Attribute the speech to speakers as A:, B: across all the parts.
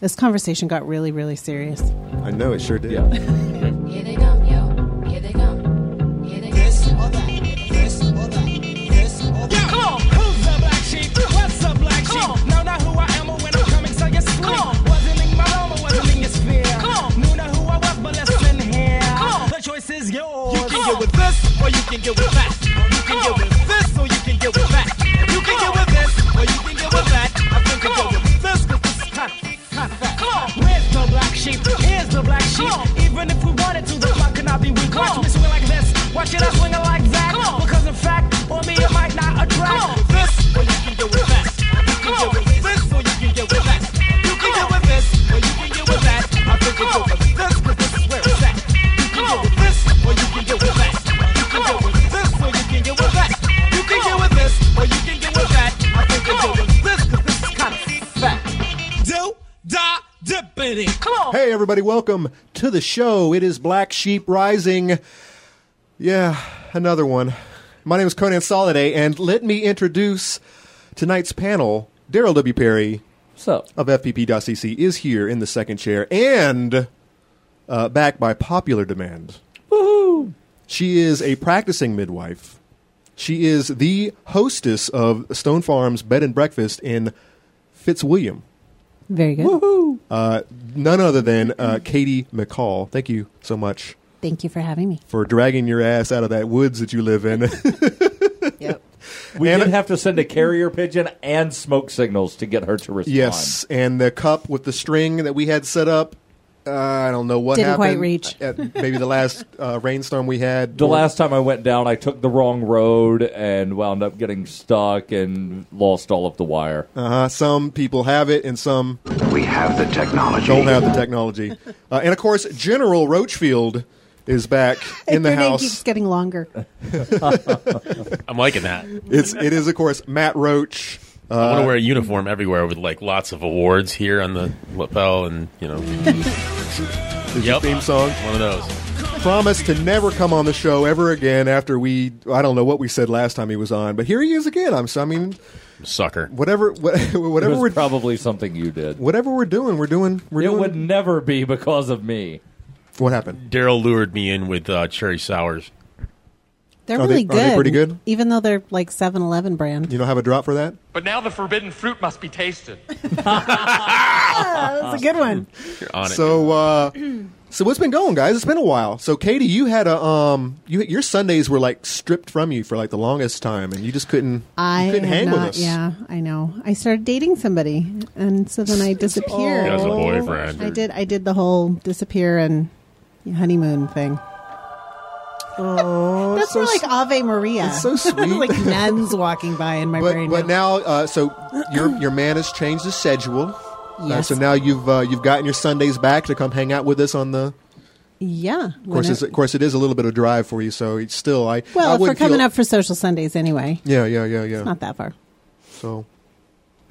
A: This conversation got really, really serious.
B: I know it sure did.
C: Yeah.
D: Here they come, yo. Here they come. Here they come.
E: Come on. Who's the black sheep? What's the black sheep? Know not who I am or when I'm coming, so you sleep. Wasn't in my home or wasn't in your sphere. Knew not who I was, but listen here. The choice is yours.
F: You can get with this, or you can get with that. You can get with this, or you can get with that. You can get with this, or you can get with that. I think you can get with this, cause this is kind of, kind of fat.
E: Come on. Where's the black sheep? Here's the black sheep. Even if we wanted to, the block could not be weak. Watch me swing like this. Why should I swing it like that? Because in fact, on me it might not attract.
F: This, or you can get with that. You can get with this, or you can get with that. You can get with this, or you can get with that. I think you can get with this, cause this is where it's at. You can get with this, or you can get with that. You can get with this, or you can get with that. You can get with this, or you can get with that. I think you can get with this, cause this is kind of fat.
E: Do, da, dippity. Come on.
B: Hey, everybody, welcome to the show. It is Black Sheep Rising. Yeah, another one. My name is Conan Soliday, and let me introduce tonight's panel. Daryl W. Perry
C: So,
B: of FPP.cc is here in the second chair and uh, back by popular demand. Woohoo! She is a practicing midwife. She is the hostess of Stone Farms Bed and Breakfast in Fitzwilliam.
A: Very good.
B: Uh, none other than uh, Katie McCall. Thank you so much
A: Thank you for having me.
B: for dragging your ass out of that woods that you live in.
A: Yep.
C: we
B: And-
C: did have to send a carrier pigeon and smoke signals to get her to respond.
B: yes, and the cup with the string that we had set up. Uh, I don't know what
A: Didn't
B: happened.
A: quite reach.
B: At maybe the last uh, rainstorm we had.
C: The
B: or-
C: last time I went down, I took the wrong road and wound up getting stuck and lost all of the wire.
B: Uh-huh. Some people have it, and some
G: We have the technology.
B: don't have the technology. Uh, and of course, General Roachfield is back in the
A: Your name
B: house.
A: keeps getting longer.
H: I'm liking that.
B: It's it is of course Matt Roach.
H: I want to wear a uniform everywhere with like lots of awards here on the lapel, and you know,
B: Is
H: Yep.
B: theme song.
H: one of those.
B: Promised to never come on the show ever again after we. I don't know what we said last time he was on, but here he is again. I'm. so- I mean,
H: Sucker.
B: whatever what,
C: It
B: whatever
C: was
B: we're
C: probably something you did.
B: whatever we're doing, we're doing. We're
C: It
B: doing.
C: would never be because of me.
B: What happened?
H: Daryl lured me in with uh, cherry sours.
A: They're
B: Are
A: really
B: they- are
A: good.
B: they pretty good?
A: Even though they're like 7 Eleven brand.
B: You don't have a drop for that?
I: But now the forbidden fruit must be tasted.
A: That's a good one.
H: You're on it.
B: So uh so what's been going, guys? It's been a while. So Katie, you had a um you your Sundays were like stripped from you for like the longest time and you just couldn't
A: I
B: you couldn't
A: have
B: hang
A: not,
B: with us.
A: Yeah, I know. I started dating somebody, and so then I disappeared.
H: As a boyfriend.
A: Oh, I did. I did the whole disappear and honeymoon thing.
B: Oh,
A: That's
B: so
A: more like
B: s-
A: Ave Maria.
B: it's so sweet.
A: like nuns walking by in my
B: but
A: brain.
B: but now uh so your your man has changed his schedule. Uh,
A: Yes.
B: so now you've uh, you've gotten your Sundays back to come hang out with us on the.
A: yeah.
B: Of course,
A: when
B: it's,
A: I-
B: of course, it is a little bit of drive for you. So it's still, I I
A: well, if we're
B: wouldn't
A: coming
B: feel-
A: up for social Sundays anyway,
B: Yeah, yeah, yeah, yeah.
A: not that far.
B: So,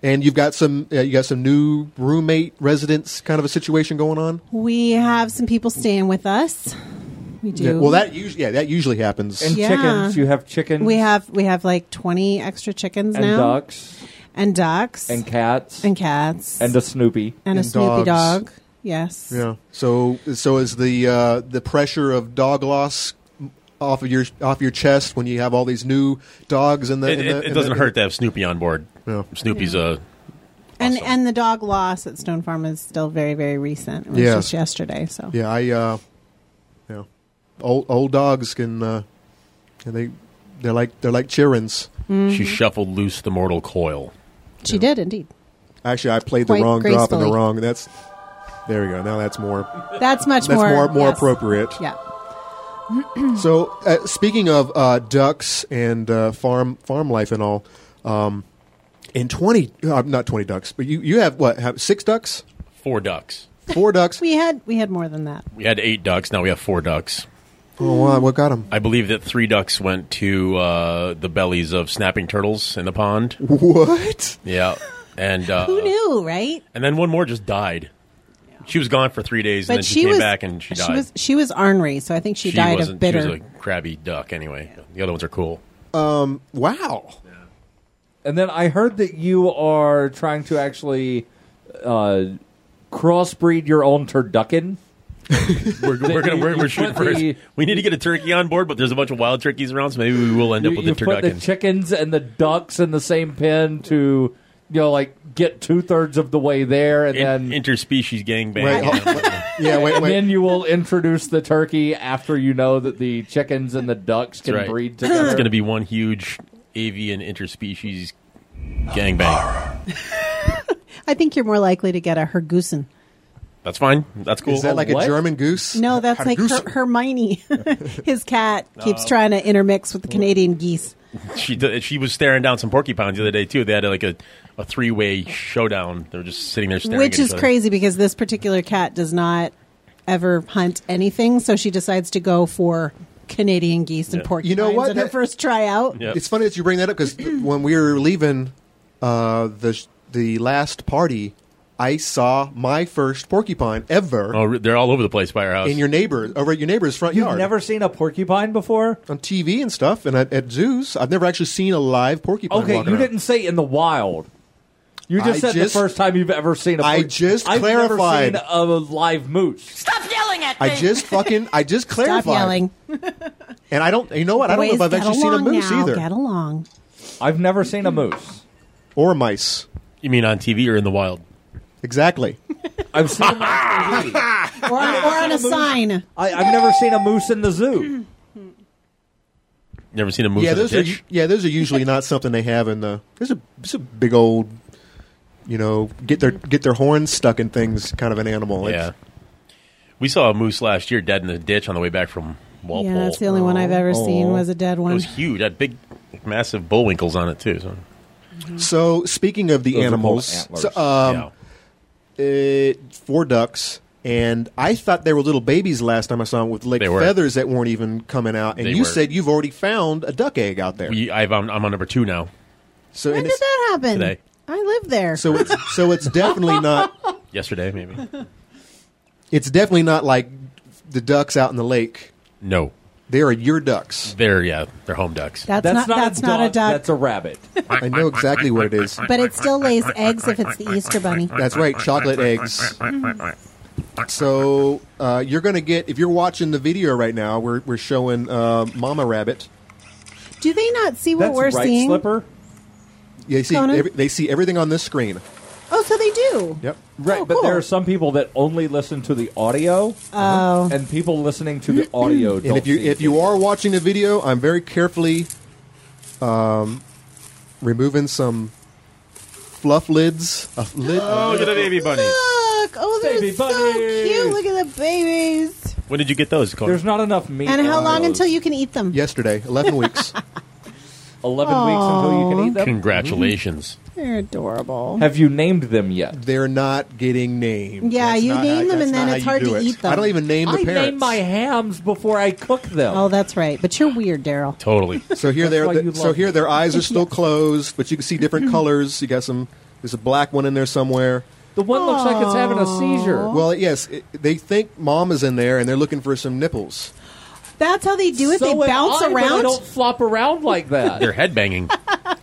B: and you've got some uh, you got some new roommate residence kind of a situation going on.
A: We have some people staying with us. We do.
B: Yeah, well, that usually yeah that usually happens.
C: And
A: Yeah.
C: chickens. You have chickens.
A: we have we have like twenty extra chickens
C: and
A: now,
C: ducks
A: and ducks,
C: and cats
A: and cats,
C: and a Snoopy.
A: and a
B: and
A: Snoopy
B: dogs.
A: dog. Yes.
B: yeah. So so is the uh, the pressure of dog loss off of your off your chest when you have all these new dogs in the.
H: It,
B: in
H: it,
B: the-
H: it
B: in the-
H: doesn't hurt to have Snoopy on board.
B: Yeah.
H: Snoopy's uh, a
A: And and the dog loss at Stone Farm is still very very recent. It was
B: Yes.
A: just yesterday. So
B: Yeah, I uh, yeah, old old dogs can uh, they they're like they're like chirins.
A: Mm-hmm.
H: she shuffled loose the mortal coil.
A: she did indeed.
B: Actually, I played the
A: Quite
B: wrong drop in the
A: gracefully.
B: wrong. That's there we go. Now that's more
A: That's much
B: that's
A: more
B: more more,
A: yes.
B: appropriate.
A: Yeah.
B: So, uh, speaking of uh, ducks and uh, farm farm life and all, um, in twenty uh, not twenty ducks, but you, you have what have six ducks,
H: Four ducks.
B: four ducks.
A: We had we had more than that.
H: We had eight ducks. Now we have four ducks.
B: oh, wow, what got them?
H: I believe that three ducks went to uh, the bellies of snapping turtles in the pond.
B: What?
H: Yeah, and uh,
A: Who knew, right?
H: And then one more just died. She was gone for three days, and then
A: But
H: she,
A: she
H: came
A: was
H: back and she died.
A: was she was ornery, so I think she,
H: She
A: died
H: wasn't-
A: of bitter.
H: She was a crabby duck, anyway. The other ones are cool.
B: Wow.
C: And then I heard that you are trying to actually uh, crossbreed your own turducken?
H: We're, we're, gonna, we're,
C: You-
H: we're
C: you
H: shooting
C: put
H: first.
C: the-
H: we need to get a turkey on board, but there's a bunch of wild turkeys around, so maybe we will end
C: You,
H: up with
C: you
H: a
C: put the
H: turducken.
C: chickens and the ducks in the same pen to, you know, like get two thirds of the way there, and
H: In-
C: then
H: interspecies gangbang.
B: Wait, hold- yeah, wait,
C: and
B: wait.
C: then you will introduce the turkey after you know that the chickens and the ducks can
H: right.
C: breed together.
H: It's going to be one huge avian interspecies gangbang.
A: I think you're more likely to get a Hergusen.
H: That's fine. That's cool.
B: Is that like
C: What?
B: a German goose?
A: No, that's like
B: Hergusen.
A: Her- Hermione. His cat keeps
H: Oh.
A: trying to intermix with the Canadian geese.
H: she d- she was staring down some porcupines the other day too. They had like a, a three way showdown. They were just sitting there staring.
A: Which
H: at each
A: is
H: other.
A: crazy because this particular cat does not ever hunt anything, so she decides to go for Canadian geese and porcupines
B: You know what?
A: at her
B: That-
A: first tryout.
H: Yep.
B: It's funny that you bring that up because when we were leaving uh, the the last party, I saw my first porcupine ever
H: Oh, re- they're all over the place by our house.
B: in your neighbor over at your neighbor's front
J: You've
B: yard.
J: never seen a porcupine before?
B: on TV and stuff, and at, at zoos, I've never actually seen a live porcupine.
C: Okay,
B: walking
C: you
B: around.
C: didn't say in the wild. You just
B: I
C: said
B: just-
C: the first time you've ever seen a.
B: I
C: porc-
B: just
C: I've never
B: clarified.
C: seen a live moose.
E: Stop yelling at
B: I just fucking I just clarified.
A: Stop yelling.
B: And I don't. You know what? I don't know if I've
A: Boys, get
B: actually seen a
A: along
B: moose
A: now.
B: either,
A: Get along.
C: I've never seen a moose.
B: or a mice.
H: you mean on TV or in the wild?
B: Exactly.
C: I've seen. a moose on TV.
A: Or on, or on a sign.
C: I, I've never seen a moose in the zoo.
H: Never seen a moose
B: yeah,
H: in a
B: those are
H: ditch?
B: yeah, those are usually not something they have in the. There's a there's a big old, you know, get their get their horns stuck in things kind of an animal.
H: yeah.
B: It's-
H: We saw a moose last year dead in a ditch on the way back from Walpole.
A: Yeah, that's the only one I've ever seen was a dead
H: it
A: one.
H: was huge. Had big, massive bullwinkles on it too. So
B: So speaking of the
C: Those are called
B: animals, so,
C: antlers.
B: um, it, four ducks. And I thought they were little babies last time I saw them with like
H: They were.
B: feathers that weren't even coming out. And
H: They
B: you
H: were.
B: said you've already found a duck egg out there.
H: yeah. we, I've, I'm, I'm on number two now.
B: so
A: When
B: and
A: did
B: it's,
A: that happen?
H: Today.
A: I live there.
B: so it's so it's definitely not
H: Yesterday, maybe.
B: it's definitely not like the ducks out in the lake.
H: no,
B: They are your ducks.
H: they're yeah, they're home ducks.
A: that's, not, that's
C: duck,
A: not a duck.
C: That's a rabbit.
B: I know exactly what it is.
A: but it still lays eggs if it's the Easter bunny.
B: That's right, chocolate eggs. So uh, you're going to get if you're watching the video right now. We're we're showing uh, Mama Rabbit.
A: Do they not see what
C: That's
A: we're
C: right
A: seeing?
C: slipper.
B: They see
A: Conan?
B: every, they see everything on this screen.
A: Oh, so they do.
B: Yep.
C: Right,
A: Oh,
C: but
A: cool.
C: there are some people that only listen to the audio,
A: Oh.
C: and people listening to the audio. Don't
B: And if you
C: see
B: if you are watching the video, I'm very carefully um, removing some fluff lids. A lid. uh,
H: Oh, the baby bunny.
A: Look! Oh, they're
C: Baby
A: so
C: bunnies.
A: cute. Look at the babies.
H: When did you get those? Colin?
C: There's not enough meat.
A: And how
C: on
A: long
C: those.
A: until you can eat them?
B: Yesterday, 11 weeks.
C: Eleven weeks until you can eat them.
H: Congratulations.
A: They're adorable.
C: Have you named them yet?
B: They're not getting named.
A: Yeah, you
B: not
A: name them
B: that's
A: and then
B: not how
A: it's
B: you
A: hard
B: do
A: to
B: it.
A: eat them.
B: I don't even name the
C: I
B: parents.
C: name my hams before I cook them.
A: Oh, that's right. But you're weird, Daryl.
H: Totally.
B: So here
C: That's why
B: they're
C: you
B: so
C: love Hmm.
B: here
C: me.
B: their eyes are still closed, but you can see different colors. You got some. There's a black one in there somewhere.
C: the one looks like it's having a seizure.
B: Well, yes, it, they think mom is in there, and they're looking for some nipples.
A: That's how they do it.
C: So
A: they
C: am
A: bounce
C: I, but I
A: around.
C: don't flop around like that.
H: They're headbanging.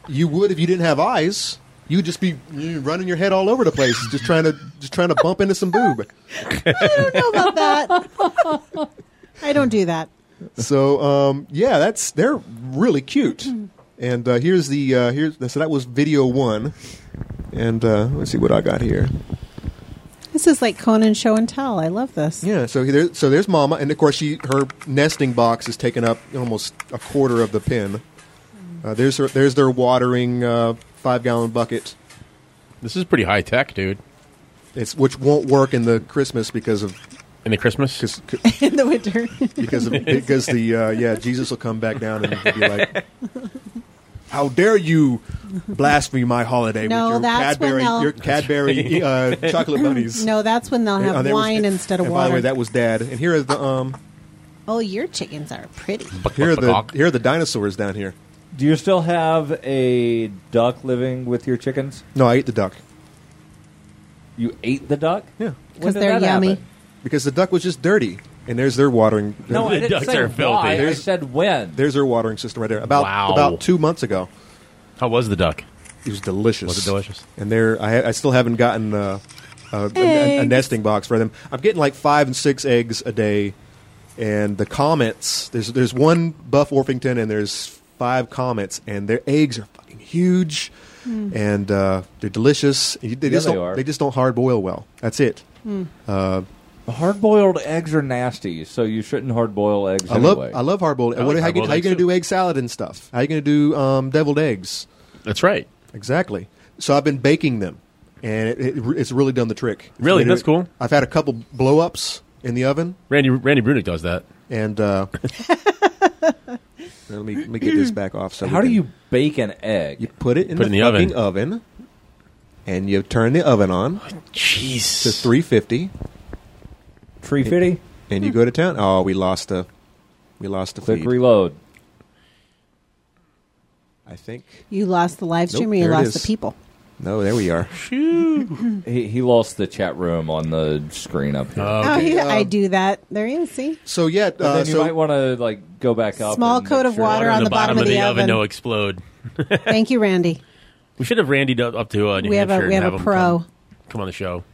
B: You would if you didn't have eyes. You'd just be you, running your head all over the place, just trying to just trying to bump into some boob.
A: I don't know about that. I don't do that.
B: So um, yeah, that's they're really cute.
C: Hmm.
B: And uh, here's the uh, here's so that was video one, and uh, let's see what I got here.
A: This is like Conan show and tell. I love this.
B: Yeah, so there, so there's Mama, and of course she her nesting box is taking up almost a quarter of the pen. Uh, there's her, there's their watering uh, five gallon bucket.
H: this is pretty high tech, dude.
B: It's which won't work in the Christmas because of
H: In the Christmas,
B: cause,
A: In the winter.
B: because of because the uh, yeah Jesus will come back down and he'll be like, "How dare you blaspheme my holiday
A: No,
B: with your
A: that's when
B: Cadbury
A: they'll-
B: your Cadbury uh, chocolate bunnies."
A: no, that's when they'll
B: Oh,
A: have
B: that was-
A: wine instead of
B: and
A: water.
B: By the way, that was Dad. And here are the um
A: oh, your chickens are pretty.
B: here are the here are the dinosaurs down here.
C: Do you still have a duck living with your chickens?
B: No, I ate the duck.
C: You ate the duck?
B: Yeah.
A: Because they're yummy.
B: because the duck was just dirty. And there's their watering.
C: No, I
H: The
C: didn't
H: ducks
C: say
H: are filthy.
C: why. I
H: There's-
C: said when.
B: there's their watering system right there. About
H: Wow.
B: about two months ago,
H: how was the duck?
B: it was delicious.
H: Was it delicious?
B: And there, I, I still haven't gotten uh, a, a- a, a
A: Eggs.
B: nesting box for them. I'm getting like five and six eggs a day, and the comets. There's there's one Buff Orpington, and there's five comets, and their eggs are fucking huge, and uh, they're delicious. You- They just
C: they
B: don't,
C: are.
B: just don't hard boil well. That's it.
C: Hard boiled eggs are nasty, so you shouldn't hard boil eggs
B: I love
C: anyway.
B: I love hard boiled.
H: I like
B: how you,
H: hard-boiled
B: how you
H: eggs,
B: going to
H: too.
B: do egg salad and stuff? How you going to do um, deviled eggs?
H: That's right.
B: Exactly. So I've been baking them, and it, it, it's really done the trick. It's
H: Really?
B: made it-
H: That's cool.
B: I've had a couple blow ups in the oven,
H: Randy Randy Brunick does that.
B: and uh, let me let me get this back off. So we
C: How do
B: can-
C: you bake an egg?
B: you put it in
H: Put
B: the,
H: it in the oven.
B: fucking oven. and you turn the oven on
H: Jeez.
B: to 350,
J: Tree fitty.
B: and you go to town. Oh, we lost the we lost the
C: Click
B: feed.
C: reload.
B: I think
A: You lost the live stream
B: Nope,
A: or you
B: there it
A: lost the
B: is.
A: people.
B: no. There we are.
C: He, he lost the chat room on the screen up here.
A: oh,
H: Okay.
A: yeah, I do that. There you see.
B: So yeah,
C: But
B: uh,
C: then you
B: so
C: might want to like go back up.
A: Small
C: and
A: coat
C: make
A: of
C: sure-
A: water on the bottom of the oven.
H: no explode.
A: Thank you, Randy.
H: We should have Randy do- up to uh, New
A: We have
H: Hampshire.
A: a we
H: and
A: have a
H: him
A: pro.
H: Come, come on the show.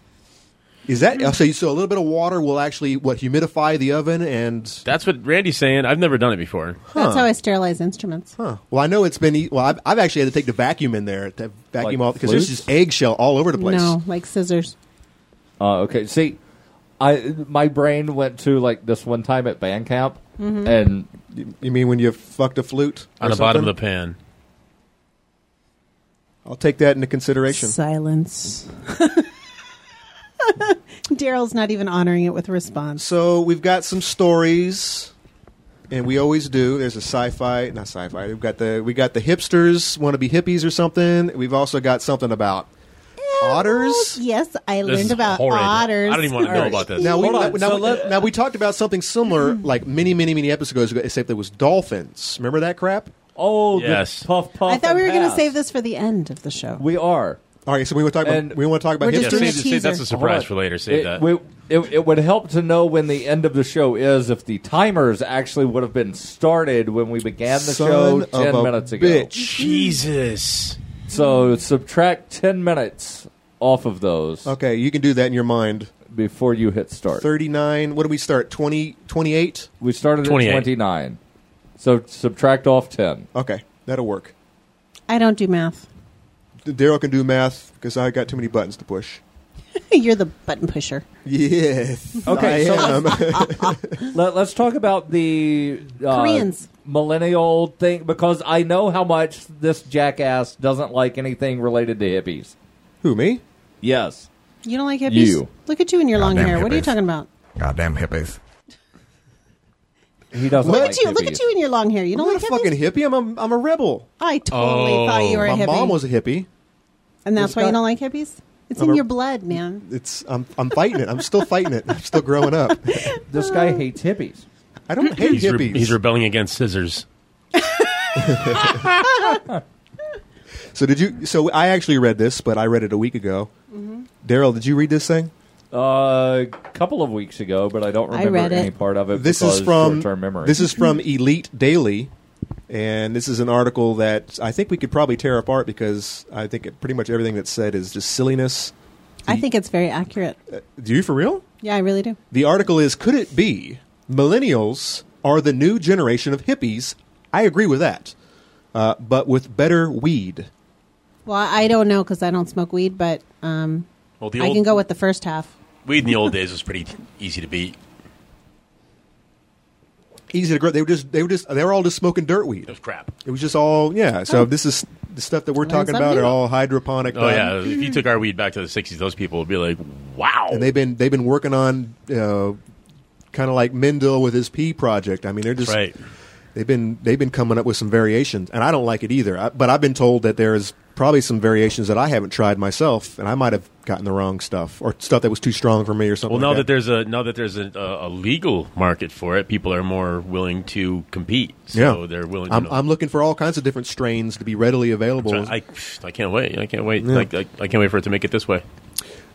B: is that so? you- So a little bit of water will actually what humidify the oven and
H: That's what Randy's saying. I've never done it before.
A: That's how I sterilize instruments.
B: Huh. Well, I know it's been. e- Well, I've, I've actually had to take the vacuum in there to vacuum
C: Like
B: all because there's
C: flutes?
B: just eggshell all over the place.
A: No, like scissors.
C: Uh, okay, see, I my brain went to like this one time at band camp,
A: Mm-hmm.
C: and
B: You mean when you fucked a flute
H: On the bottom of the pan.
B: I'll take that into consideration.
A: Silence. Daryl's not even honoring it with a response.
B: So we've got some stories, and we always do. There's a sci-fi, not sci-fi. We've got the we got the hipsters want to be hippies or something. We've also got something about otters.
A: Yes, I
H: This
A: learned
H: is
A: about
H: horrid.
A: otters.
H: I don't even want to know about this.
B: Now we,
J: Hold on,
B: now,
J: so
B: we-
J: let-
B: now we talked about something similar like many many many episodes ago, except it was dolphins. Remember that crap?
C: oh the
H: Yes.
C: puff puff.
A: I thought we were
C: going
A: to save this for the end of the show.
C: We are.
B: All right, so we want to talk about
C: And-
B: we want to talk about
A: We're
B: hipsters.
A: just
H: Yeah,
A: doing
H: save,
A: a
H: that- save that's
A: teaser.
H: a surprise
C: Hold
H: for
C: on.
H: later. Save
C: Oh, it,
H: that.
C: we- it, it would help to know when the end of the show is if the timers actually would have been started when we began the
B: Son
C: show
B: of
C: 10
B: a
C: minutes ago.
B: bitch.
H: Jesus.
C: So subtract 10 minutes off of those
B: Okay, you can do that in your mind.
C: before you hit start.
B: 39, what do we start? 20, 28?
C: We started at
H: 28.
C: 29. So subtract off 10.
B: Okay, that'll work.
A: I don't do math.
B: Daryl can do math because I got too many buttons to push.
A: You're the button pusher.
B: Yes. Um,
C: Okay,
B: I
C: so-
B: am.
C: Let, us talk about the uh,
A: Koreans.
C: millennial thing because I know how much this jackass doesn't like anything related to hippies.
B: Who, me?
C: Yes.
A: You don't like hippies?
C: You.
A: Look at you and your long
G: Goddamn
A: hair. What are you
G: hippies.
A: talking about?
G: Goddamn hippies.
C: He doesn't
B: Look
A: Look
C: like
A: at you. Look
C: hippies.
A: at you and your long hair. You
B: I'm
A: don't
B: not
A: like
B: a
A: hippies?
B: fucking hippie. I'm a, I'm a rebel.
A: I totally
H: Oh.
A: thought you were a
B: My
A: hippie.
B: mom was a hippie.
A: and that's
B: it's
A: why you
B: not-
A: don't like hippies? It's
B: I'm
A: in
B: a-
A: your blood, man.
B: It's I'm, I'm fighting it. I'm still fighting it. I'm still growing up.
C: This guy
A: Uh,
C: hates hippies.
B: I don't hate
H: He's, re-
B: hippies.
H: he's rebelling against scissors.
B: so did you? So I actually read this, but I read it a week ago. Daryl, did you read this thing?
C: Uh, a couple of weeks ago, but I don't
A: I
C: remember
A: read
C: any
A: it.
C: part of it.
B: this
C: because
B: is from
C: short-term memory.
B: this is from Elite Daily, and this is an article that I think we could probably tear apart because I think it, pretty much everything that's said is just silliness.
A: I think it's very accurate.
B: Do you for real?
A: Yeah, I really do.
B: The article is: Could it be millennials are the new generation of hippies? I agree with that, uh, but with better weed.
A: Well, I don't know because I don't smoke weed, but um,
H: Well, the
A: I
H: old
A: can go with the first half.
H: weed in the old days was pretty easy to beat.
B: Easy to grow. They were just they were just they were all just smoking dirt
H: It
B: weed.
H: was crap.
B: It was just all yeah. So this is the stuff that we're talking
A: something
B: about are
A: new.
B: all hydroponic.
H: Oh
B: uh,
H: yeah, if you took our weed back to the '60s, those people would be like, "Wow."
B: and they've been they've been working on uh, kind of like Mendel with his pea project. I mean, they're just
H: right.
B: they've been they've been coming up with some variations, and I don't like it either. I, but I've been told that there is probably some variations that I haven't tried myself, and I might have gotten the wrong stuff or stuff that was too strong for me or something.
H: Well, now
B: like
H: that there's a now that there's a, a, a legal market for it, people are more willing to compete. So
B: yeah,
H: they're willing.
B: I'm,
H: to
B: I'm looking for all kinds of different strains to be readily available.
H: I, I can't wait. I can't wait. Like, I, I can't wait for it to make it this way.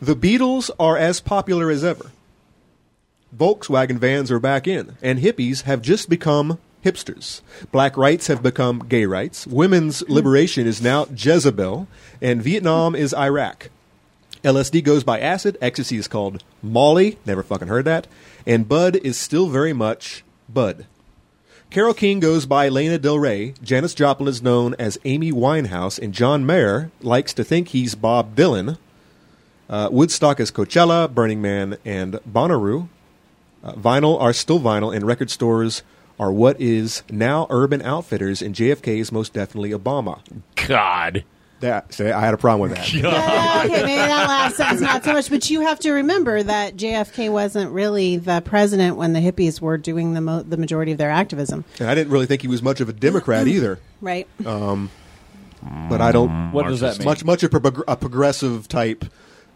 B: The Beatles are as popular as ever. Volkswagen vans are back in, and hippies have just become hipsters. Black rights have become gay rights. Women's liberation is now Jezebel, and Vietnam is Iraq. LSD goes by acid. Ecstasy is called Molly. Never fucking heard that. And Bud is still very much Bud. Carol King goes by Lena Del Rey. Janis Joplin is known as Amy Winehouse, and John Mayer likes to think he's Bob Dylan. Uh, Woodstock is Coachella, Burning Man, and Bonnaroo. Uh, vinyl are still vinyl, and record stores are what is now Urban Outfitters, and JFK is most definitely Obama.
H: God.
B: That see, I had a problem with that.
A: Yeah, okay, maybe that last sentence not so much, but you have to remember that JFK wasn't really the president when the hippies were doing the mo- the majority of their activism,
B: And I didn't really think he was much of a Democrat either.
A: right?
B: Oh, But I don't.
C: What does that mean?
B: Much much of a progr- a progressive type.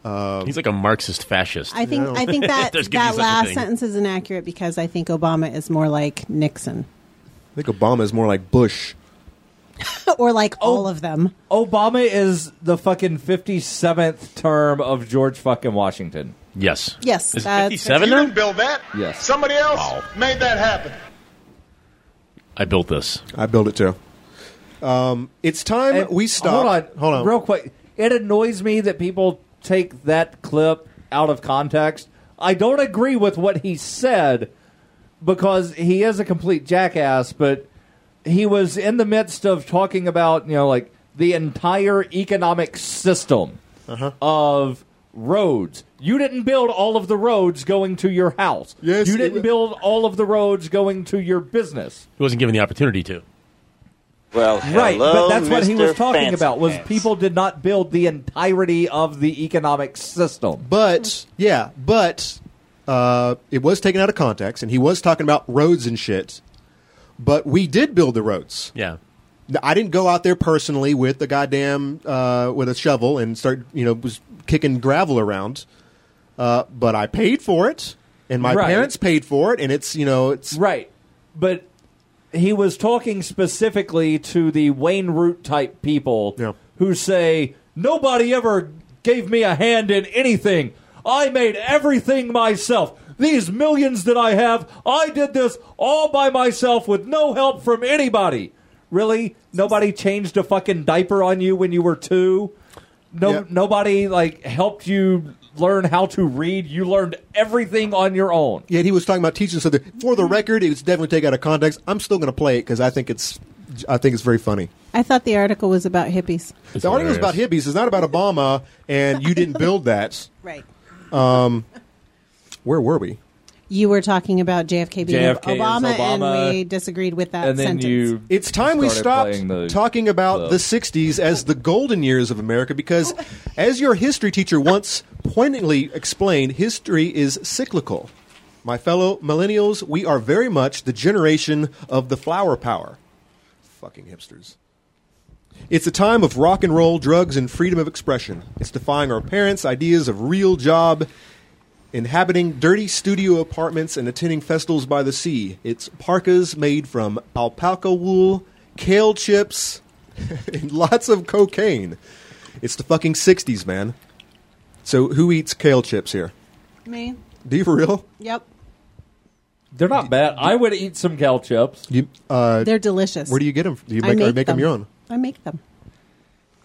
B: Um,
H: He's like a Marxist fascist.
A: I think I think that
H: There's gonna
A: that
H: be such a
A: last
H: thing.
A: sentence is inaccurate because I think Obama is more like Nixon
B: I think Obama is more like Bush.
A: or like
H: Oh.
A: all of them.
C: Obama is the fucking 57th term of George fucking Washington.
H: yes.
A: Yes,
H: Is it
A: that's-
H: 57 now?
E: build that.
C: Yes.
E: Somebody else made that happen.
H: I built this.
B: I build it too. Um, it's time
C: And-
B: we stop.
C: Hold on.
B: Hold on.
C: Real quick. It annoys me that people take that clip out of context. I don't agree with what he said because he is a complete jackass, but he was in the midst of talking about, you know, like the entire economic system
B: Uh-huh.
C: of roads. You didn't build all of the roads going to your house.
B: Yes,
C: you
B: it
C: didn't
B: wa-
C: build all of the roads going to your business.
H: He wasn't given the opportunity to.
K: Well,
C: Right, but
K: hello,
C: that's what he
K: Mr.
C: was talking
K: Fancy
C: about was
K: Pants.
C: people did not build the entirety of the economic system.
B: But yeah, but uh, it was taken out of context, and he was talking about roads and shit. But we did build the roads.
H: Yeah.
B: Now, I didn't go out there personally with the goddamn uh, with a shovel and start you know was kicking gravel around. Uh, but I paid for it, and my
C: Right.
B: parents paid for it, and it's you know it's
C: Right. But he was talking specifically to the Wayne Root type people
B: Yeah.
C: who say nobody ever gave me a hand in anything. I made everything myself. These millions that I have, I did this all by myself with no help from anybody. Really? Nobody changed a fucking diaper on you when you were 2? No
B: Yeah.
C: nobody like helped you learn how to read. You learned everything on your own.
B: Yet he was talking about teaching something. For the record, it was definitely taken out of context. I'm still going to play it because I think it's I think it's very funny.
A: I thought the article was about hippies,
H: It's
B: the article is about
H: hilarious.
B: hippies. It's not about Obama, and you didn't build that.
A: right?
B: Where were we?
A: You were talking about JFK being
C: JFK is
A: Obama,
C: Obama,
A: and we disagreed with that
C: and then
A: sentence.
C: you
B: It's time we
C: started
B: stopped
C: playing the-
B: talking about
C: the-
B: the 60s as the golden years of America because, as your history teacher once poignantly explained, history is cyclical. My fellow millennials, we are very much the generation of the flower power. Fucking hipsters. It's a time of rock and roll, drugs, and freedom of expression. It's defying our parents' ideas of real job, inhabiting dirty studio apartments, and attending festivals by the sea. It's parkas made from alpaca wool, kale chips, and lots of cocaine. It's the fucking 60s, man. So, who eats kale chips here?
A: me,
B: Do you for real?
A: yep,
C: They're not bad. I would eat some cal chips.
B: You, uh,
A: they're delicious.
B: where do you get them? Do you
A: I
B: make, or make them your own?
A: I make them.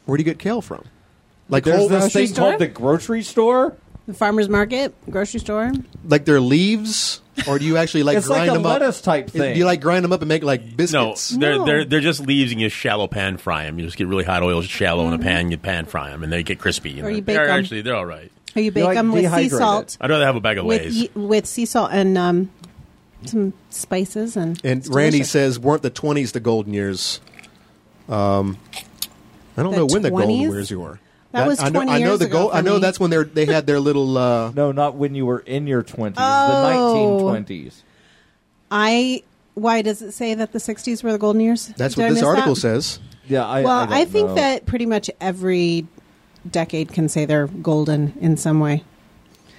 B: Where do you get kale from? Like
C: There's
B: whole,
C: this thing
A: store?
C: called the grocery store.
A: The farmer's market, grocery store.
B: like their leaves, or do you actually like
C: It's like
B: grind
C: a
B: them up?
C: lettuce type thing.
B: Do you like grind them up and make like
H: No,
B: biscuits?
H: they're
A: No.
H: they're they're just leaves and you just shallow pan fry them. You just get really hot oil, shallow in a pan, you pan fry them, and they get crispy. And
A: Mm-hmm. Or you
H: they're- they're
A: bake 'em.
H: actually they're all right.
A: Or Oh, you bake
C: like,
A: them with sea
C: dehydrate it.
A: salt,
H: I'd rather have a bag of
A: with
H: Lay's.
A: ye- with sea salt and um, some spices and.
B: And
A: it's
B: Randy
A: delicious.
B: says, "Weren't the twenties the golden years?" Um, I don't
A: The
B: know when the golden
A: 20s?
B: years were.
A: That was
B: I know,
A: 20
B: I know
A: years
B: the
A: ago
B: gold.
A: for
B: I know
A: me.
B: that's when they are they had their little. Uh,
C: No, not when you were in your twenties.
A: Oh.
C: The 1920s.
A: I why does it say that the 60s were the golden years?
B: that's
A: Did I
B: what this
A: miss
B: article
A: that?
B: says.
C: Yeah, I.
A: Well,
C: don't
A: I, think
C: know.
A: that pretty much every decade can say they're golden in some way.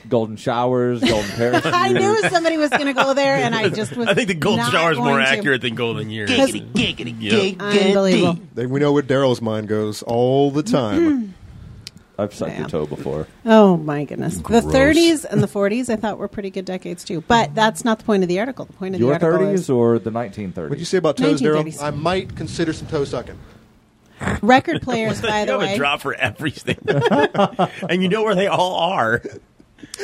C: golden showers, golden parachutes.
A: I knew somebody was going to go there, and I just was.
H: I think the golden
A: not
H: shower is more
A: going to.
H: accurate than golden years.
K: Gig,
A: Unbelievable.
B: They, we know where Daryl's mind goes all the time.
C: I've sucked your toe before.
A: Oh my goodness!
H: Gross.
A: The 30s and the 40s, I thought were pretty good decades too. But that's not the point of the article. The point of
C: Your
A: the article is
C: thirties or the nineteen thirties?
B: What'd you say about toes, Daryl?
A: 1930s.
B: I might consider some toe sucking.
A: Record players, by
H: you
A: the
H: have
A: way,
H: a drop for everything, and you know where they all are.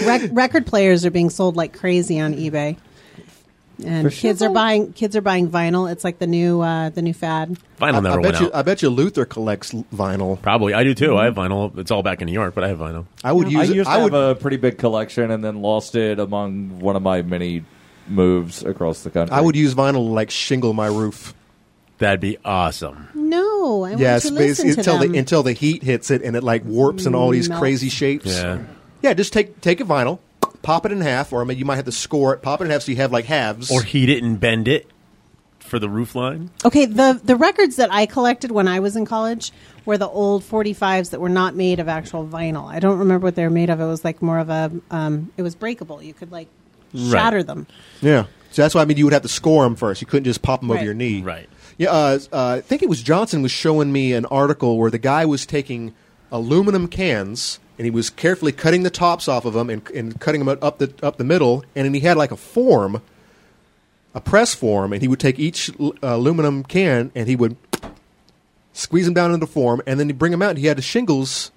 A: Rec- record players are being sold like crazy on eBay, and
B: For sure.
A: kids are buying kids are buying vinyl. It's like the new uh, the new fad.
H: Vinyl
B: I,
H: never
B: I
H: went
B: bet you,
H: out.
B: I Mm-hmm. bet you Luther collects l- vinyl.
H: Probably, I do too. I have vinyl. It's all back in New York, but I have vinyl.
B: I would
C: I
B: use. it.
C: used to
B: I would.
C: have a pretty big collection and then lost it among one of my many moves across the country.
B: I would use vinyl to like shingle my roof.
H: That'd be awesome.
A: No, I want
B: yes,
A: to
B: but it's-
A: listen to
B: until
A: them. Mm,
B: the until the heat hits it and it like warps in all these
A: Melts.
B: crazy shapes.
H: Yeah.
B: Yeah, just take take a vinyl, pop it in half, or I mean, you might have to score it, pop it in half so you have like halves.
H: Or heat it and bend it for the roof line.
A: Okay, the the records that I collected when I was in college were the old 45s that were not made of actual vinyl. I don't remember what they were made of. It was like more of a um, it was breakable. You could like shatter
B: Right.
A: them.
B: yeah, so that's why I mean you would have to score them first. You couldn't just pop them over
A: Right.
B: your knee.
H: Right.
B: Yeah, uh, uh, I think it was Johnson was showing me an article where the guy was taking aluminum cans and he was carefully cutting the tops off of them and, and cutting them up the up the middle, and then he had like a form, a press form, and he would take each l- aluminum can and he would squeeze them down into form, and then he'd bring them out. And he had the shingles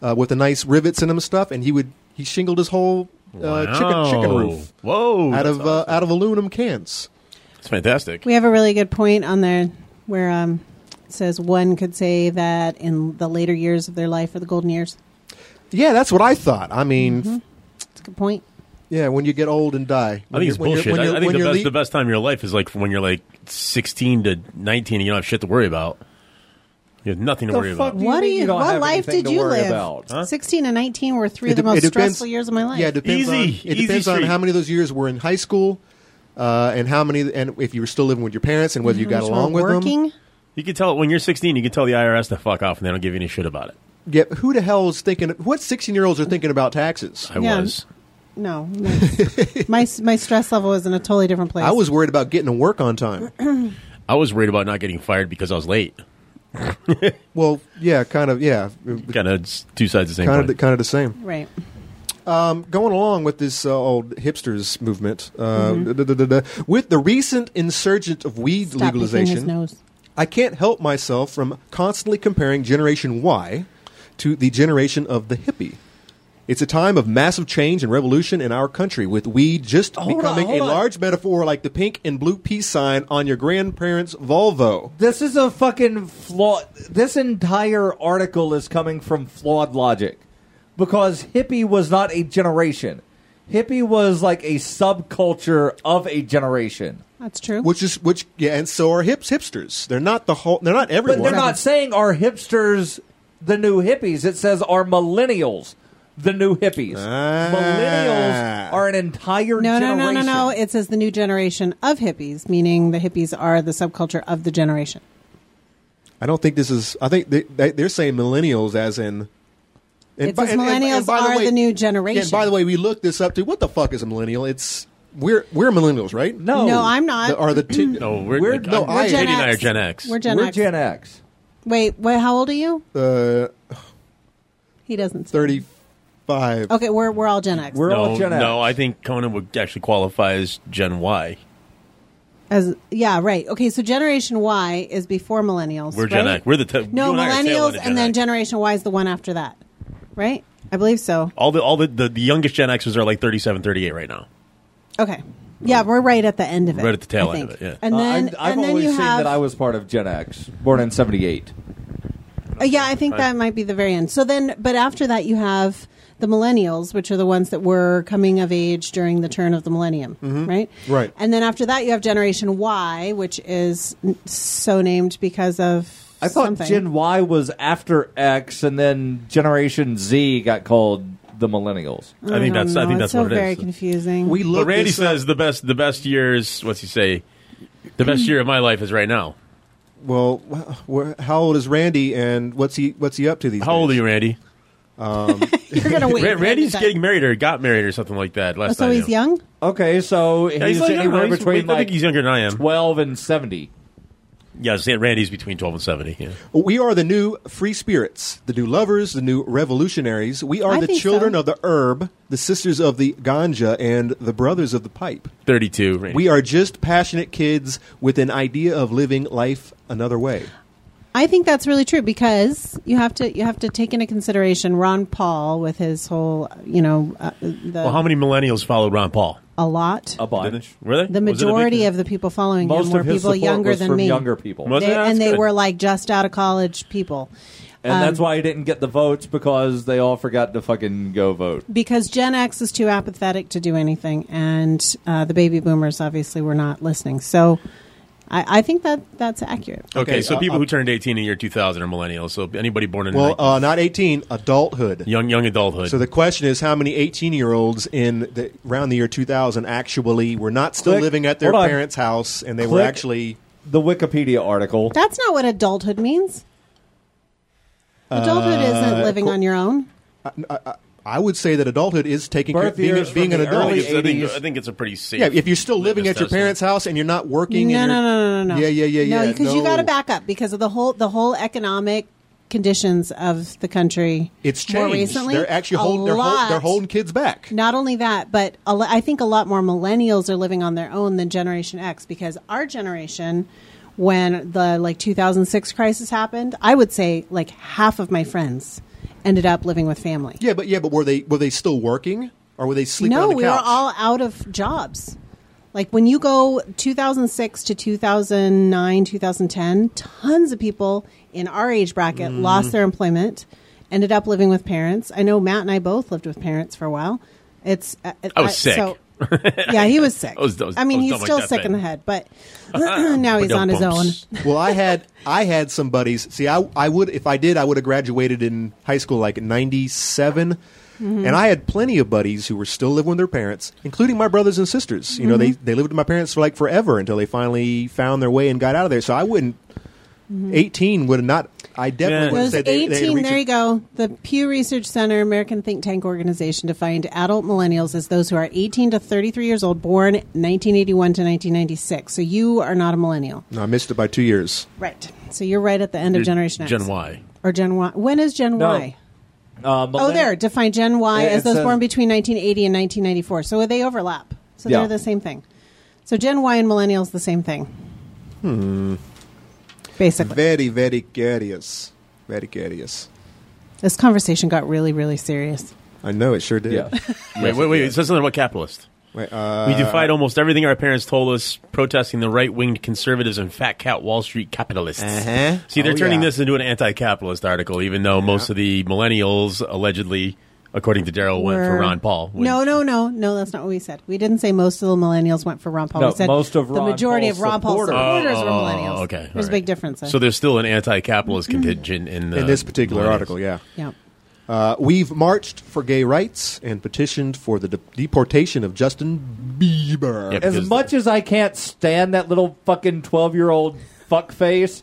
B: uh, with the nice rivets in them and stuff, and he would he shingled his whole uh, chicken chicken
H: Wow.
B: roof
H: Whoa!
B: out
H: that's
B: of uh, out of aluminum cans.
H: It's fantastic.
A: We have a really good point on there where um, it says one could say that in the later years of their life or the golden years.
B: Yeah, that's what I thought. I mean,
A: Mm-hmm. It's a good point.
B: yeah, when you get old and die,
H: I think it's bullshit. I, I think the best,
B: le-
H: the best time of your life is like when you're like 16 to 19 and you don't have shit to worry about. You have nothing to
C: The
H: worry
C: fuck
H: about.
C: do you
A: what do
C: mean
A: you,
C: you don't
A: what
C: have
A: life
C: anything
A: did
C: to
A: you
C: worry
A: live?
C: about? Huh?
A: 16 and 19 were three of the
B: de-
A: most
B: depends-
A: stressful years of my life.
B: Yeah, it depends
H: Easy.
B: on it
H: Easy
B: depends on
H: street.
B: how many of those years were in high school, uh, and how many, and if you were still living with your parents, and whether you
A: How
B: got
A: much
B: along
A: we're
B: with
A: Mm-hmm. working.
B: them.
H: You can tell when you're 16, you can tell the IRS to fuck off and they don't give you any shit about it.
B: Yeah, who the hell is thinking? What sixteen-year-olds are thinking about taxes?
H: I
A: Yeah.
H: was.
A: No, no. my my stress level was in a totally different place.
B: I was worried about getting to work on time.
H: I was worried about not getting fired because I was late.
B: well, yeah, kind of, yeah,
H: Kind of two sides of the same
B: kind
H: coin.
B: of, the- kind of the same.
A: right.
B: Um, going along with this uh, old hipsters movement, uh,
C: Mm-hmm.
B: da- da- da- da- da, with the recent insurgent of weed
A: Stop picking His
B: legalization,
A: nose.
B: I can't help myself from constantly comparing Generation Y to the generation of the hippie. It's a time of massive change and revolution in our country, with weed just
C: on,
B: becoming
C: hold
B: a
C: on.
B: large metaphor like the pink and blue peace sign on your grandparents' Volvo.
C: This is a fucking flaw. This entire article is coming from flawed logic because hippie was not a generation. Hippie was like a subculture of a generation.
A: That's true.
B: Which is which, yeah. And so are hips hipsters. They're not the whole. They're not
C: But
B: everyone.
C: they're not saying are hipsters the new hippies. It says are millennials the new hippies. Millennials are an entire
A: no, no,
C: generation.
A: no, no, no. It says the new generation of hippies, meaning the hippies are the subculture of the generation.
B: I don't think this is. I think they, they, they're saying millennials as in. And
A: It says millennials are the new generation.
B: yeah, and by the way, we looked this up too. What the fuck is a millennial? It's we're we're millennials, right?
C: No.
A: No, I'm not.
B: Oh, The- are the two?
H: no, we're,
C: We're-
H: like,
B: no,
H: I'm-
B: I-
H: Katie and I are
A: X.
H: Gen X.
A: We're Gen
C: We're
A: X.
C: Gen X.
A: Wait, wait, how old are you?
B: Uh,
A: He doesn't. Say.
B: Thirty-five.
A: Okay, we're we're all Gen X.
C: We're all
H: no,
C: Gen X.
H: no, I think Conan would actually qualify as Gen Y.
A: As yeah, right. Okay, so Generation Y is before millennials.
H: We're Gen
A: right?
H: X. We're the t-
A: No,
H: you and I are tail end
A: millennials,
H: of Gen
A: and then
H: X.
A: Generation Y is the one after that, right? I believe so.
H: all the all the, the, the youngest Gen Xers are like 37, 38 right now.
A: Okay. Yeah, we're right at the end of it.
H: Right at the tail
A: I
H: end of
A: think.
H: it, yeah.
A: And
C: Uh,
A: then,
C: I've, I've
A: and then
C: always
A: you
C: seen
A: have.
C: that I was part of Gen X, born in '78.
A: Uh, yeah, I think that might be the very end. So then, but after that, you have the millennials, which are the ones that were coming of age during the turn of the millennium,
C: Mm-hmm.
A: right?
B: Right.
A: And then after that, you have Generation Y, which is n- so named because of.
C: I thought
A: something.
C: Gen Y was after X, and then Generation Z got called the Millennials.
H: I, think that's I
A: don't know.
H: think that's
A: it's so
H: what it is.
A: very confusing.
B: We
H: But
B: looked.
H: Randy
B: this up-
H: says the best the best years. What's he say? The best year of my life is right now.
B: Well, wh- wh- how old is Randy, and what's he what's he up to these
H: How old are you, Randy?
A: You're gonna wait.
H: Ra- Randy's
A: That-
H: getting married or got married or something like that.
A: Oh,
H: Last
A: so
H: I
A: he's
H: knew.
A: young.
C: Okay, so he's,
H: Yeah, he's, like, I don't know,
C: anywhere
H: he's-
C: between
H: I think
C: like
H: he's younger than I am.
C: twelve and seventy.
H: Yeah, see, Randy's between twelve and seventy. Yeah.
B: We are the new free spirits, the new lovers, the new revolutionaries. We are
A: I
B: the
A: think
B: children
A: so.
B: of the herb, the sisters of the ganja, and the brothers of the pipe.
H: Thirty-two. Randy.
B: We are just passionate kids with an idea of living life another way.
A: I think that's really true because you have to you have to take into consideration Ron Paul with his whole you know uh, the
H: well, how many millennials followed Ron Paul?
A: a lot.
C: A bunch.
H: Really?
A: The
H: Was it a big-
A: majority of the people following
C: Most
A: him were
C: of his
A: people
C: support
A: younger
C: was
A: than
C: from
A: me.
C: younger people.
A: They-
C: Was it?
A: and
C: That's
A: they
C: good.
A: were like just out of college people.
C: And
A: Um,
C: that's why he didn't get the votes because they all forgot to fucking go vote.
A: because Gen X is too apathetic to do anything, and uh, the baby boomers obviously were not listening. So I, I think that that's accurate.
H: Okay,
B: Okay,
H: so
B: uh,
H: people
B: uh,
H: who turned 18 in the year 2000 are millennials. So anybody born in
B: Well,
H: like,
B: uh, not 18, adulthood.
H: young young adulthood.
B: So the question is, how many 18-year-olds in the, around the year 2000 actually were not still
C: Click.
B: living at their
C: Hold on.
B: parents' house, and they were
C: Click.
B: actually
C: The Wikipedia article. Uh,
A: That's not what adulthood means. Adulthood isn't
B: Uh,
A: living on your own.
B: I would say that adulthood is taking care,
C: Birth
B: being,
C: years from
B: being an
C: the
H: I
B: adult.
H: think, it's, I, think,
C: 80s.
H: I think it's a pretty safe.
B: Yeah, if you're still living at your
H: assessment.
B: parents' house and you're not working,
A: No,
B: and
A: no,
B: you're-
A: no, no, no, no.
B: yeah, yeah, yeah, yeah.
A: No, because you got to
B: no.
A: back up because of the whole the whole economic conditions of the country.
B: It's
A: more
B: changed.
A: recently.
B: they're actually
A: a
B: holding they're, hol- they're
A: lot-
B: holding kids back.
A: Not only that, but a lo- I think a lot more millennials are living on their own than Generation X because our generation, when the like 2006 crisis happened, I would say like half of my friends ended up living with family.
B: Yeah, but yeah, but were they were they still working or were they sleeping
A: no,
B: on the
A: we
B: couch?
A: were all out of jobs. Like when you go 2006 to 2009, 2010, tons of people in our age bracket
H: Mm-hmm.
A: lost their employment, ended up living with parents. I know Matt and I both lived with parents for a while. It's uh,
H: I was sick.
A: yeah, he was sick.
H: I was- I was-
A: mean,
H: I was
A: he's
H: dumb like
A: still
H: that
A: sick in
H: thing.
A: the head, but now he's on his own.
H: Ba-dum-bums.
B: well, I had I had some buddies. See, I I would if I did, I would have graduated in high school like in '97. And I had plenty of buddies who were still living with their parents, including my brothers and sisters. You know, they, they lived with my parents for like forever until they finally found their way and got out of there. So I wouldn't, 18 would have not, I definitely would
H: Yeah.
A: It
B: have
A: was
B: said they,
A: 18.
B: they had reached
A: there
B: a-
A: you go. The Pew Research Center, American think tank organization, defined adult millennials as those who are 18 to 33 years old, born 1981 to 1996. So you are not a millennial.
B: No, I missed it by two years.
A: Right. So you're right at the end of
H: You're
A: Generation X.
H: Gen Y.
A: Or Gen Y. When is Gen
C: No.
A: Y?
C: Uh, millenn-
A: Oh, there. Define Gen Y
C: Yeah,
A: as
C: it
A: those
C: says-
A: born between 1980 and 1994. So they overlap. So
C: Yeah.
A: they're the same thing. So Gen Y and millennials, the same thing. Hmm. Basically.
B: Very, very curious. Very curious.
A: This conversation got really, really serious.
B: I know, it sure did.
C: Yeah.
H: Wait, wait, wait. It says something about capitalist.
B: Wait, uh,
H: We defied almost everything our parents told us, protesting the right winged conservatives and fat cat Wall Street capitalists.
B: Uh-huh.
H: See, they're
B: Oh,
H: turning
B: yeah.
H: this into an anti capitalist article, even though most of the millennials, allegedly, according to Daryl, went for
A: were-
H: Ron Paul. when-
A: No, no, no, no. That's not what we said. We didn't say most of the millennials went for Ron Paul.
C: No,
A: we said
C: most of
A: the
C: Ron
A: majority
C: Paul's
A: of Ron Paul
C: supporters.
A: supporters
H: Oh,
A: were millennials.
H: okay.
A: there's a big
H: all
A: Mm-hmm.
H: right.
A: difference. there.
H: So there's still an anti capitalist contingent in, the
B: in this particular
H: millennials.
B: article, yeah.
A: yeah.
B: Uh, we've marched for gay rights and petitioned for the de- deportation of Justin Bieber.
H: Yep.
C: As
H: Because-
C: much as I can't stand that little fucking 12 year old fuck face,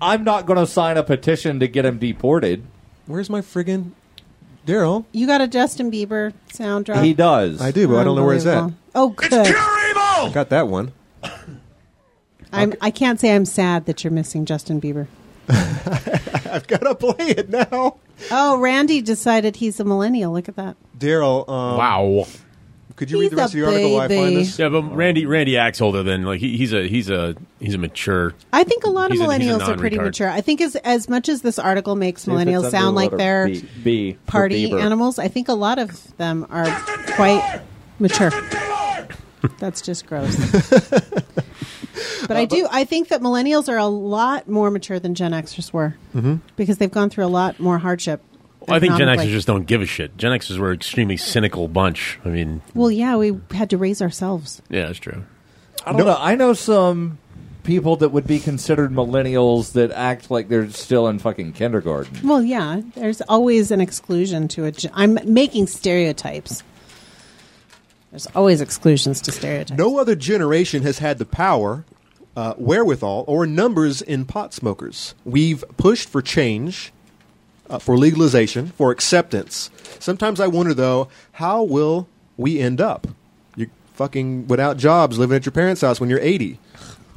C: I'm not going to sign a petition to get him deported.
B: Where's my friggin' Daryl?
A: You got a Justin Bieber sound drop.
C: He does.
B: I do, but I don't know where it's at.
A: Unbelievable. Oh, good.
B: I got that one.
A: I'm, I can't say I'm sad that you're missing Justin Bieber.
B: I've got to play it now.
A: Oh, Randy decided he's a millennial. Look at that.
B: Daryl, um,
H: Wow.
B: could you
A: He's
B: read the rest
A: a
B: of the article while I find
A: baby.
B: this?
H: Yeah, but Randy Randy acts older than like he, he's a he's a he's a mature.
A: I think a lot of
H: He's a- he's a
A: millennials are pretty
H: non-retard.
A: mature. I think as as much as this article makes millennials sound like they're
C: B, B for
A: party
C: Bieber.
A: animals, I think a lot of them are quite mature. That's just gross. but
H: Uh,
A: I do. I think that millennials are a lot more mature than Gen Xers were because they've gone through a lot more hardship.
H: Mm-hmm. Well, I think Gen Xers
A: economically.
H: just don't give a shit. Gen Xers were an extremely cynical bunch. I mean,
A: Well, yeah, we had to raise ourselves.
H: yeah, that's true.
C: I don't know. I know some people that would be considered millennials that act like they're still in fucking kindergarten.
A: Well, yeah, there's always an exclusion to it. I'm making stereotypes. There's always exclusions to stereotypes.
B: No other generation has had the power, uh, wherewithal, or numbers in pot smokers. We've pushed for change, uh, for legalization, for acceptance. Sometimes I wonder, though, how will we end up? You're fucking without jobs, living at your parents' house when you're 80.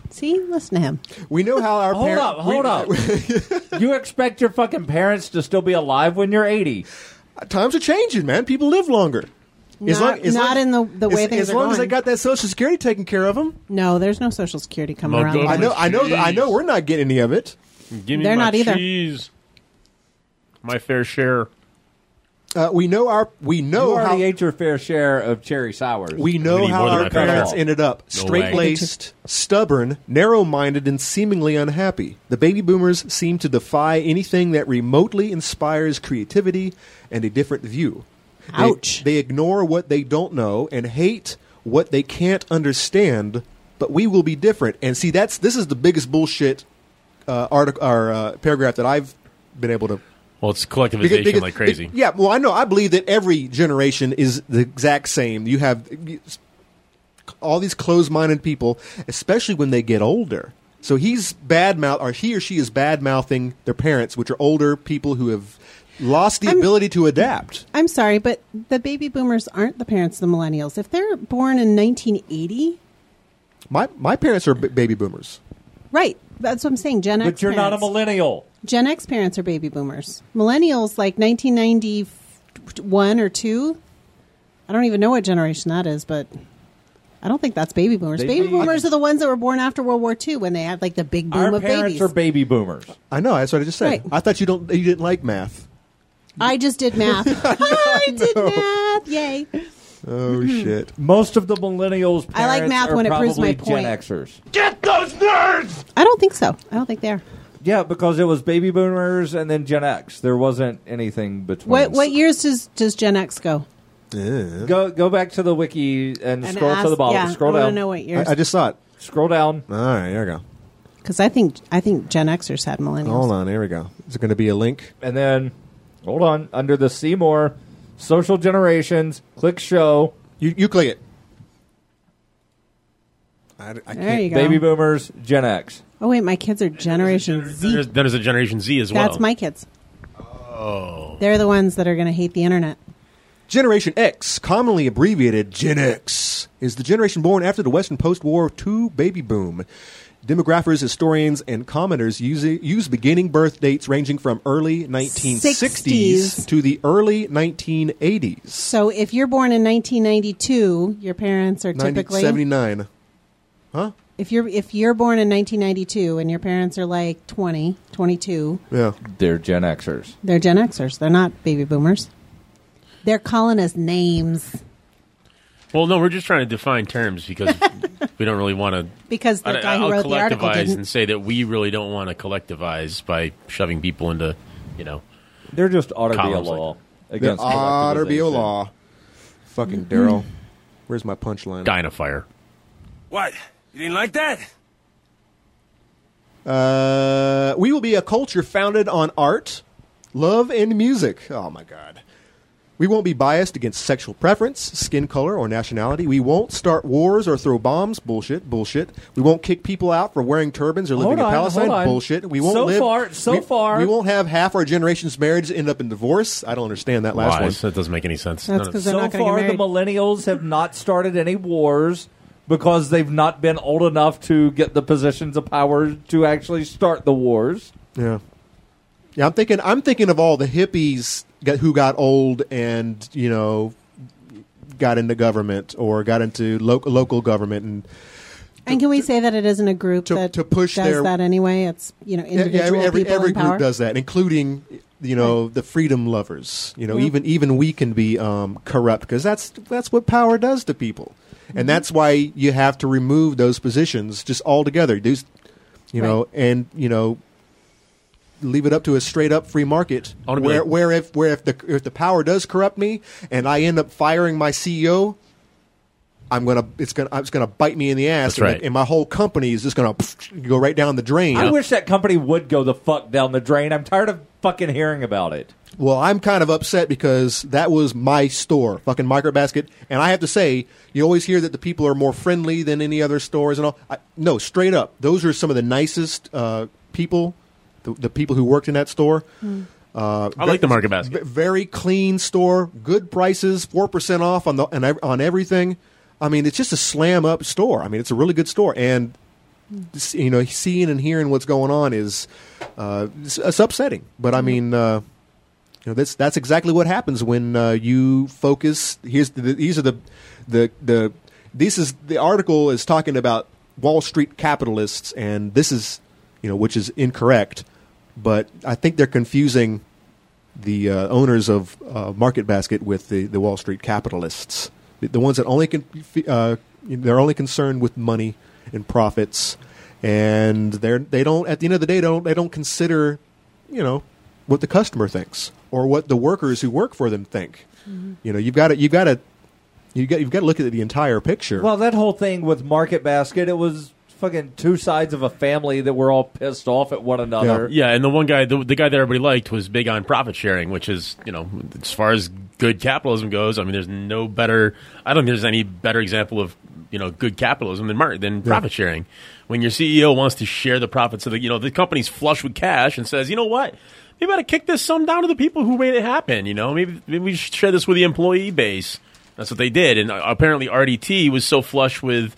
A: See, listen to him.
B: We know how our
C: Hold
B: parents.
C: up, hold up. you expect your fucking parents to still be alive when you're 80.
B: Times are changing, man. People live longer.
A: Not- not in the- the way
B: as,
A: things
B: as
A: are
B: long as they
A: going.
B: got that Social Security taken care of them.
A: No, there's no Social Security coming
H: Well,
A: around.
H: go-
B: I know, I know, I know. We're not getting any of it.
H: Give me
A: They're
H: my
A: not either.
H: cheese. My fair share.
B: Uh, we know our we know
A: Oh,
C: you already
B: how
C: ate your fair share of cherry sours.
B: we know how our parents ended up
C: No way.
B: straight laced, stubborn, narrow minded, and seemingly unhappy. The baby boomers seem to defy anything that remotely inspires creativity and a different view. They-
A: Ouch.
B: They, ignore what they don't know and hate what they can't understand. But we will be different. And see, that's this is the biggest bullshit uh, article or uh, paragraph that I've been able to
H: Well, it's collectivization
B: because- because-
H: like crazy.
B: be- yeah, well, I know. I believe that every generation is the exact same. You have all these closed-minded people, especially when they get older. So he's bad mouth, or he or she is bad mouthing their parents, which are older people who have lost the ability to adapt.
A: I'm sorry, but the baby boomers aren't the parents of the millennials. If they're born in 1980,
B: My my parents are b- baby boomers.
A: right? That's what I'm saying. Gen X.
C: But you're not a
A: parents.
C: millennial.
A: Gen X parents are baby boomers. Millennials, like 1991 or two. I don't even know what generation that is, but I don't think that's baby boomers.
C: They-
A: baby
C: I-
A: boomers are the ones that were born after World War II when they had like the big boom
C: Our
A: of
C: parents
A: babies.
C: are baby boomers.
B: I know. That's what I just said.
A: Right.
B: I thought you don't you didn't like math.
A: I just did math. I did math. Yay.
B: Oh
A: Mm-hmm.
B: shit!
C: Most of the millennials.
A: I like
C: parents
A: math
C: are
A: when it proves
C: probably
A: my point.
C: Gen Xers.
F: Get those nerds!
A: I don't think so. I don't think they are.
C: Yeah, because it was baby boomers and then Gen X. There wasn't anything between.
A: What what years does does Gen X go?
C: Go go back to the wiki and,
A: And
C: scroll
A: ask-
C: to the bottom.
A: yeah,
C: scroll
A: I wanna
C: down.
A: know what years.
B: I, I just saw it.
C: Scroll down.
B: All right, here we go.
A: Because I think I think Gen Xers had millennials.
B: Hold on, here we go. Is it going to be a link?
C: and then hold on under the see more social generations click show
B: You you click it. I, I
A: There
B: can't.
A: you go.
C: baby boomers gen x
A: Oh wait, my kids are Generation Z.
H: There's, then there's a Generation Z as well.
A: That's my kids. Oh. They're the ones that are going to hate the internet.
B: Generation X, commonly abbreviated Gen X, is the generation born after the Western post-war II baby boom. Demographers, historians, and commenters use, use beginning birth dates ranging from early 1960s
A: 60s.
B: to the early 1980s.
A: So if you're born in 1992, your parents are typically
B: 1979. Huh?
A: if you're if you're born in 1992 and your parents are like 20, 22,
B: Yeah.
C: they're gen xers
A: they're Gen Xers. They're not baby boomers. They're calling us names
H: Well, no, we're just trying to define terms because we don't really want to.
A: because the
H: I,
A: guy who
H: I'll
A: wrote the article
H: collectivize
A: didn't.
H: and say that we really don't want to collectivize by shoving people into, you know.
C: they're just ought to be a
H: Columns like-
C: law
B: The
C: against
B: oughter be a
C: collectivization.
B: law. Fucking
A: Mm-hmm.
B: Daryl. Where's my punchline?
H: Dynafire.
L: What? You didn't like that?
B: Uh, we will be a culture founded on art, love, and music. Oh my God. We won't be biased against sexual preference, skin color, or nationality. We won't start wars or throw bombs. Bullshit. Bullshit. We won't kick people out for wearing turbans or living
C: Hold
B: in
C: on,
B: Palestine.
C: hold on.
B: Bullshit. We won't
C: So
B: live.
C: far- so
B: we,
C: far-
B: We won't have half our generation's marriage end up in divorce. I don't understand that last
H: Lies.
B: one.
H: That doesn't make any sense.
A: That's
H: None of-
A: 'cause they're
C: so
A: not gonna get
C: far the
A: married.
C: millennials have not started any wars because they've not been old enough to get the positions of power to actually start the wars
B: Yeah. Yeah, I'm thinking. I'm thinking of all the hippies got, who got old and you know got into government or got into lo- local government and
A: And can we say that it isn't a group
B: to-
A: that
B: to push
A: does
B: their-
A: that anyway? It's you know individual
B: Yeah, every,
A: people
B: every
A: in
B: group
A: power.
B: does that, including you know the freedom lovers. You know, even even we can be um, corrupt because that's that's what power does to people,
A: Mm-hmm.
B: and that's why you have to remove those positions just altogether. Just, you know, and you know. Leave it up to a straight up free market.
H: I wanna be
B: Where,
H: like-
B: where if where if the if the power does corrupt me and I end up firing my CEO, I'm gonna it's gonna it's gonna bite me in the ass,
H: That's
B: and,
H: right.
B: and my whole company is just gonna go right down the drain.
C: i wish that company would go the fuck down the drain i'm tired of fucking hearing about it
B: Well, I'm kind of upset because that was my store, fucking Micro Basket, and I have to say, you always hear that the people are more friendly than any other stores and all. I, no, straight up, those are some of the nicest uh, people, the, the people who worked in that store. Uh,
H: I like the Market Basket.
B: v- very clean store, good prices, four percent off on the on ev- on everything. I mean, it's just a slam up store. I mean, it's a really good store, and s- you know, seeing and hearing what's going on is uh, it's, it's upsetting. But I mean, uh, you know, that's that's exactly what happens when uh, you focus. Here's the, these are the the the this is the article is talking about Wall Street capitalists, and this is you know which is incorrect. but I think they're confusing the uh, owners of uh, Market Basket with the, the Wall Street capitalists, the, the ones that only can, uh, they're only concerned with money and profits, and they're they don't at the end of the day don't they don't consider, you know, what the customer thinks or what the workers who work for them think.
C: Mhm.
B: You know, you've got to you've got to you got you've got to look at the entire picture.
C: Well, that whole thing with Market Basket, it was fucking two sides of a family that were all pissed off at one another.
H: Yeah, and the one guy, the, the guy that everybody liked was big on profit sharing, which is, you know, as far as good capitalism goes, I mean, there's no better, I don't think there's any better example of, you know, good capitalism than, mar- than profit sharing. When your CEO wants to share the profits of the, you know, the company's flush with cash and says, you know what? Maybe I ought to kick this sum down to the people who made it happen, you know? Maybe, maybe we should share this with the employee base. That's what they did. And uh, apparently RDT was so flush with,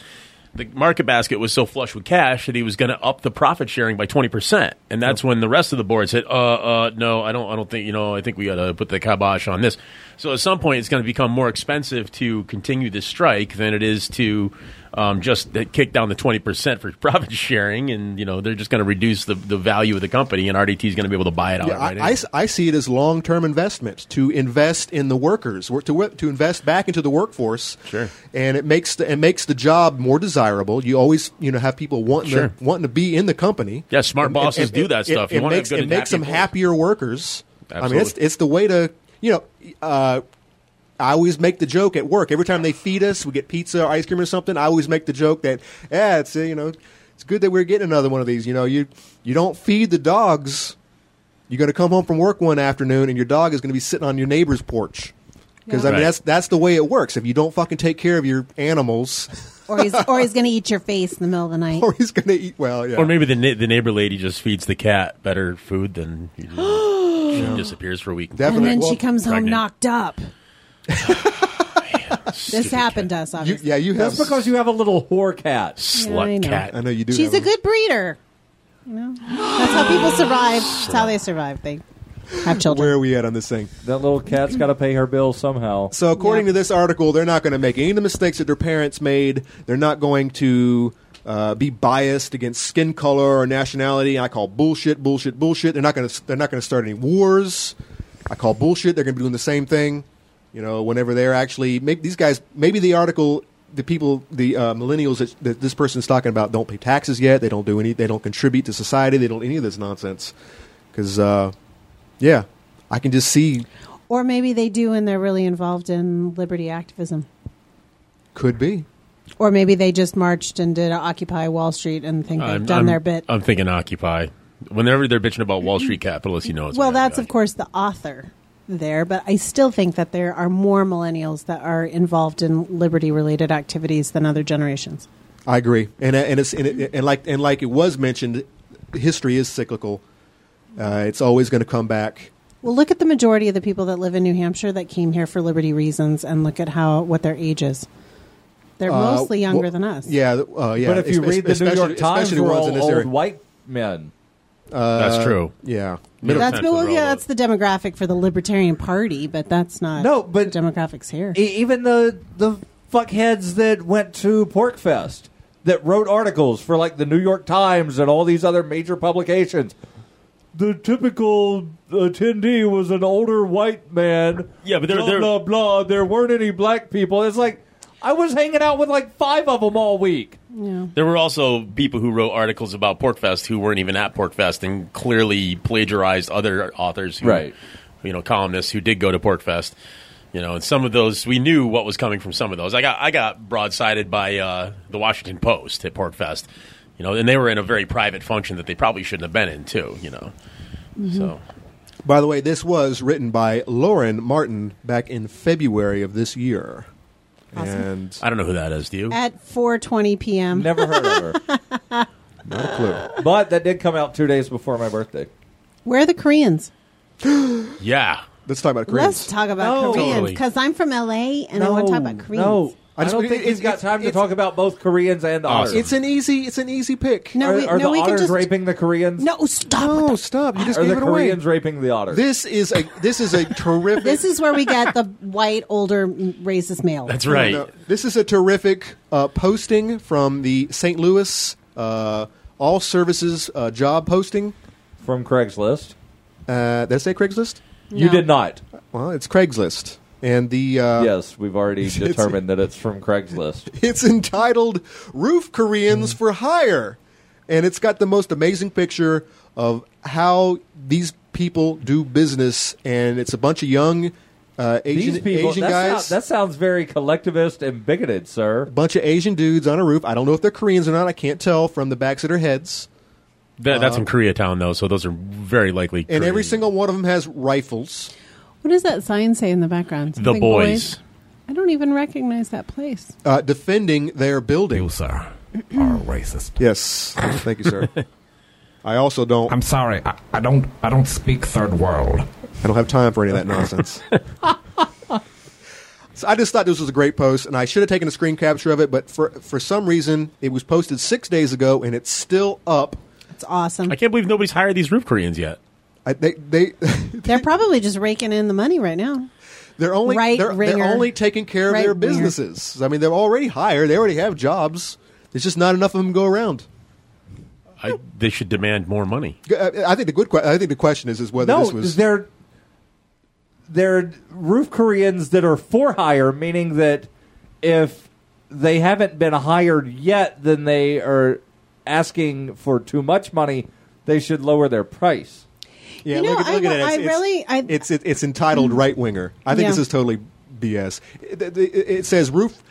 H: the market basket was so flush with cash that he was going to up the profit sharing by 20%. And that's when the rest of the board said, uh, uh, no, I don't, I don't think, you know, I think we got to put the kibosh on this. So at some point, it's going to become more expensive to continue this strike than it is to um, just kick down the 20% for profit sharing. And, you know, they're just going to reduce the, the value of the company and RDT is going to be able to buy it out.
B: Yeah, I, I s- I see it as long term investment to invest in the workers, wor- to wo- to invest back into the workforce. Sure. And it makes the, it makes the job more desirable. You always you know have people wanting
H: Sure.
B: to, wanting to be in the company.
H: Yeah, smart
B: And-
H: bosses
B: and-
H: do
B: and-
H: that
B: it-
H: stuff.
B: It,
H: You want to have
B: makes
H: good
B: it
H: and
B: makes
H: happy
B: them happier workers. I mean, it's
H: Absolutely.
B: it's the way to you know. Uh, I always make the joke at work. Every time they feed us, we get pizza or ice cream or something. I always make the joke that, yeah, it's uh, you know, it's good that we're getting another one of these. You know, you you don't feed the dogs. You're going to come home from work one afternoon, and your dog is going to be sitting on your neighbor's porch. Because
A: Yeah.
B: I mean,
A: Right.
B: that's that's the way it works. If you don't fucking take care of your animals,
A: or he's or he's going to eat your face in the middle of the night.
B: or he's going to eat. Well, yeah.
H: Or maybe the, na- the neighbor lady just feeds the cat better food than she
A: Yeah.
H: disappears for a week.
A: and then she comes home
H: Pregnant.
A: knocked up. this happened to us, obviously.
B: yeah, you
C: That's because you have a little whore cat.
A: Slut I know. cat.
B: I know you do.
A: She's
B: have
A: a good breeder. You know, that's how people survive. That's how they survive. They have children.
B: Where are we at on this thing?
C: That little cat's got to pay her bill somehow.
B: So according to this article, they're not going to make any of the mistakes that their parents made. They're not going to uh, be biased against skin color or nationality. I call bullshit, bullshit, bullshit. They're not going to. They're not going to start any wars. I call bullshit. They're going to be doing the same thing. You know, whenever they're actually maybe these guys, maybe the article, the people, the uh, millennials that, that this person's talking about don't pay taxes yet. They don't do any. They don't contribute to society. They don't any of this nonsense. Because, uh, yeah, I can just see
A: Or maybe they do, and they're really involved in liberty activism.
B: could be.
A: Or maybe they just marched and did Occupy Wall Street and think they've done their bit.
H: I'm thinking Occupy. Whenever they're bitching about Wall Street capitalists, you know it's
A: well, that's of course the author there, but I still think that there are more millennials that are involved in liberty-related activities than other generations.
B: I agree, and and it's and, it, and like and like it was mentioned, history is cyclical. Uh, it's always going to come back.
A: Well, look at the majority of the people that live in New Hampshire that came here for liberty reasons, and look at how what their age is. They're
B: Uh,
A: mostly younger
B: well,
A: than us.
B: Yeah, th- uh, yeah.
C: But if you
B: espe-
C: read the New
B: especially-
C: York Times,
B: especially the
C: we're
B: ones
C: all
B: in this
C: old
B: area.
C: white men.
B: Uh,
H: That's true.
B: Yeah,
A: that's well, yeah, that's the demographic for the Libertarian Party, but that's not
C: No, but
A: demographics here.
C: E- even the the fuckheads that went to Porkfest that wrote articles for like the New York Times and all these other major publications. The typical attendee was an older white man.
H: Yeah, but there-
C: blah
H: there-
C: blah blah. There weren't any black people. It's like I was hanging out with like five of them all week.
A: Yeah.
H: There were also people who wrote articles about Porkfest who weren't even at Porkfest and clearly plagiarized other authors, who,
C: Right.
H: You know, columnists who did go to Porkfest. You know, and some of those we knew what was coming from. Some of those, I got I got broadsided by uh, the Washington Post at Porkfest. You know, and they were in a very private function that they probably shouldn't have been in too. You know,
A: Mm-hmm.
H: so
B: By the way, this was written by Lauren Martin back in February of this year.
A: Awesome.
B: And
H: I don't know who that is. Do you?
A: At 4:20 p.m.
C: Never heard of her.
B: Not a clue.
C: But that did come out two days before my birthday.
A: Where are the Koreans?
H: Yeah.
B: Let's talk about
A: Let's talk about
C: No.
A: Koreans
C: Totally.
A: because I'm from LA and I want to talk about Koreans.
C: No, I,
B: I just-
C: don't think
B: it-
C: he's got
B: it's-
C: time to
B: it's-
C: talk about both Koreans and otters.
B: It's an easy. It's an easy pick.
A: No,
C: are
A: we,
C: are
A: no,
C: the
A: we can
C: otters
A: just
C: raping the Koreans?
A: no stop.
B: No, stop! You just
C: Are
B: gave
C: the
B: it away.
C: Koreans raping the otters?
B: This is a this is a terrific.
A: This is where we get the white older m- racist male.
B: No, no. uh, This is a terrific uh, posting from the St. Louis uh, All Services uh, job posting
C: from Craigslist.
B: Uh, did I say Craigslist?
C: You did not.
B: Well, it's Craigslist, and the uh,
C: yes, we've already
B: It's-
C: determined that it's from Craigslist.
B: It's entitled Roof
C: Mm.
B: Koreans for Hire. And it's got the most amazing picture of how these people do business. And it's a bunch of young uh, Asian,
C: These people,
B: Asian
C: that
B: guys.
C: sound- that sounds very collectivist and bigoted, sir.
B: a bunch of Asian dudes on a roof. I don't know if they're Koreans or not. I can't tell from the backs of their heads.
H: That, that's
B: Uh,
H: from Koreatown, though, so those are very likely.
B: And every
H: Korean.
B: single one of them has rifles.
A: What does that sign say in the background?
H: the
A: Something
H: boys.
A: I don't even recognize that place.
B: Uh, defending their building. You,
M: sir, are racist.
B: Yes. Thank you, sir. I also don't.
M: I'm sorry. I, I don't. I don't speak third world.
B: I don't have time for any of that nonsense. So I just thought this was a great post, and I should have taken a screen capture of it, but for for some reason, it was posted six days ago, and it's still up.
A: It's awesome.
H: I can't believe nobody's hired these roof Koreans yet.
B: I, they they
A: They're probably just raking in the money right now.
B: they're only
A: Right
B: they're, they're
A: ringer.
B: only taking care of
A: Right
B: their
A: ringer.
B: businesses. I mean, they're already hired; they already have jobs. There's just not enough of them go around.
H: I, they should demand more money.
B: G- uh, I I think the good que- I think the question is is whether
C: no,
B: this was
C: they're they're roof Koreans that are for hire, meaning that if they haven't been hired yet, then they are asking for too much money. They should lower their price.
B: Yeah,
A: You know,
B: look, at- look
A: I-
B: at it.
A: I
B: It's, it's-
A: really- I- Mm.
B: it's it- it's entitled right winger. I think
A: Yeah.
B: this is totally BS. It, it- it says roof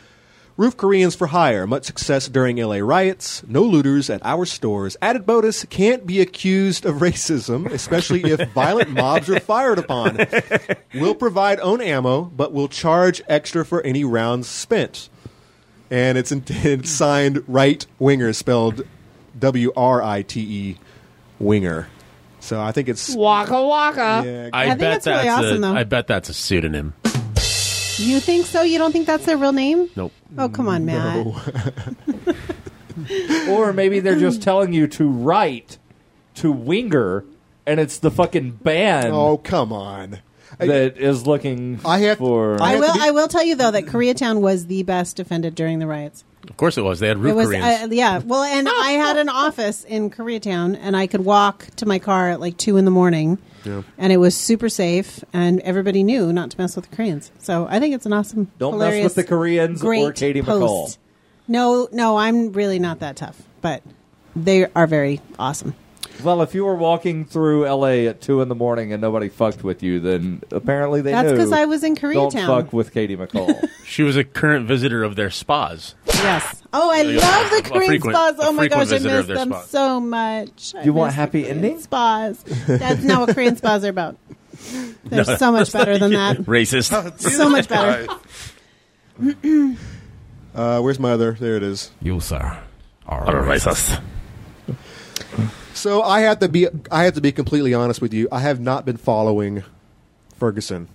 B: roof Koreans for hire. Much success during LA riots. No looters at our stores. Added bonus: can't be accused of racism, especially if violent mobs are fired upon. Will provide own ammo, but will charge extra for any rounds spent. And it's, in, it's signed right winger, spelled W R I T E winger. So I think it's
C: Waka waka.
B: Yeah,
H: I,
A: think
H: bet
A: that's really awesome,
H: a,
A: though.
H: I bet that's a pseudonym.
A: You think so? You don't think that's their real name?
H: Nope.
A: Oh, come on, Matt.
C: or maybe they're just telling you to write to winger, and it's the fucking band
B: Oh come on!
C: that is looking I have for.
A: I will. I will tell you though that Koreatown was the best defended during the riots.
H: Of course it was. They had roof
A: it was,
H: Koreans.
A: uh, yeah. Well, and I had an office in Koreatown, and I could walk to my car at like two in the morning,
H: Yeah.
A: and it was super safe, and everybody knew not to mess with the Koreans. So I think it's an awesome,
C: Don't mess
A: hilarious,
C: with the Koreans or
A: great
C: Katie
A: post. No, no, I'm really not that tough, but they are very awesome.
C: Well, if you were walking through L.A. at two in the morning and nobody fucked with you, then apparently they
A: That's
C: knew.
A: 'cause I was in
C: Don't
A: Koreatown.
C: fuck with Katie McCall.
H: she was a current visitor of their spas.
A: Yes. Oh, I
H: Yeah.
A: love
H: A
A: the Korean
H: frequent-
A: spas.
H: a
A: Oh my
H: frequent
A: gosh, I
H: visitor
A: miss
H: of their
A: them
H: spas.
A: so much. I
C: You want
A: miss
C: happy
A: the Korean
C: ending?
A: Spas. That's not what Korean spas are about. They're
H: No,
A: so much
H: that's not
A: better than
H: you.
A: that.
H: Racist.
A: so much better.
B: Uh, where's my other? There it is.
M: You sir are,
H: Are racist.
B: So I have to be. I have to be completely honest with you. I have not been following Ferguson.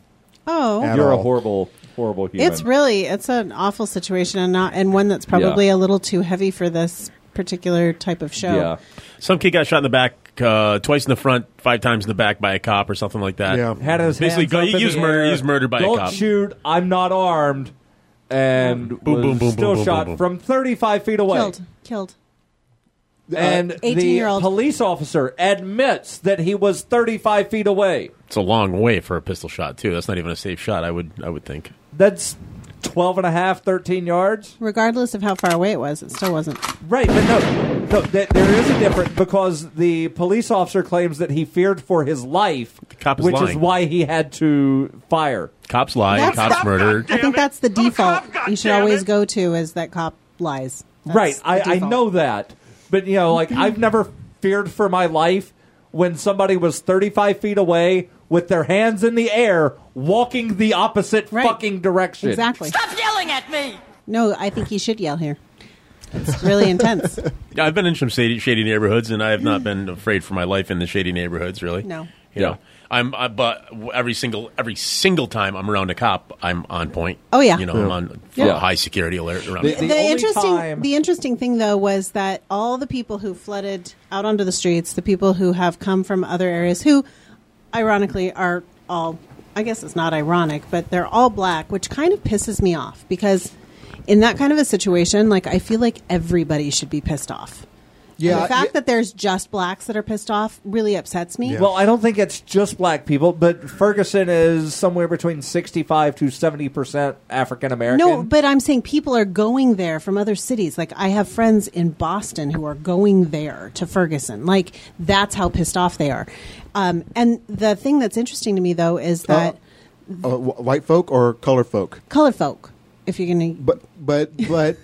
A: Oh,
B: At
C: You're a
B: all.
C: horrible, horrible human.
A: it's really it's an awful situation and not and one that's probably
C: Yeah.
A: a little too heavy for this particular type of show.
C: yeah.
H: Some kid got shot in the back, uh, twice in the front, five times in the back by a cop or something like that.
B: Yeah.
C: Had his
H: Basically,
C: hands
H: go-
C: up
H: he
C: in
H: was
C: the
H: murder-
C: air.
H: he was murdered by a
C: Don't
H: cop.
C: shoot. I'm not armed. And boom,
H: boom, boom, boom,
C: still
H: boom,
C: shot
H: boom, boom.
C: from 35 feet away.
A: Killed. Killed.
C: And the
A: 18-year-old.
C: police officer admits that he was 35 feet away.
H: It's a long way for a pistol shot too. That's not even a safe shot. I would I would think.
C: That's 12 and a half, 13 yards.
A: Regardless of how far away it was, it still wasn't.
C: Right, but no, no th- there is a difference because the police officer claims that he feared for his life,
H: cop is
C: which is
H: lying.
C: why he had to fire.
H: Cops lie.
A: That's-
H: cops murder.
A: I think that's the default you should always go to is that cop lies. That's
C: right,
A: the
C: I, I
A: default.
C: know that, but you know, like I've never feared for my life when somebody was thirty-five feet away with their hands in the air, walking the opposite
A: Right.
C: fucking direction.
A: Exactly.
F: Stop yelling at me!
A: No, I think he should yell here. It's really intense.
H: Yeah, I've been in some shady, shady neighborhoods, and I have not been afraid for my life in the shady neighborhoods. Really,
A: No.
H: You know, I'm. I, but every single every single time I'm around a cop, I'm on point.
A: Oh, yeah.
H: You know,
A: Yeah.
H: I'm on full
A: Yeah.
H: high security alert around.
A: The,
H: me.
C: only
A: interesting
C: time-
A: the interesting thing though was that all the people who flooded out onto the streets, the people who have come from other areas who ironically are all I guess it's not ironic, but they're all black, which kind of pisses me off because in that kind of a situation, like I feel like everybody should be pissed off. And
C: Yeah,
A: the fact
C: yeah.
A: that there's just blacks that are pissed off really upsets me.
C: Well, I don't think it's just black people, but Ferguson is somewhere between 65 to 70% African American.
A: No, but I'm saying people are going there from other cities. Like I have friends in Boston who are going there to Ferguson. Like that's how pissed off they are. Um, and the thing that's interesting to me though is that
B: Uh, wh- white folk or color folk?
A: color folk. If you're gonna,
B: but but but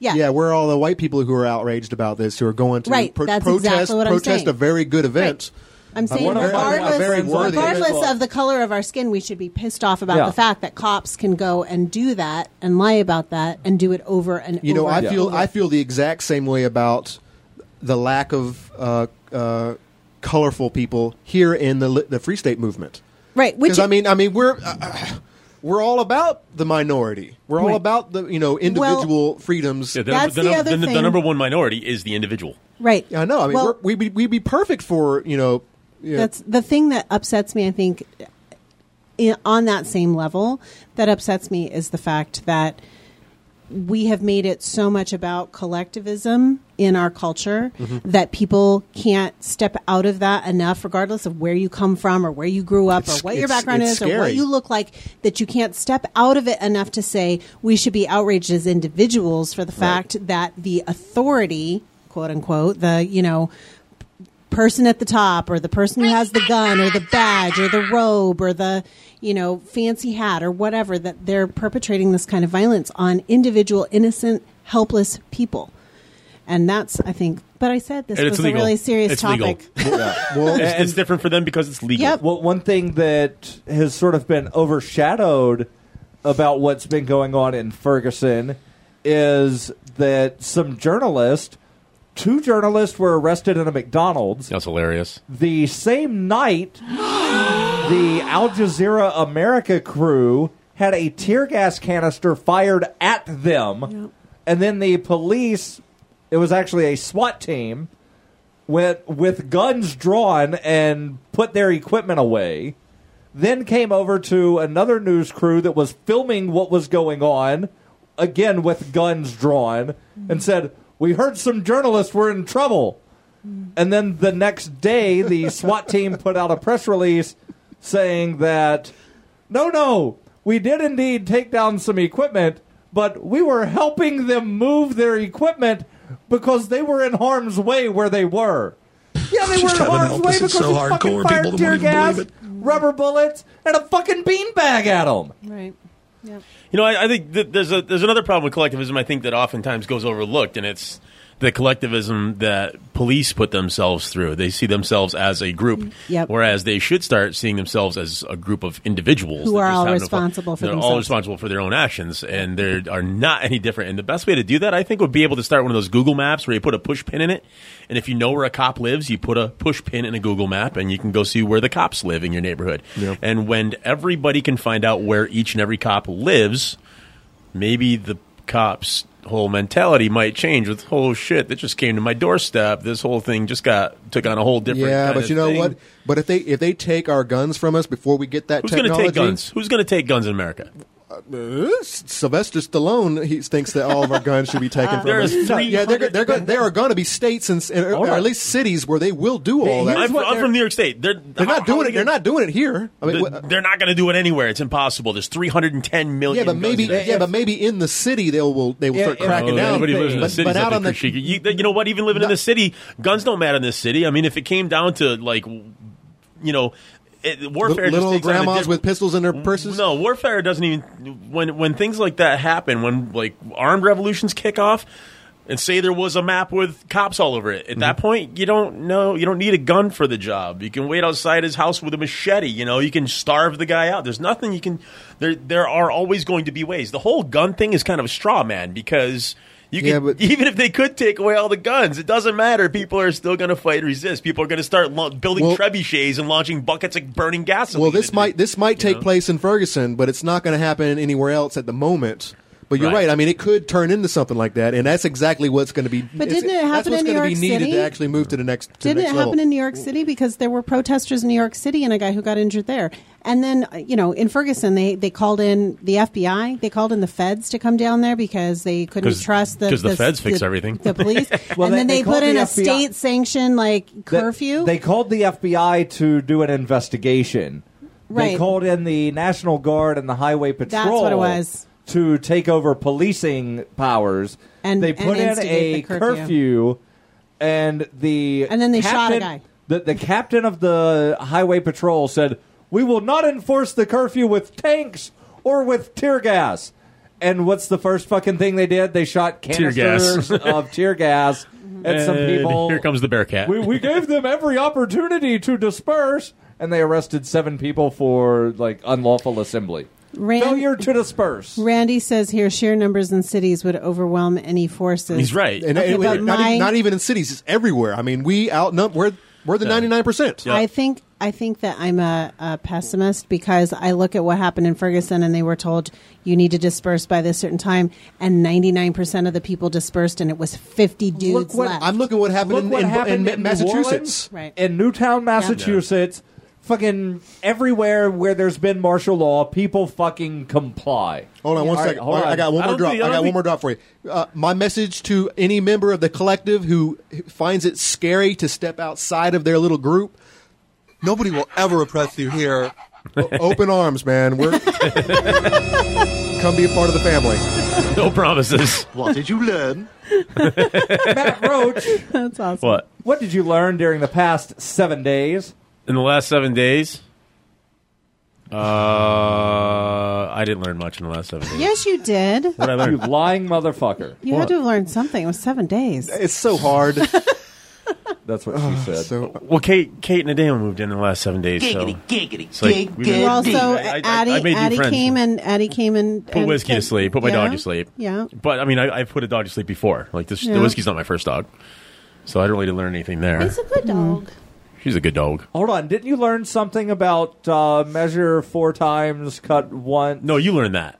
A: Yeah.
B: yeah, we're all the white people who are outraged about this, who are going to
A: Right,
B: pro-
A: that's
B: protest
A: exactly what I'm
B: protest
A: saying.
B: a very good event.
A: I'm
B: Uh,
A: saying
B: one of our-
A: regardless,
B: a very worthy
A: regardless
B: event.
A: of the color of our skin, we should be pissed off about
B: Yeah.
A: the fact that cops can go and do that and lie about that and do it over and
B: you know,
A: over
B: I
A: and
B: feel
A: over.
B: I feel the exact same way about the lack of uh, uh, colorful people here in the li- the Free State movement.
A: right. Which
B: Because I mean, I mean, we're uh, we're all about the minority. We're all
A: Right.
B: about the you know individual freedoms.
H: Yeah, the, number- the, number- the- the number one minority is the individual.
A: Right.
B: I know. I mean,
A: Well-
B: we're, we'd, be, we'd be perfect for you know. you know-
A: That's the thing that upsets me. I think i on that same level, that upsets me is the fact that we have made it so much about collectivism in our culture
N: Mhm.
A: that people can't step out of that enough, regardless of where you come from or where you grew up
N: It's-
A: or what your
N: it's-
A: background
N: it's
A: is or what
N: scary.
A: you look like, that you can't step out of it enough to say we should be outraged as individuals for the fact that the authority, quote unquote, the, you know, person at the top or the person who has the gun or the badge or the robe or the you know fancy hat or whatever that they're perpetrating this kind of violence on individual innocent helpless people and that's i think but i said this
H: And
A: was a really serious
H: it's legal.
A: topic
H: it's, it's different for them because it's legal.
C: Well, one thing that has sort of been overshadowed about what's been going on in Ferguson is that some journalists, two journalists were arrested in a McDonald's.
H: That's hilarious.
C: The same night, the Al Jazeera America crew had a tear gas canister fired at them. And then the police, it was actually a SWAT team, went with guns drawn and put their equipment away. Then came over to another news crew that was filming what was going on, again with guns drawn, and said, We heard some journalists were in trouble. And then the next day, the SWAT team put out a press release saying that, no, no, we did indeed take down some equipment, but we were helping them move their equipment because they were in harm's way where they were. Yeah, they
F: Just
C: were
F: heaven
C: in harm's
F: help
C: way
F: us,
C: because
F: it's so
C: we fucking
F: hardcore, people
C: fired
F: don't
C: tear
F: even
C: gas,
F: believe it.
C: rubber bullets, and a fucking beanbag at them.
A: right
H: You know, I, I think that there's a there's another problem with collectivism. I think that oftentimes goes overlooked, and it's the collectivism that police put themselves through. They see themselves as a group,
A: Yep.
H: whereas they should start seeing themselves as a group of individuals
A: Who
H: that
A: are
H: just
A: all
H: happen to
A: responsible for
H: they're all
A: themselves.
H: responsible for their own actions, and they are not any different. And the best way to do that, I think, would be able to start one of those Google Maps where you put a push pin in it, and if you know where a cop lives, you put a push pin in a Google Map, and you can go see where the cops live in your neighborhood. And when everybody can find out where each and every cop lives, maybe the cops' whole mentality might change. With oh shit, that just came to my doorstep. This whole thing just got took on a whole different.
B: yeah,
H: kind
B: but
H: of
B: you know
H: thing."
B: what? But if they if they take our guns from us before we get that
H: Who's going to
B: technology,
H: take guns? Who's going to take guns in America?
B: Uh, Sylvester Stallone he thinks that all of our guns should be
A: Uh,
B: taken from
H: There
B: us.
H: is
B: yeah, they're, go- they're, go- there are going to be states and, and- or,
H: Hold on.
B: at least cities where they will do all that.
H: I'm, I'm from New York State. They're,
B: They're not doing it. They're not doing it here. I mean,
H: The-
B: what-
H: they're not going to do it anywhere. It's impossible. There's 310 million.
B: yeah, but
H: guns
B: maybe
H: there.
B: yeah, but maybe in the city they will they will
H: Yeah,
B: start
H: yeah.
B: cracking
H: Oh,
B: down.
H: Nobody lives in the
B: But-
H: city.
B: but out on the
H: you, you know what? Even living in the city, guns don't matter in this city. I mean, if it came down to like, you know, it, warfare. just
B: little
H: takes on a
B: grandmas
H: diff-
B: with pistols in their purses.
H: Mm, No, warfare doesn't even. When when things like that happen, when like armed revolutions kick off, and say there was a map with cops all over it, at
B: Mm-hmm.
H: that point you don't know. You don't need a gun for the job. You can wait outside his house with a machete. You know, you can starve the guy out. There's nothing you can. There there are always going to be ways. The whole gun thing is kind of a straw man because. You can,
B: Yeah, but-
H: even if they could take away all the guns, it doesn't matter. People are still going to fight and resist. People are going to start lo- building
B: Well-
H: trebuchets and launching buckets of burning gasoline.
B: Well, this might this might
H: you
B: take
H: know?
B: place in Ferguson, but it's not going to happen anywhere else at the moment But you're right. I mean, it could turn into something like that, and that's exactly what's going to be.
A: But
B: it's-
A: didn't it
B: that's
A: happen
B: what's
A: in New
B: gonna
A: York
B: be needed
A: City?
B: to actually move to the next? To the
A: Didn't it
B: next
A: happen
B: level.
A: in New York City because there were protesters in New York City and a guy who got injured there? And then uh, you know, in Ferguson, they they called in the FBI, they called in the feds to come down there because they couldn't
H: 'Cause-
A: trust the
H: 'cause the
A: the
H: feds fix
A: the-
H: everything.
A: the police,
C: Well,
A: and
C: they-
A: then
C: they
A: they,
C: called
A: put in
C: the
A: a
C: FBI.
A: state sanctioned like
C: That-
A: curfew.
C: They called the FBI to do an investigation. They
A: Right.
C: called in the National Guard and the Highway Patrol.
A: what it was.
C: To take over policing powers.
A: And-
C: they
A: and
C: put in
A: instigate
C: a
A: the curfew.
C: curfew, and the
A: And then they shot a
C: captain-
A: guy.
C: The, the captain of the Highway Patrol said, "We will not enforce the curfew with tanks or with tear gas." And what's the first fucking thing they did? They shot
H: Tear gas.
C: canisters of tear gas at some
H: And
C: people.
H: Here comes the bear cat.
C: we, we gave them every opportunity to disperse, and they arrested seven people for like unlawful assembly.
A: Ran-
C: Failure to disperse.
A: Randy says here, sheer numbers in cities would overwhelm any forces.
B: And
A: Okay,
B: it-
A: but
B: it-
C: e
B: not,
A: my-
B: even, not even in cities; it's everywhere. I mean, we outnumber. We're we're the
A: Yeah.
B: ninety nine percent.
A: I think I think that I'm a, a pessimist because I look at what happened in Ferguson and they were told you need to disperse by this certain time, and 99 percent of the people dispersed, and it was 50 dudes
B: Look what-
A: left.
B: I'm looking what happened
C: Look
B: in,
C: what
B: in,
C: happened
B: in,
C: in New
B: Massachusetts.
C: Orleans. in Newtown, Massachusetts, fucking everywhere where there's been martial law, people fucking comply.
B: Hold on one
C: All right,
B: second.
C: hold
B: Hold on.
C: on.
B: I got one
C: I
B: more
C: don't
B: drop.
C: think- I
B: I
C: don't
B: got one
C: think-
B: more drop for you. Uh, my message to any member of the collective who finds it scary to step outside of their little group: nobody will ever oppress you here. O- Open arms, man. We're come be a part of the family.
H: No promises.
B: What did you learn?
C: Matt Roach,
A: that's awesome.
H: What?
C: What did you learn during the past seven days?
H: In the last seven days, uh, I didn't learn much in the last seven days.
A: Yes, you did.
H: What I
C: You
H: learned?
C: lying motherfucker.
A: You had to have learned something. It was seven days.
B: It's so hard. Oh,
C: That's what she said.
H: well, Kate, Kate, and Adama moved in, in the last seven days. so
A: Giggity,
H: giggity,
A: Well, also, Addie, Addie came and Addie came and
H: Put
A: and-
H: whiskey to sleep. Put my
A: Yeah.
H: dog to sleep.
A: Yeah.
H: But I mean, I, I've put a dog to sleep before. Like this,
A: Yeah.
H: the whiskey's not my first dog, so I don't really learn anything there. Mm.
A: a good dog.
H: She's a good dog.
C: Hold on, didn't you learn something about uh, measure four times, cut one?
H: No, you learned that.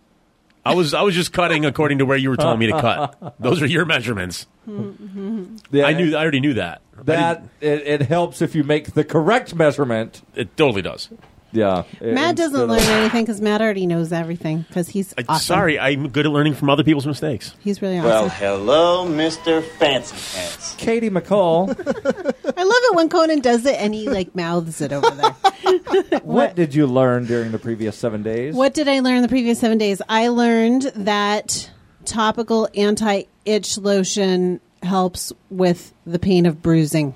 H: I was I was just cutting according to where you were telling me to cut. Those are your measurements. I knew. I already knew that. I
C: That it, it helps if you make the correct measurement.
H: It totally does.
C: Yeah,
A: Matt
C: Instead
A: doesn't
C: of-
A: learn anything because Matt already knows everything because he's
H: didn't-
A: awesome.
H: Sorry, I'm good at learning from other people's mistakes.
A: He's really awesome.
K: Well, hello, Mr. Fancy Pants.
C: Katie McCall,
A: I love it when Conan does it and he like mouths it over there.
C: what did you learn during the previous seven days?
A: What did I learn the previous seven days? I learned that topical anti itch lotion helps with the pain of bruising.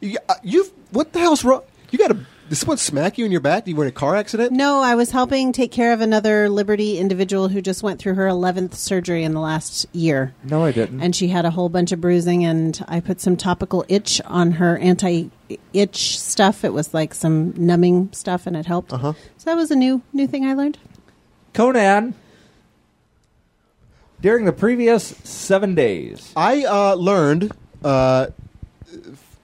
B: You, uh, you've what the hell's wrong? You got a did someone smack you in your back? You were in a car accident?
A: No, I was helping take care of another Liberty individual who just went through her 11th surgery in the last year.
C: No, I didn't.
A: And she had a whole bunch of bruising, and I put some topical itch on her anti itch stuff. It was like some numbing stuff, and it helped. Uh-huh. So that was a new new thing I learned.
C: Conan, during the previous seven days,
B: I uh, learned uh,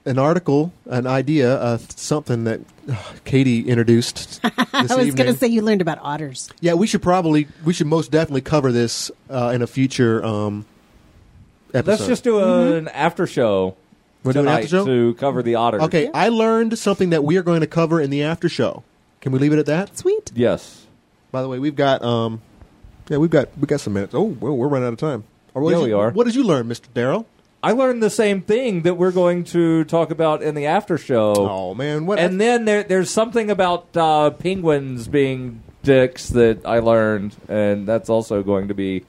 B: an article, an idea, uh, something that uh, Katie introduced. This
A: I was going
B: evening.
A: to say you learned about otters.
B: Yeah, we should probably, we should most definitely cover this uh, in a future um, episode.
C: let's just do a,
A: Mm-hmm.
C: an after show
B: We'll do an
C: tonight
B: after show?
C: to cover the otter.
B: Okay, I learned something that we are going to cover in the after show. Can we leave it at that?
A: Sweet.
C: Yes.
B: By the way, we've got, um, yeah, we've got, we got some minutes. Oh, well, we're running out of time. Or what
C: Yeah,
B: did
C: we
B: you-
C: are.
B: What did you learn, Mister Darrell?
C: I learned the same thing that we're going to talk about in the after show.
B: Oh man, what?
C: And then there, there's something about uh, penguins being dicks that I learned, and that's also going to be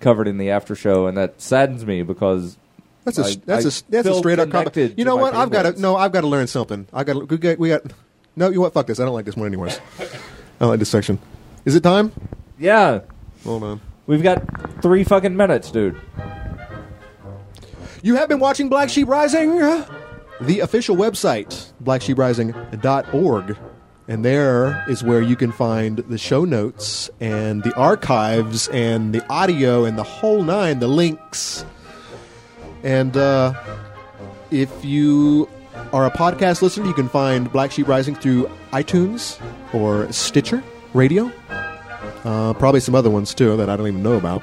C: covered in the after show, and that saddens me because
B: That's a
C: I-
B: that's
C: I
B: a that's a
C: feel
B: straight up comment.
C: connected
B: You
C: to
B: know
C: my
B: what? I've got to
C: penguins.
B: no. I've got to learn something. I got we got we got no. You know what? Fuck this. I don't like this one anyways. I don't like this section. Is it time?
C: Yeah.
B: Hold on.
C: We've got three fucking minutes, dude.
B: You have been watching Black Sheep Rising, the official website, blacksheeprising.org. And there is where you can find the show notes and the archives and the audio and the whole nine, the links. And uh, if you are a podcast listener, you can find Black Sheep Rising through iTunes or Stitcher Radio. Uh, probably some other ones too that I don't even know about.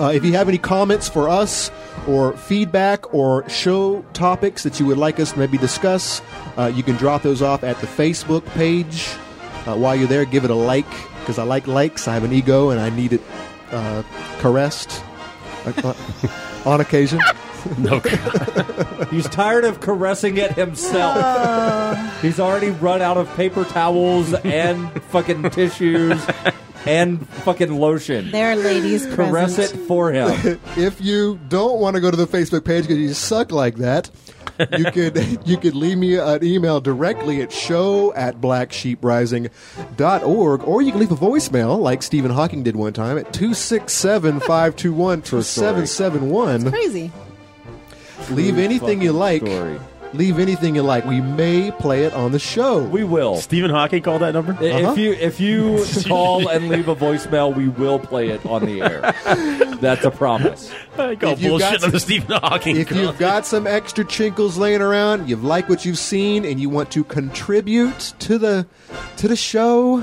B: Uh, if you have any comments for us or feedback or show topics that you would like us to maybe discuss, uh, you can drop those off at the Facebook page. Uh, while you're there, give it a like because I like likes. I have an ego and I need it uh, caressed uh, on occasion.
H: No,
C: He's tired of caressing it himself. He's already run out of paper towels and fucking tissues and fucking lotion.
A: There, ladies,
C: Caress
A: present.
C: it for him.
B: if you don't want to go to the Facebook page because you suck like that, you could you could leave me an email directly at show at blacksheeprising.org, or you can leave a voicemail like Stephen Hawking did one time at 267 521 771.
A: Crazy.
B: Leave anything you
C: fucking
B: like.
C: story.
B: Leave anything you like. We may play it on the show.
C: We will.
H: Stephen Hawking called that number.
C: I-
B: Uh-huh.
C: If you if you call and leave a voicemail, we will play it on the air. That's a promise.
H: I call
B: If you've
H: bullshit
B: got-
H: on the Stephen Hawking.
B: If you've got some extra chinkles laying around, you've liked what you've seen, and you want to contribute to the to the show,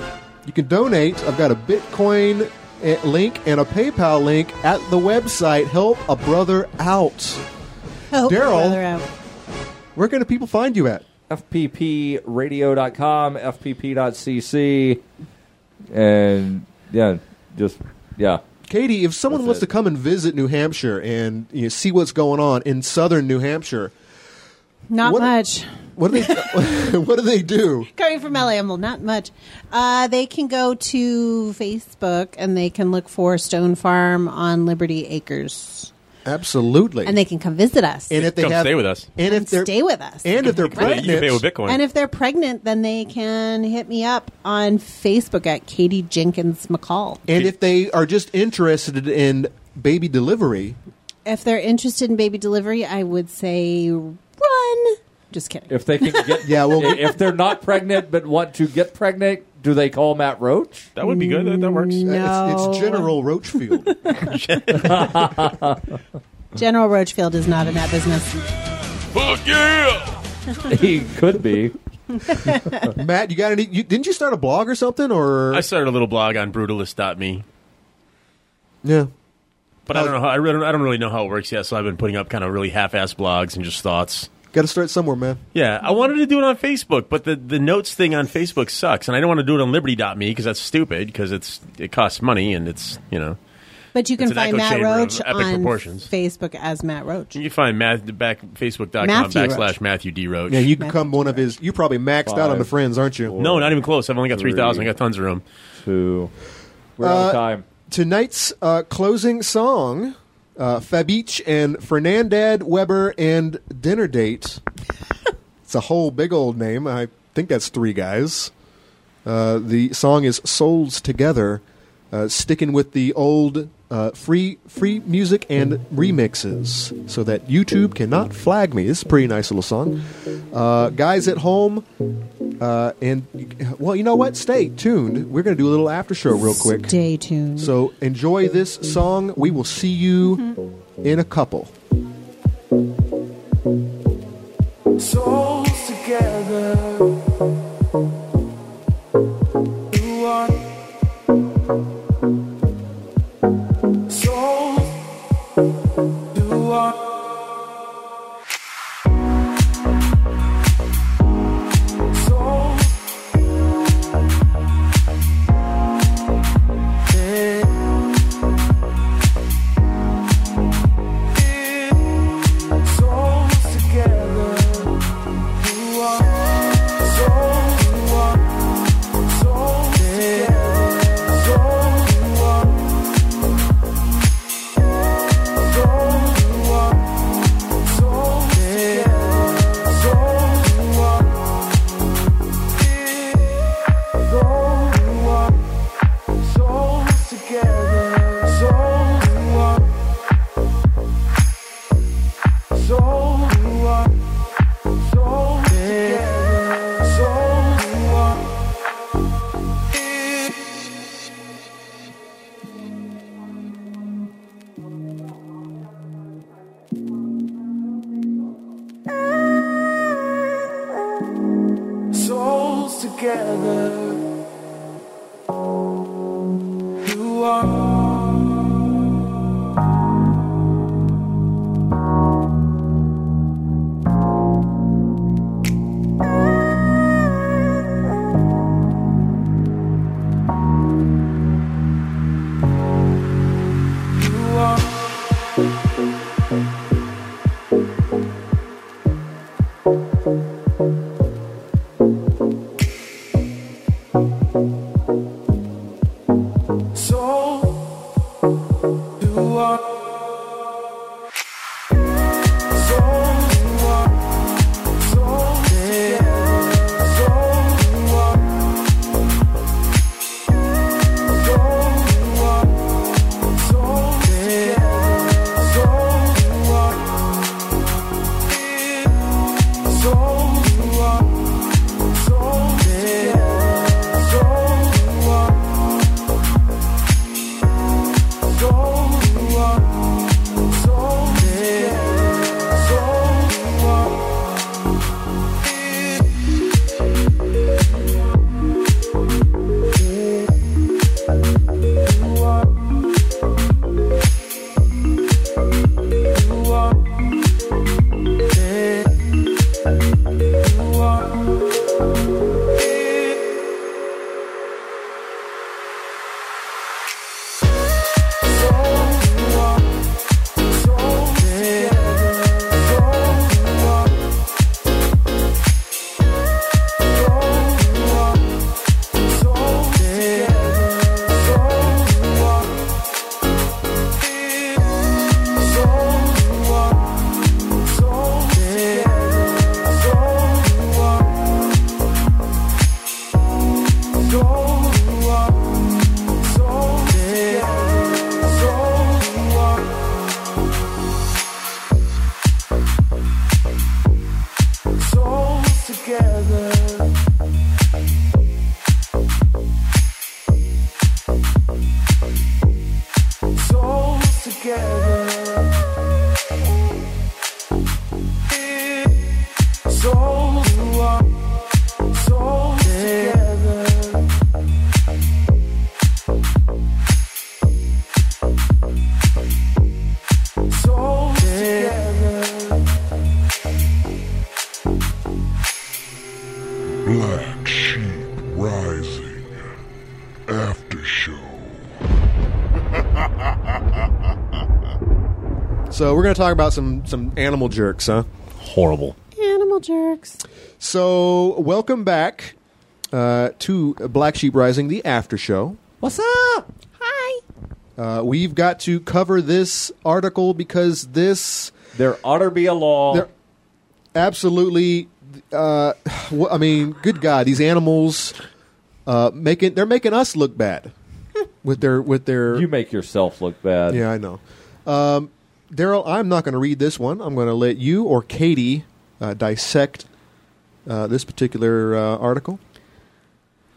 B: you can donate. I've got a Bitcoin eh, link and a PayPal link at the website. Help a brother out.
A: Oh,
B: Daryl.
A: brother out.
B: Where can the people find you at?
C: fppradio.com, fpp.cc, and yeah, just yeah.
B: Katie, if someone
C: That's
B: wants
C: it.
B: to come and visit New Hampshire and you know, see what's going on in southern New Hampshire,
A: Not
B: What-
A: much.
B: what do they what do they do?
A: Coming from LA, I'm well, not much. Uh, they can go to Facebook and they can look for Stone Farm on Liberty Acres,
B: Absolutely.
A: and they can come visit us
B: and if they
H: Come
B: have
H: stay with us.
B: and if
A: and
B: they're
A: stay with us.
B: and if they're
H: But
B: pregnant,
H: you pay with Bitcoin.
A: And if they're pregnant, then they can hit me up on Facebook at Katie Jenkins McCall.
B: And if they are just interested in baby delivery,
A: If they're interested in baby delivery, I would say run. Just kidding.
C: If they can get
B: yeah, well,
C: i- if they're not pregnant but want to get pregnant, do they call Matt Roach?
H: that would be good. That, that works.
A: Mm.
B: it's,
A: No.
B: it's General Roachfield.
A: General Roachfield is not in that business.
I: Fuck yeah!
C: He could be.
B: Matt, you got any? You, didn't you start a blog or something? Or
H: I started a little blog on brutalist.me,
B: yeah,
H: but
B: Oh.
H: I don't know. How, I, really, I don't really know how it works yet. So I've been putting up kind of really half-ass blogs and just thoughts.
B: got to start somewhere, man.
H: Yeah,
A: Mm-hmm.
H: I wanted to do it on Facebook, but the, the notes thing on Facebook sucks, and I don't want to do it on Liberty.me because that's stupid because it's it costs money and it's you know
A: But you can
H: It's an
A: find
H: echo
A: Matt
H: chamber of
A: Roach
H: epic
A: on
H: proportions.
A: Facebook as Matt Roach.
H: you can find Math back Facebook.com
A: Matthew
H: backslash
A: Roach.
H: Matthew D Roach.
B: Yeah, you can
A: Matt-
B: come one of his. You probably maxed out on the
C: Five.
B: friends, aren't you?
H: no, not even close. I've only got
C: Three.
H: three thousand. I got tons of room.
C: Who? We're out
B: Uh,
C: of time.
B: Tonight's uh, closing song, uh, Fabich and Fernandad Weber and Dinner Date. it's a whole big old name. I think that's three guys. Uh, the song is Souls Together, uh, sticking with the old uh, free free music and remixes, so that YouTube cannot flag me. This is a pretty nice little song. Uh, guys at home, uh, and well, you know what? Stay tuned. We're going to do a little after show real quick.
A: Stay tuned.
B: So enjoy this song. We will see you in a couple.
F: souls together. You are souls. You are. Souls. Yeah. Yeah. Souls together. Soul you are Souls together, souls one. Souls together,
B: So we're going to talk about some some animal jerks, huh?
H: Horrible.
A: Animal jerks.
B: So welcome back uh, to Black Sheep Rising, the after show.
C: What's up?
A: Hi.
B: Uh, we've got to cover this article because this
C: there ought to be a law.
B: There- absolutely. Uh, wh- I mean, good God, these animals uh, making they're making us look bad with their with their.
C: You make yourself look bad.
B: yeah, I know. Um, Daryl, I'm not going to read this one. I'm going to let you or Katie uh, dissect uh, this particular uh, article.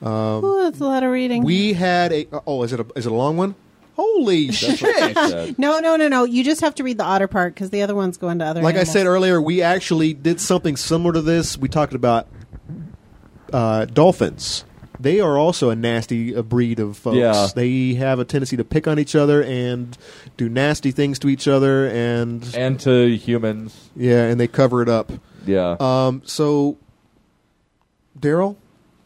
B: Um,
A: Oh, that's a lot of reading.
B: we had a. Oh, is it a, is it a long one? Holy
C: That's what she
B: shit!
C: said.
A: no, no, no, no. You just have to read the otter part because the other ones go into other.
B: like I
A: animals.
B: said earlier, we actually did something similar to this. We talked about uh, dolphins. They are also a nasty uh, breed of folks.
C: Yeah.
B: They have a tendency to pick on each other and do nasty things to each other, and
C: And to humans,
B: yeah, and they cover it up.
C: yeah.
B: Um, so, Daryl,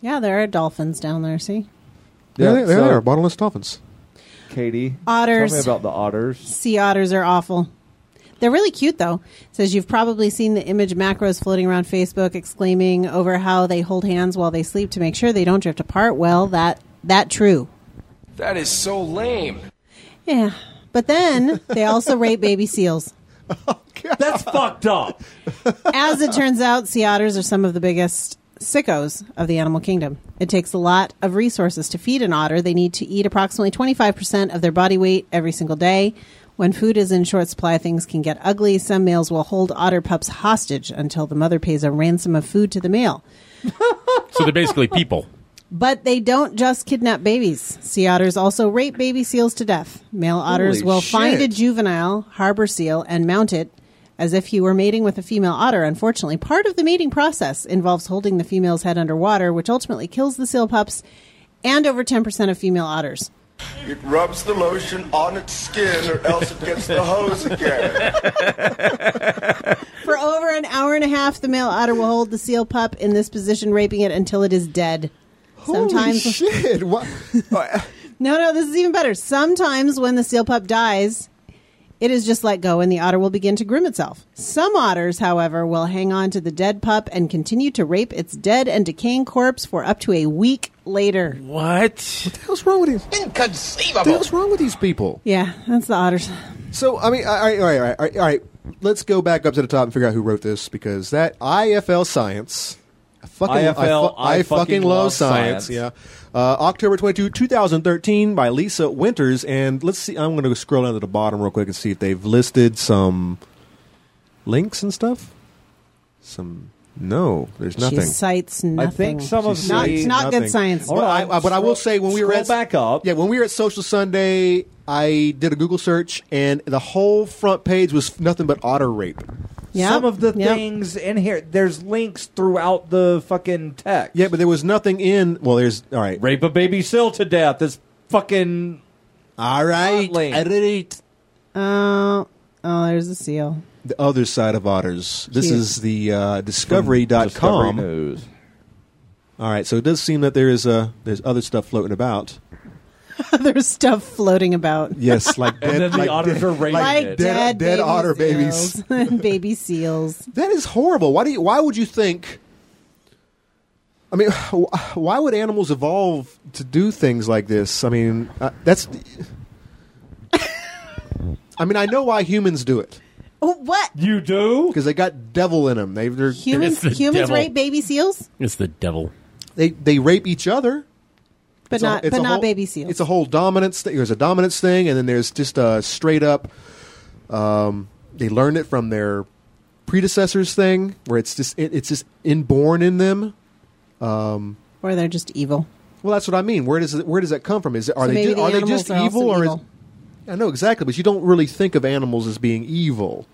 A: yeah, there are dolphins down there. See,
B: there,
C: Yeah,
B: they- there
C: so-
B: they are, bottlenose dolphins.
C: Katie,
A: Otters.
C: Tell me about the otters.
A: sea otters are awful. They're really cute though. It says you've probably seen the image macros floating around Facebook exclaiming over how they hold hands while they sleep to make sure they don't drift apart. Well, that that true.
L: That is so lame.
A: Yeah. But then they also rape baby seals.
C: That's fucked up.
A: As it turns out, sea otters are some of the biggest sickos of the animal kingdom. It takes a lot of resources to feed an otter. They need to eat approximately 25% of their body weight every single day. When food is in short supply, things can get ugly. Some males will hold otter pups hostage until the mother pays a ransom of food to the male.
H: So they're basically people.
A: But they don't just kidnap babies. Sea otters also rape baby seals to death. Male otters will
B: shit.
A: find a juvenile harbor seal and mount it as if he were mating with a female otter. Unfortunately, part of the mating process involves holding the female's head underwater, which ultimately kills the seal pups and over 10% of female otters.
N: It rubs the lotion on its skin, or else it gets the hose again.
A: For over an hour and a half, the male otter will hold the seal pup in this position, raping it until it is dead. Sometimes
B: Holy shit! What?
A: No, no, this is even better. Sometimes when the seal pup dies, it is just let go and the otter will begin to groom itself. Some otters, however, will hang on to the dead pup and continue to rape its dead and decaying corpse for up to a week later.
H: What?
B: What's wrong with these?
N: Inconceivable.
B: What's wrong with these people?
A: Yeah, that's the otters.
B: So I mean, all right, all right, all right, all right, all right. Let's go back up to the top and figure out who wrote this because that IFL Science. I fucking,
C: IFL,
B: I, fu- I fucking love science.
C: science.
B: Yeah. Uh, October 22, 2013 by Lisa Winters. And let's see, I'm going to scroll down to the bottom real quick and see if they've listed some links and stuff. Some. No, there's nothing.
A: She cites nothing.
C: some of
A: not,
C: the-
A: not good
B: Nothing.
A: science.
C: All
B: But, I,
C: right,
B: I- but I will say when we were
C: scroll
B: at
C: back up.
B: yeah, when we were at Social Sunday, I did a Google search, and the whole front page was nothing but otter rape.
A: Yep,
C: Some of the
A: yep.
C: things in here, there's links throughout the fucking text.
B: Yeah, but there was nothing in. Well, there's all right,
C: rape a baby seal to death. This fucking
B: all right,
C: Oddly.
B: all right.
A: Uh, There's a seal.
B: The other side of otters. This
A: Cute.
B: is the uh, discovery.com.
C: Discovery News.
B: All right, so it does seem that there is uh, there's other stuff floating about.
A: There's stuff floating about.
B: Yes, like dead,
C: And then the
B: like
C: otters
B: dead-
C: are raiding
B: like
C: it.
B: dead, dead otter babies.
A: babies, baby seals.
B: That is horrible. Why do you, why would you think? I mean, wh- why would animals evolve to do things like this? I mean, uh, that's. I mean, I know why humans do it
A: Oh, what
C: You do
B: because they got devil in them. They they're,
A: humans?
H: the
A: humans
H: devil.
A: rape baby seals,
H: It's the devil.
B: they they rape each other,
A: but
B: It's a-
A: not
B: it's
A: but
B: a
A: not
B: whole-
A: baby seals.
B: It's a whole dominance. Thing. There's a dominance thing, and then there's just a straight up. Um, they learned it from their predecessors thing, where it's just it, it's just inborn in them. Um,
A: or they're just evil.
B: Well, that's what I mean. Where does it, where does that come from? Is it, are
A: So
B: they
A: maybe
B: ju-
A: the
B: are they
A: animals
B: just
A: are
B: evil
A: also
B: or
A: evil.
B: Is, I know exactly, but you don't really think of animals as being evil.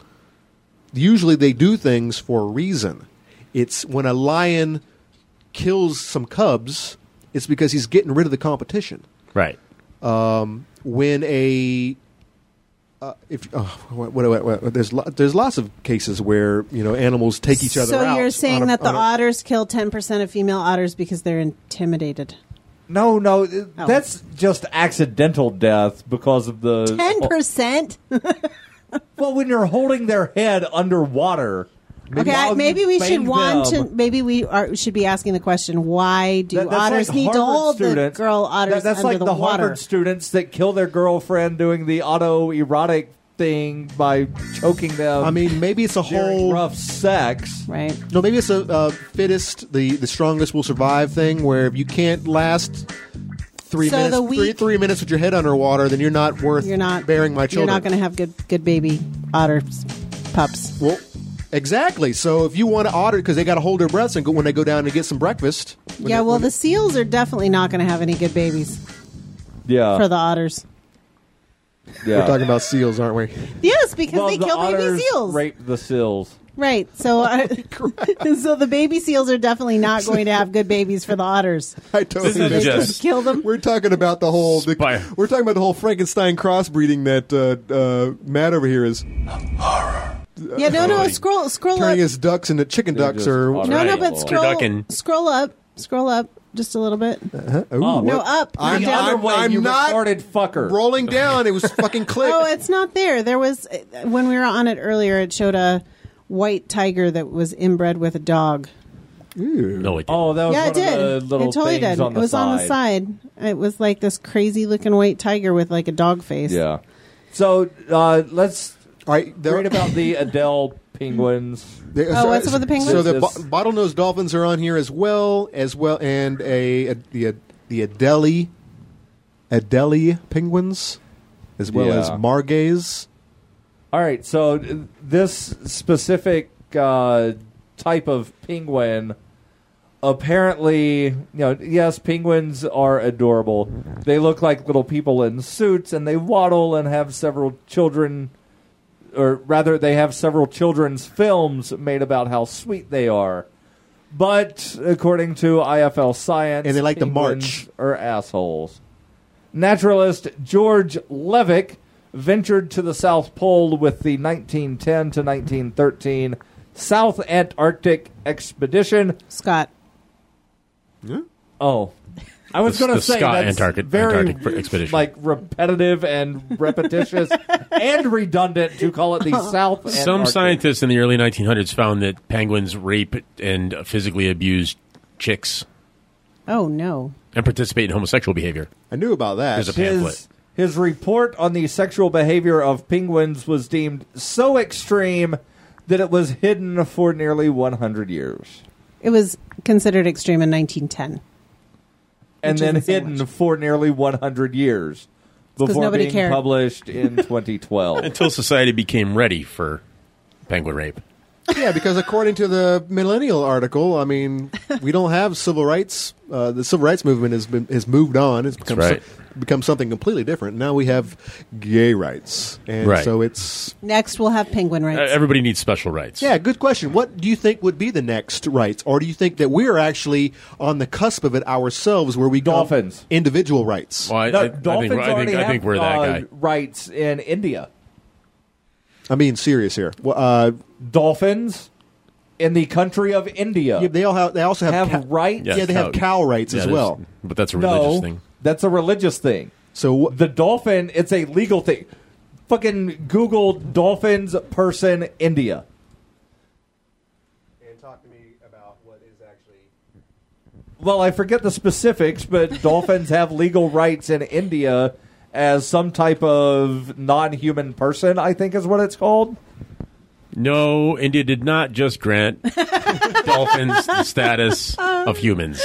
B: Usually, they do things for a reason. It's when a lion kills some cubs, it's because he's getting rid of the competition.
H: Right.
B: Um, when a uh, if oh, what, what, what, what- there's lo- there's lots of cases where you know animals take each other
A: so
B: out.
A: you're
B: on
A: saying
B: a-
A: that the
B: on a-
A: otters kill 10% of female otters because they're intimidated.
C: No, no, th-
A: Oh.
C: that's just accidental death because of the
A: 10%?
C: Well, when you're holding their head underwater.
A: okay, I-
C: while
A: maybe
C: you
A: we
C: bathe
A: should want
C: them-
A: to maybe we are, should be asking the question, why do
C: That- that's
A: otters
C: like
A: need to
C: Harvard
A: hold the
C: students-
A: girl otters
C: that- that's
A: under
C: like
A: the,
C: the,
A: water?
C: Harvard students that kill their girlfriend doing the autoerotic thing by choking them.
B: I mean, maybe it's a
C: during
B: whole
C: rough sex.
A: Right.
B: No, maybe it's a uh, fittest, the, the strongest will survive thing where if you can't last three
A: So
B: minutes
A: the
B: three,
A: weak-
B: three minutes with your head underwater, then you're not worth
A: You're not
B: bearing my
A: You're
B: children.
A: not going to have good good baby otters pups.
B: Well, exactly. So if you want to otter, because they got to hold their breaths and go, when they go down to get some breakfast. when
A: yeah,
B: they-
A: well
B: when-
A: the seals are definitely not going to have any good babies
B: Uh.
C: Yeah.
A: for the otters.
C: yeah.
B: we're talking about seals, aren't we?
A: Yes, because
C: Well,
A: they
C: the
A: kill baby
C: otters
A: seals.
C: Rape the seals.
A: Right. So, uh, so the baby seals are definitely not going to have good babies for the otters.
B: I totally
H: This is
B: missed
H: just-
B: it.
A: Kill them.
B: We're talking about the whole. The,
H: Spy-
B: we're talking about the whole Frankenstein crossbreeding that uh, uh, Matt over here is
A: Yeah. No. No. Scroll. Scroll up.
B: turning his ducks into chicken
C: They're
B: ducks,
C: just
B: or
C: otter-
A: No. No.
H: Right.
A: But
H: You're
A: scroll.
H: ducking.
A: Scroll up. Scroll up just a little bit.
B: Ooh,
C: Up.
A: No.
B: what-
A: Up.
B: I'm,
A: not down.
B: I'm,
C: Oh, other way,
B: I'm
C: you
B: not
C: retarded fucker.
B: rolling down. It was fucking click.
A: oh, it's not there. There was uh, when we were on it earlier. It showed a white tiger that was inbred with a dog.
H: No, it didn't.
C: Oh, that was
A: yeah,
C: one
A: it did.
C: of the little
A: it totally
C: things
A: did.
C: on the
A: it was on the side. It was like this crazy looking white tiger with like a dog face.
C: Yeah. So uh, let's
B: All right, there,
C: read about the Adele penguins.
B: there-
A: Oh, what's up with the penguins?
B: So the bo-
C: This-
B: bottlenose dolphins are on here as well, as well, and a, a the the Adelie Adelie penguins, as well as
C: Yeah.
B: margays.
C: All right, so uh, this specific uh, type of penguin apparently, you know, yes, penguins are adorable. They look like little people in suits and they waddle and have several children or rather they have several children's films made about how sweet they are. But according to IFL Science,
B: And they like to
C: penguins
B: march.
C: are assholes. Naturalist George Levick ventured to the South Pole with the 1910 to 1913 South Antarctic Expedition.
A: Scott.
C: Oh, I was
H: It's
C: going to
H: the
C: say
H: Scott
C: that's
H: Antarctic-
C: very
H: Antarctic Expedition.
C: like repetitive and repetitious and redundant to call it the South. Antarctic.
H: Some scientists in the early 1900s found that penguins rape and physically abuse chicks
A: Oh no.
H: and participate in homosexual behavior.
B: I knew about that.
H: There's a- pamphlet.
C: His, his report on the sexual behavior of penguins was deemed so extreme that it was hidden for nearly 100 years.
A: It was considered extreme in 1910
C: and
A: Which
C: then
A: isn't so
C: hidden
A: much.
C: for nearly 100 years
A: 'cause
C: before
A: nobody
C: being
A: cared.
C: published in 2012.
H: Until society became ready for penguin rape.
B: yeah, because according to the millennial article, I mean, we don't have civil rights. Uh, the civil rights movement has been has moved on. It's become
H: right.
B: so- become something completely different. Now we have gay rights, and
H: Right.
B: so it's
A: Next, we'll have penguin
H: Uh,
A: rights.
H: Everybody needs special rights.
B: Yeah, good question. What do you think would be the next rights, or do you think that we're actually on the cusp of it ourselves, where we go
C: Dolphins.
B: individual rights?
H: Well, I,
C: No,
H: I- I think,
C: dolphins
H: I
B: uh,
C: already uh,
H: think, I
C: have
H: think we're that
C: uh,
H: guy.
C: rights in India.
B: I mean, serious here. Well, uh,
C: Dolphins in the country of India.
B: Yeah, they all have. They also have,
C: Have rights?
B: Yeah,
C: Yeah,
B: they have
C: cow-
B: cow rights
H: Yeah,
B: as
H: there's-
B: well.
H: But that's a
C: No,
H: religious thing.
C: That's a religious thing.
B: So
C: the dolphin, it's a legal thing. Fucking Google dolphins person India.
B: And talk to me about what is actually.
C: Well, I forget the specifics, but dolphins have legal rights in India as some type of non-human person. I think is what it's called.
H: No, India did not just grant dolphins the status of humans.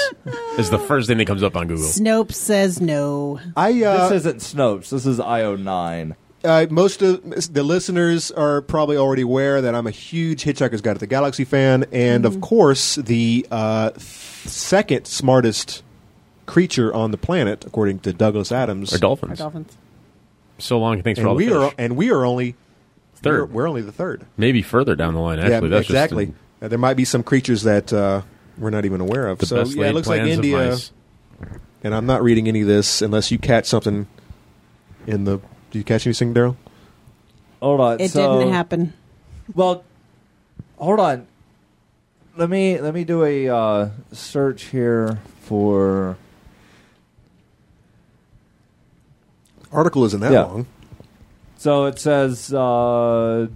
H: Is the first thing that comes up on Google.
A: Snopes says no.
B: I uh,
C: this isn't Snopes. This is IO9.
B: uh, most of the listeners are probably already aware that I'm a huge Hitchhiker's Guide to the Galaxy fan, and
C: Mm-hmm.
B: of course, the uh, th- second smartest creature on the planet, according to Douglas Adams,
H: Or dolphins.
A: dolphins.
H: So long. Thanks for
B: and
H: all the
B: we
H: fish.
B: are and we are only
H: Third.
B: We're, we're only the third.
H: Maybe further down the line. Actually,
B: yeah,
H: that's
B: exactly.
H: Just
B: Uh, there might be some creatures that uh, we're not even aware of.
H: The
B: so
H: best
B: yeah, it
H: laid
B: looks like
H: plans of
B: India.
H: mice.
B: And I'm not reading any of this unless you catch something in the. Do you catch anything, Daryl?
C: Hold on.
A: It
C: so-
A: didn't happen.
C: Well, hold on. Let me let me do a uh, search here for.
B: Article isn't that
C: Yeah.
B: long.
C: So it says uh,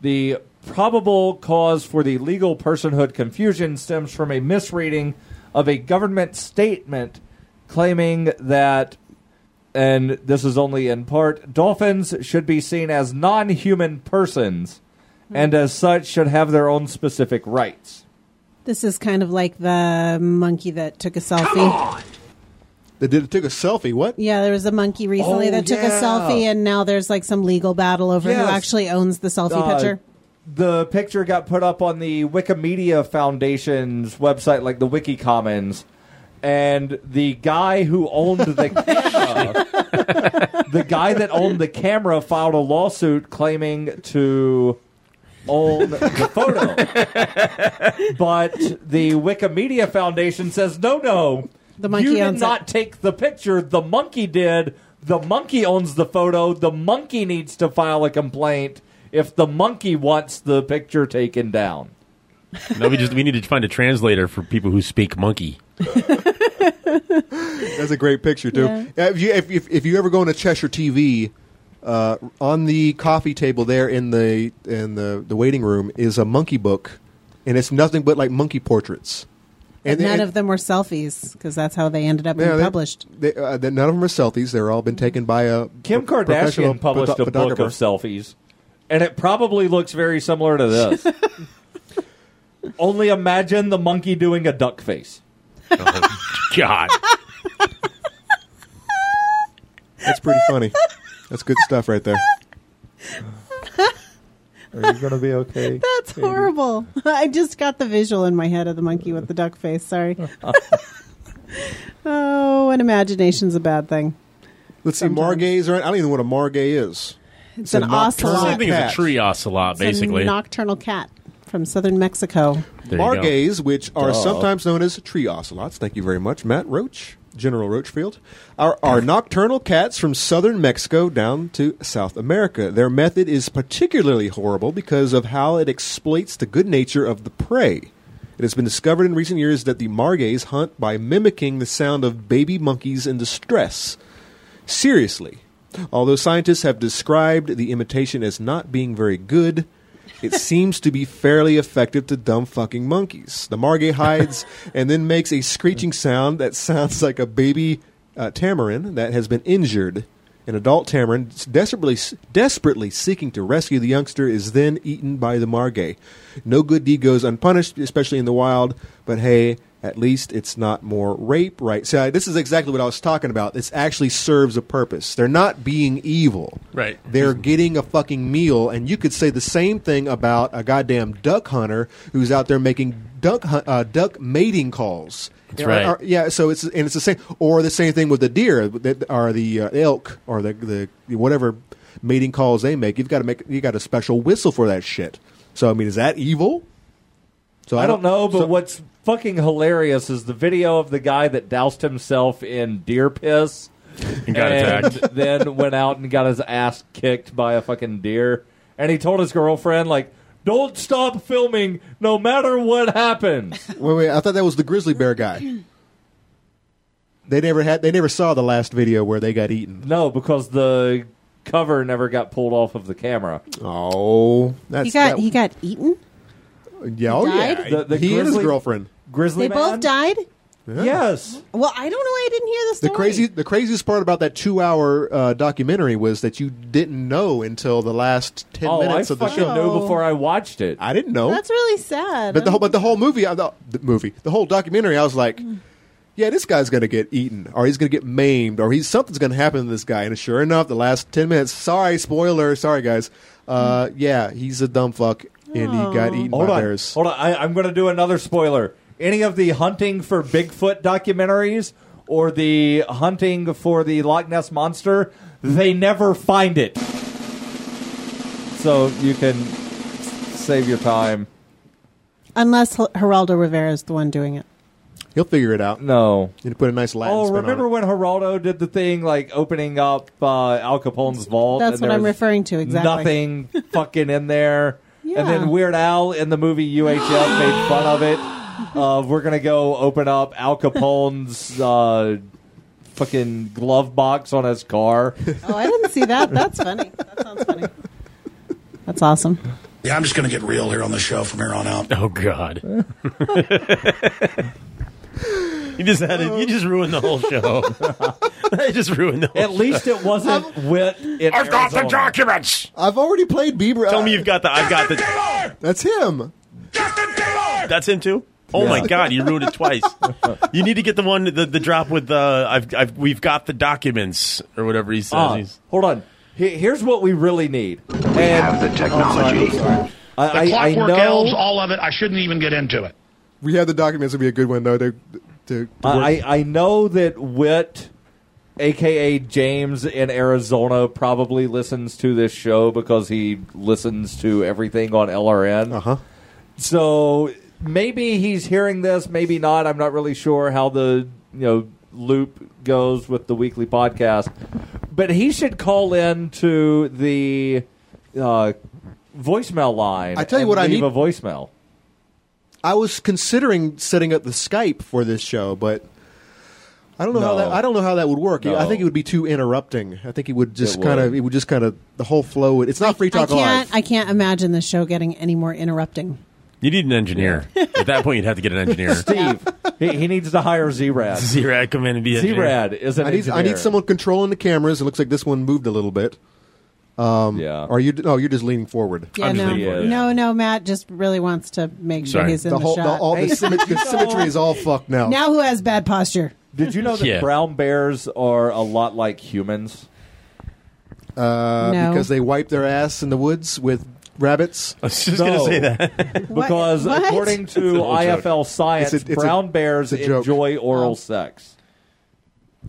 C: the probable cause for the legal personhood confusion stems from a misreading of a government statement claiming that, and this is only in part, dolphins should be seen as non human persons and as such should have their own specific rights.
A: This is kind of like the monkey that took a selfie.
B: They did, it took a selfie. What?
A: Yeah, there was a monkey recently
B: Oh,
A: that took
B: yeah.
A: a selfie, and now there's like some legal battle over
C: Yes.
A: who actually owns the selfie
C: Uh,
A: picture.
C: The picture got put up on the Wikimedia Foundation's website, like the Wiki Commons, and the guy who owned the camera, the guy that owned the camera, filed a lawsuit claiming to own the photo. but the Wikimedia Foundation says, no, no,
A: The monkey
C: you did
A: owns it."
C: not take the picture. The monkey did. The monkey owns the photo. The monkey needs to file a complaint if the monkey wants the picture taken down.
H: no, we just we need to find a translator for people who speak monkey.
B: That's a great picture too.
A: Yeah.
B: Uh, If you if, if, if you ever go into Cheshire TV, uh, on the coffee table there in the in the, the waiting room is a monkey book, and it's nothing but like monkey portraits.
A: But none
B: and-
A: of them were selfies because that's how they ended up
B: Yeah,
A: being
B: they-
A: published.
B: They, uh, they- none of them are selfies. They're all been taken by a
C: Kim
B: pro- professional
C: Kardashian published
B: photo-
C: a book
B: photographer.
C: of selfies, and it probably looks very similar to this. Only imagine the monkey doing a duck face.
H: Oh, God,
B: That's pretty funny. That's good stuff right there. Are you gonna be okay?
A: That's horrible. I just got the visual in my head of the monkey with the duck face. Sorry. oh, and imagination's a bad thing.
B: Let's see. Margays are. I don't even know what a margay is.
A: It's an ocelot.
B: nocturnal
H: same thing as
B: cat.
H: a tree ocelot,
A: It's a
H: basically.
A: nocturnal cat from southern Mexico.
H: There you go.
B: Margays, which are
C: Duh.
B: sometimes known as tree ocelots. Thank you very much, Matt Roach, General Roachfield. Are, are nocturnal cats from southern Mexico down to South America. Their method is particularly horrible because of how it exploits the good nature of the prey. It has been discovered in recent years that the margays hunt by mimicking the sound of baby monkeys in distress. Seriously, although scientists have described the imitation as not being very good, it seems to be fairly effective to dumb fucking monkeys. The margay hides and then makes a screeching sound that sounds like a baby uh, tamarin that has been injured. An adult tamarin desperately desperately seeking to rescue the youngster is then eaten by the margay. No good deed goes unpunished, especially in the wild. But hey, at least it's not more rape, right? So I- this is exactly what I was talking about. This actually serves a purpose. They're not being evil.
H: Right.
B: They're getting a fucking meal, and you could say the same thing about a goddamn duck hunter who's out there making duck hun- uh, duck mating calls.
H: That's
B: Yeah,
H: right.
B: or- or- yeah, so it's and it's the same, or the same thing with the deer, that or the uh, elk, or the the whatever mating calls they make. You've got to make you got a special whistle for that shit. So I mean, is that evil? So
C: I don't know, but
B: so-
C: what's fucking hilarious is the video of the guy that doused himself in deer piss
H: And got attacked.
C: then went out and got his ass kicked by a fucking deer. and he told his girlfriend like, "Don't stop filming, no matter what happens."
B: Wait, wait. I thought that was the grizzly bear guy. They never had. They never saw the last video where they got eaten.
C: No, because the cover never got pulled off of the camera.
B: Oh, that's
A: he got
B: that-
A: he got eaten.
B: yeah, oh
A: died?
B: yeah.
A: The- the
B: he and his
C: grizzly-
B: girlfriend.
C: Grizzly
A: they both died.
B: Yeah.
C: Yes.
A: Well, I don't know. why I didn't hear the
B: The
A: story.
B: crazy, the craziest part about that two-hour uh, documentary was that you didn't know until the last ten
C: Oh, I
B: minutes of the
C: fucking
B: show.
C: knew before I watched it.
B: I didn't know.
A: That's really sad.
B: Oh. But the whole, but the whole movie, I thought- the movie, the whole documentary, I was like, yeah, this guy's gonna get eaten, or he's gonna get maimed, or he's something's gonna happen to this guy. And sure enough, the last ten minutes, sorry, spoiler, sorry guys, uh, yeah, he's a dumb fuck, and he got eaten
C: Hold
B: by
C: on,
B: bears.
C: hold on. I, I'm going to do another spoiler. Any of the hunting for Bigfoot documentaries or the hunting for the Loch Ness monster, they never find it. So you can save your time.
A: Unless H- Geraldo Rivera is the one doing it.
B: He'll figure it out.
C: No,
B: and put a nice Latin
C: oh,
B: spin on
C: remember
B: it.
C: when Geraldo did the thing like opening up uh, Al Capone's vault?
A: That's
C: and
A: what
C: there
A: I'm
C: was
A: referring to, exactly.
C: Nothing fucking in there. And
A: Yeah.
C: then Weird Al in the movie UHF made fun of it. Uh, we're gonna go open up Al Capone's uh, fucking glove box on his car.
A: Oh, I didn't see that. That's funny. That sounds funny. That's awesome.
O: Yeah, I'm just going to get real here on the show from here on out.
H: Oh God! you just had it. You just ruined the whole show. I just ruined the. Whole
C: At least
H: show.
C: it wasn't wet. in
H: I've got the
C: Arizona.
H: documents.
B: I've already played Bieber.
H: Tell me you've got the. I've got the.
B: That's him.
H: That's him too. Oh my
B: Yeah.
H: God! You ruined it twice. you need to get the one the, the drop with the. I've, I've we've got the documents or whatever he says.
C: Ah,
H: He's-
C: hold on. He- Here's what we really need. We have the
G: technology.
C: I,
G: the
C: I, I
G: clockwork
C: know.
G: elves, all of it. I shouldn't even get into it.
B: We had the documents would be a good one though. To, to
C: I, I I know that Wit, aka James in Arizona, probably listens to this show because he listens to everything on LRN. Uh huh.
B: Uh-huh.
C: So maybe he's hearing this, maybe not. I'm not really sure how the you know loop goes with the weekly podcast, but he should call in to the uh, voicemail line.
B: I tell you
C: and
B: what I
C: leave
B: need-
C: a voicemail.
B: I was considering setting up the Skype for this show, but I don't know how
C: No.
B: that I don't know how that would work.
C: No.
B: I think it would be too interrupting. I think it would just
C: It
B: kind of
C: would.
B: it would just kind of the whole flow. Would, it's not free
A: I
B: talk
A: can't.
B: live.
A: I can't imagine the show getting any more interrupting.
H: You need an engineer. At that point, you'd have to get an engineer.
C: Steve, he, he needs to hire Z-Rad.
H: Z-Rad come in and be an engineer.
C: Z-Rad is an
B: I need, I need
C: engineer.
B: someone controlling the cameras. It looks like this one moved a little bit. Um,
C: Yeah.
B: Are you? Oh, you're just leaning forward.
A: Yeah, no, no, no. Matt just really wants to make sure he's in the,
B: whole,
A: shot.
B: all the, symmet- the symmetry is all fucked now.
A: now who has bad posture?
C: Did you know that
B: Yeah.
C: brown bears are a lot like humans?
B: uh,
C: No.
B: because they wipe their ass in the woods with rabbits. I
H: was
C: just gonna No. say that. Because according to IFL science,
B: It's a- it's a-
C: brown bears
B: it's a joke. Oh.
C: enjoy oral sex.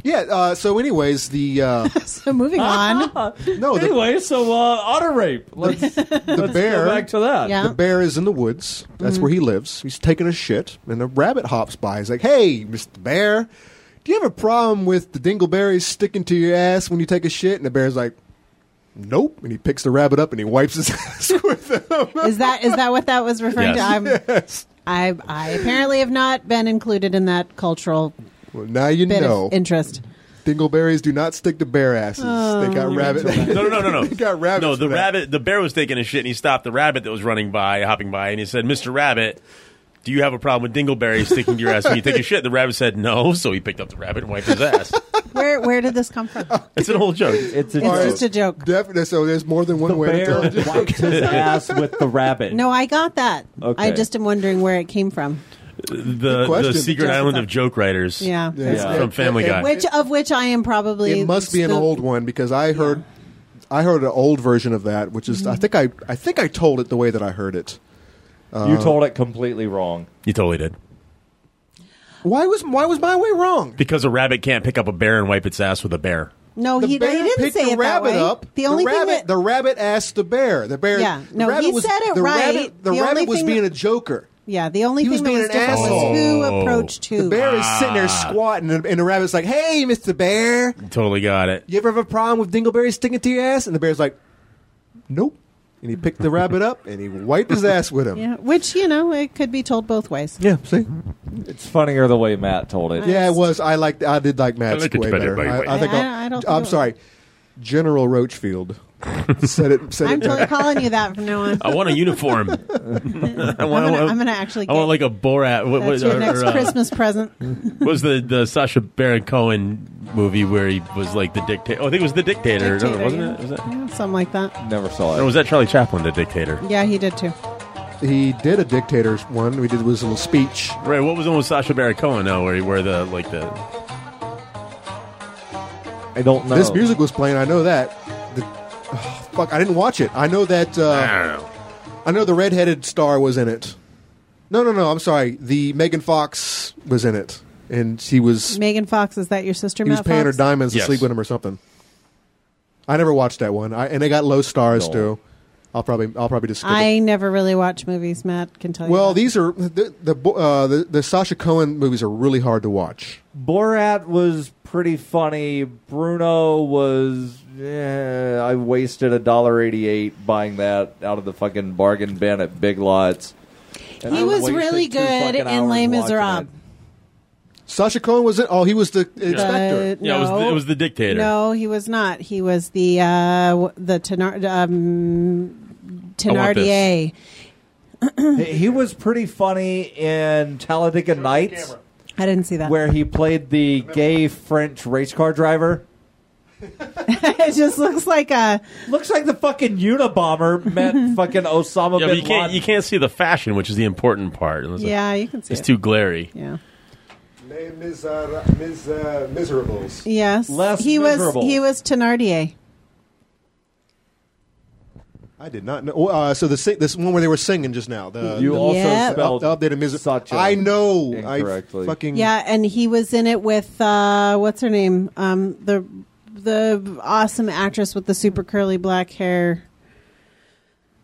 B: Yeah. Uh, so, anyways, the uh,
A: so moving on.
B: no. Oh, The,
C: anyway, so uh, otter rape. Let's,
B: the bear
C: go back to Mm-hmm. that.
B: The bear is in the woods. That's where he lives. He's taking a shit, and a rabbit hops by. He's like, "Hey, Mister Bear, do you have a problem with the dingleberries sticking to your ass when you take a shit?" And the bear's like, "Nope." And he picks the rabbit up and he wipes his ass.
A: is that is that what that was referring to?
B: Yes.
A: I'm, I I apparently have not been included in that cultural
B: well, now you
A: bit
B: know.
A: of interest.
B: Dingleberries do not stick to bear asses.
C: Oh.
B: they got rabbit.
H: No, no, no, no, no.
B: they got rabbits.
H: No, the
B: for that.
H: rabbit. The bear was taking a shit, and he stopped the rabbit that was running by, hopping by, and he said, "Mr. Rabbit." Do you have a problem with dingleberries sticking to your ass when you take a shit? The rabbit said no, so he picked up the rabbit and wiped his ass.
A: Where where did this come from?
H: It's an old joke.
C: It's
A: It's just a joke.
B: Definitely. So there's more than one
C: The
B: way to tell
C: bear
B: it.
C: wiped his ass with the rabbit.
A: No, I got that. I
H: Okay.
A: just am wondering where it came from.
H: the, the
B: question.
H: secret
A: Just
H: island
A: thought-
H: of joke writers.
A: Yeah. Yeah.
H: from Family Guy.
A: Which of which I am probably
B: It must be an
A: still-
B: old one because I heard I heard an old version of that, which is I think I I think I told it the way that I heard it.
C: you told it completely wrong.
H: You totally did.
B: Why was why was my way wrong?
H: Because a rabbit can't pick up a bear and wipe its ass with a bear.
A: No,
B: The
A: he, he
B: bear
A: didn't
B: picked
A: say
B: the
A: it
B: rabbit
A: that way.
B: up.
A: The only
B: rabbit,
A: thing that
B: the rabbit asked the bear. The bear.
A: Yeah, no,
B: the rabbit
A: he
B: was,
A: said it
B: the
A: right.
B: Rabbit, the,
A: The only
B: rabbit was
A: thing
B: being
A: that-
B: a joker.
A: yeah, the only
B: He was
A: thing that
B: being
A: was
B: an
A: different
B: asshole.
A: was who approached
H: Oh.
A: who.
B: The bear is sitting there squatting, and, and the rabbit's like, "Hey, Mister Bear,
H: Totally got it.
B: you ever have a problem with dingleberries sticking to your ass?" And the bear's like, "Nope." and he picked the rabbit up and he wiped his ass with him.
A: Yeah, which you know it could be told both ways.
B: Yeah, see,
C: It's funnier the way Matt told it.
B: yeah, it was. I liked. I did like Matt's
C: I like it
B: way better.
C: better, by the way.
B: I, I think.
A: I-
B: I'll-
A: I don't
B: I'm
A: feel it.
B: sorry, General Roachfield said it. Said
A: I'm
B: it uh,
A: totally
B: better.
A: calling you that from now on.
H: I want a uniform. I want,
A: I'm gonna-
H: I want-
A: I'm gonna actually
H: I want
A: get-
H: like a Borat. What,
A: That's
H: was
A: your next
H: uh,
A: Christmas present.
H: what was the the Sasha Baron Cohen movie where he was like the dictator? Oh, I think it was the dictator,
A: Dictator,
H: wasn't
A: yeah.
H: it? Was that?
A: Yeah, something like that.
C: Never saw
H: Or was that Charlie Chaplin, the dictator?
A: Yeah, he did too.
B: He did a dictator's one. We did was a little speech.
H: Right. What was the one with Sasha Baron Cohen? Now where he where the like the
C: I don't
B: This music was playing. I know that. The, oh, fuck, I didn't watch it. I know that. Uh, I know the redheaded star was in it. No, no, no. I'm sorry. The Megan Fox was in it, and she was
A: Megan Fox, is that your sister?
B: he was
A: Matt
B: paying her
A: Fox?
B: diamonds to
H: Yes.
B: sleep with him or something. I never watched that one, I, and they got low stars
A: No.
B: too. I'll probably I'll probably just skip it.
A: I never really watch movies. Matt can tell you.
B: Well,
A: that.
B: these are the the, bo- uh, the the Sasha Cohen movies are really hard to watch.
C: Borat was pretty funny. Bruno was. eh, I wasted a dollar eighty-eight buying that out of the fucking bargain bin at Big Lots. And
A: he
C: I
A: was
C: wasted
A: really
C: two
A: good
C: fucking
A: in
C: hours
A: Les
C: watching
A: Miserables.
B: Sasha Cohen was in. Oh, he was the
A: The-
B: inspector.
H: Yeah, it was the- it was the dictator.
A: No, he was not. He was the uh, w- the Tenar- um,
C: I want this.
A: Tenardier.
C: it. He- He was pretty funny in Talladega Nights,
A: I didn't see that.
C: where he played the gay French race car driver.
A: it just looks like a
C: looks like the fucking Unabomber met fucking Osama
H: yeah, but
C: bin
H: you can't
C: Laden.
H: you can't see the fashion, which is the important part. Unless
A: Yeah, you can see
H: It's
A: it.
H: too glary.
A: Yeah.
B: Les Misera- Mis- uh, Miserables.
A: Yes,
B: Less
A: he
B: miserable.
A: was. He was Tenardier.
B: I did not know. oh, Uh, so the sing- this one where they were singing just now. The,
C: You
B: the-
C: also
A: Yep.
C: spelled
B: the updated Miser- I know.
C: incorrectly.
B: I fucking
A: Yeah, and he was in it with uh, what's her name? Um, the the awesome actress with the super curly black hair,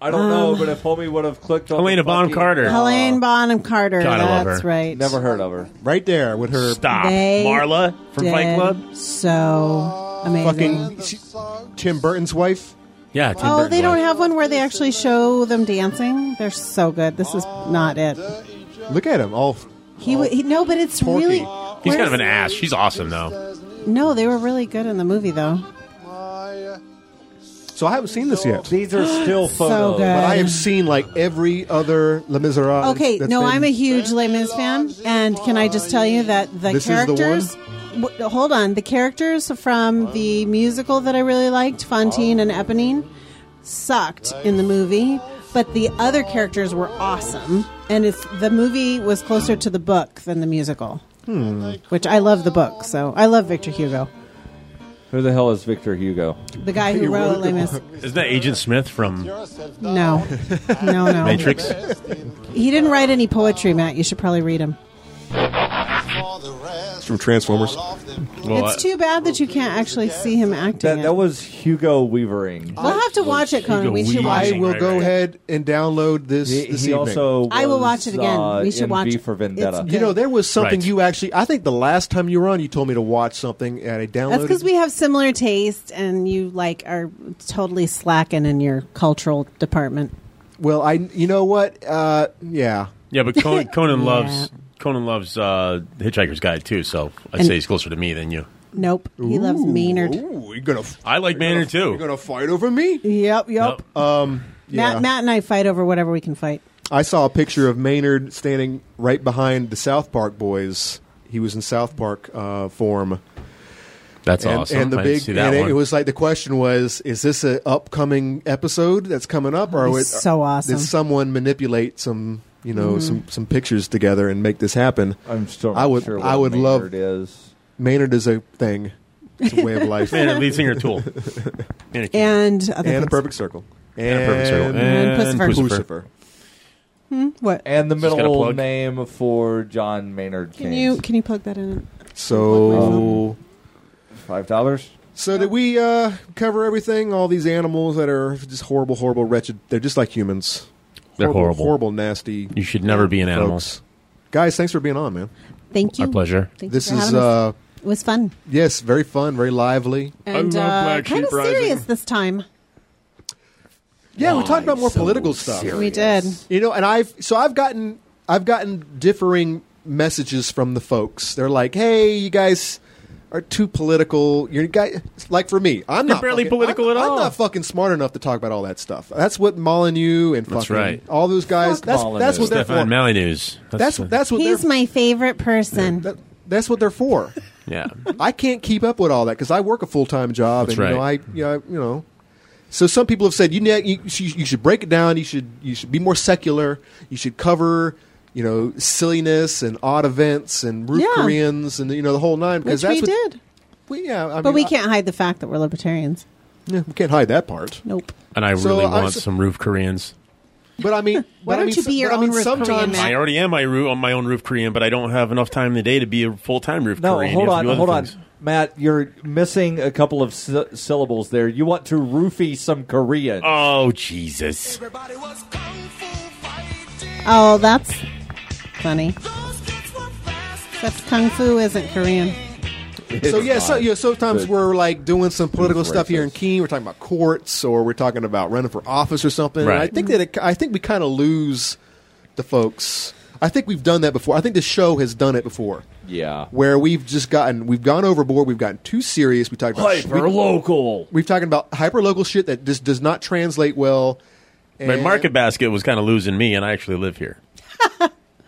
C: I don't know, but if homie would have clicked on
H: Um, Helena
C: the
H: Bonham
C: fucking-
H: Carter.
A: Helene Bonham Carter.
H: God, I love
A: That's
H: her.
A: right.
C: Never heard of her.
B: Right there with her.
H: Stop.
A: They
H: Marla from Fight
A: did
H: Club.
A: So amazing.
B: Fucking she- Tim Burton's wife.
H: Yeah.
A: Oh, they don't have one where they actually show them dancing. They're so good. This is not it.
B: Look at him. All
A: He, w- he no, but it's
B: Porky.
A: really
H: He's kind of an ass. She's awesome though.
A: no. They were really good in the movie though.
B: So I haven't seen this yet.
C: These are still
A: So photos. good.
B: but I have seen like every other Les Miserables.
A: Okay,
B: that's
A: no,
B: been-
A: I'm a huge Les Mis fan, and can I just tell you that the
B: This is the one?
A: characters. w- hold on, the characters from the musical that I really liked, Fontaine and Eponine, sucked in the movie, but the other characters were awesome, and it's the movie was closer to the book than the musical.
B: Hmm.
A: Which I love the book, so I love Victor Hugo,
C: Who the hell is Victor Hugo?
A: the guy who wrote Les Mis.
H: Isn't that Agent Smith from
A: No, no, no.
H: Matrix?
A: He didn't write any poetry, Matt. You should probably read him.
B: It's from Transformers.
H: Well,
A: it's too bad that you can't actually see him acting.
C: That, that was Hugo Weavering.
A: We'll have to watch it, Conan. We should watch
B: I
A: it.
B: will go ahead and download this.
C: He-
B: this
C: he
B: evening.
C: also
A: I will watch it again.
C: uh,
A: we should
C: in
A: watch
C: V
A: it.
C: for Vendetta.
A: It's
B: You know, there was something
C: Right.
B: you actually. I think the last time you were on, you told me to watch something, and I downloaded.
A: That's because we have similar taste, and you like are totally slacking in your cultural department.
B: Well, I. You know what? Uh, yeah.
H: Yeah, but Conan, Conan
A: Yeah.
H: loves Conan loves uh, Hitchhiker's Guide too. So I'd
A: And-
H: say he's closer to me than you.
A: Nope, he loves Maynard.
B: Ooh, you're gonna.
H: I like Manor
B: You're
H: too.
B: gonna fight over me?
A: Yep, yep.
B: Um. Yeah.
A: Matt, Matt and I fight over whatever we can fight.
B: I saw a picture of Maynard standing right behind the South Park boys. He was in South Park uh, form.
H: That's
B: and,
H: awesome.
B: And the
H: I
B: big
H: didn't see that
B: and it-
H: one.
B: it was like the question was, is this an upcoming episode that's coming up, or
A: That'd be
B: was,
A: so awesome.
B: Did someone manipulate some you know
A: Mhm.
B: some some pictures together and make this happen?
C: I'm still. Not
B: I would
C: Sure what
B: I would
C: Maynard
B: love
C: Is.
B: Maynard is a thing. It's a way of life.
H: Maynard, lead singer of Tool.
A: And other
B: and
A: things.
B: a perfect circle.
H: And a perfect circle. And
A: And Pussifer.
B: Pussifer.
A: Hmm, what?
C: And the
A: Just gotta
C: middle
A: plug.
C: name for John Maynard
A: Can
C: Keynes.
A: you can you plug that in?
B: So
C: five dollars.
B: So did we uh, cover everything? All these animals that are just horrible, horrible, wretched. They're just like humans.
H: They're horrible.
B: horrible, nasty.
H: You should never be an animal.
B: folks. Guys, thanks for being on, man.
A: Thank you.
H: My pleasure.
A: Thank
B: this
A: you for
B: is
A: having us.
B: uh,
A: It was fun
B: yes, very fun, very lively.
A: and uh, kind of serious this time.
B: Yeah, we talked about more political stuff.
A: We did.
B: You know, and I've so I've gotten I've gotten differing messages from the folks. They're like, "Hey, you guys are too political. You're guys like for me, I'm
H: You're
B: not
H: barely
B: fucking-
H: political
B: I'm,
H: at
B: I'm
H: all.
B: not fucking smart enough to talk about all that stuff. That's what Molyneux and fucking
H: That's right.
B: all those guys. that's that's what they're
H: Stefan
B: for.
H: Malley news. uh,
B: That's that's what
A: He's
B: they're
A: my favorite person.
B: that, that's what they're for.
H: yeah.
B: I can't keep up with all that because I work a full time job,
H: That's
B: and you know, I
H: right.
B: you know, I- you know. So some people have said you, ne- you you you should break it down. You should you should be more secular. You should cover you know silliness and odd events and root
A: Yeah.
B: Koreans and you know the whole nine
A: Which
B: because
A: we
B: that's what,
A: did.
B: We, yeah, I
A: but
B: mean,
A: we
B: I-
A: can't hide the fact that we're libertarians.
B: Yeah, we can't hide that part.
A: Nope.
H: And I
B: So,
H: really
B: I-
H: want
B: so-
H: some roof Koreans.
B: But I mean,
A: Why
B: but I
A: don't
B: mean,
A: you
B: so-
A: be your
B: but I mean,
A: own Roof Korean,
B: sometimes
A: Matt?
H: I already am my roo- on my own roof Korean, but I don't have enough time in the day to be a full time roof
C: No,
H: Korean.
C: hold
H: You have to
C: on,
H: do other
C: hold on,
H: things.
C: Matt. You're missing a couple of sy- syllables there. You want to roofie some Korean?
H: Oh Jesus!
A: Oh, that's funny. That's kung fu isn't Korean.
B: so yeah, so yeah, sometimes
C: But-
B: we're like doing some political
C: It's
B: stuff here in Keene. We're talking about courts, or we're talking about running for office or something. And
H: Right.
B: I think that it, I think we kind of lose the folks. I think we've done that before. I think the show has done it before,
C: Yeah.
B: where we've just gotten we've gone overboard. We've gotten too serious. We talked about
C: Hyper local.
B: We, have talking about hyper local shit that just does not translate well.
H: My
B: And-
H: market basket was kind of losing me, and I actually live here.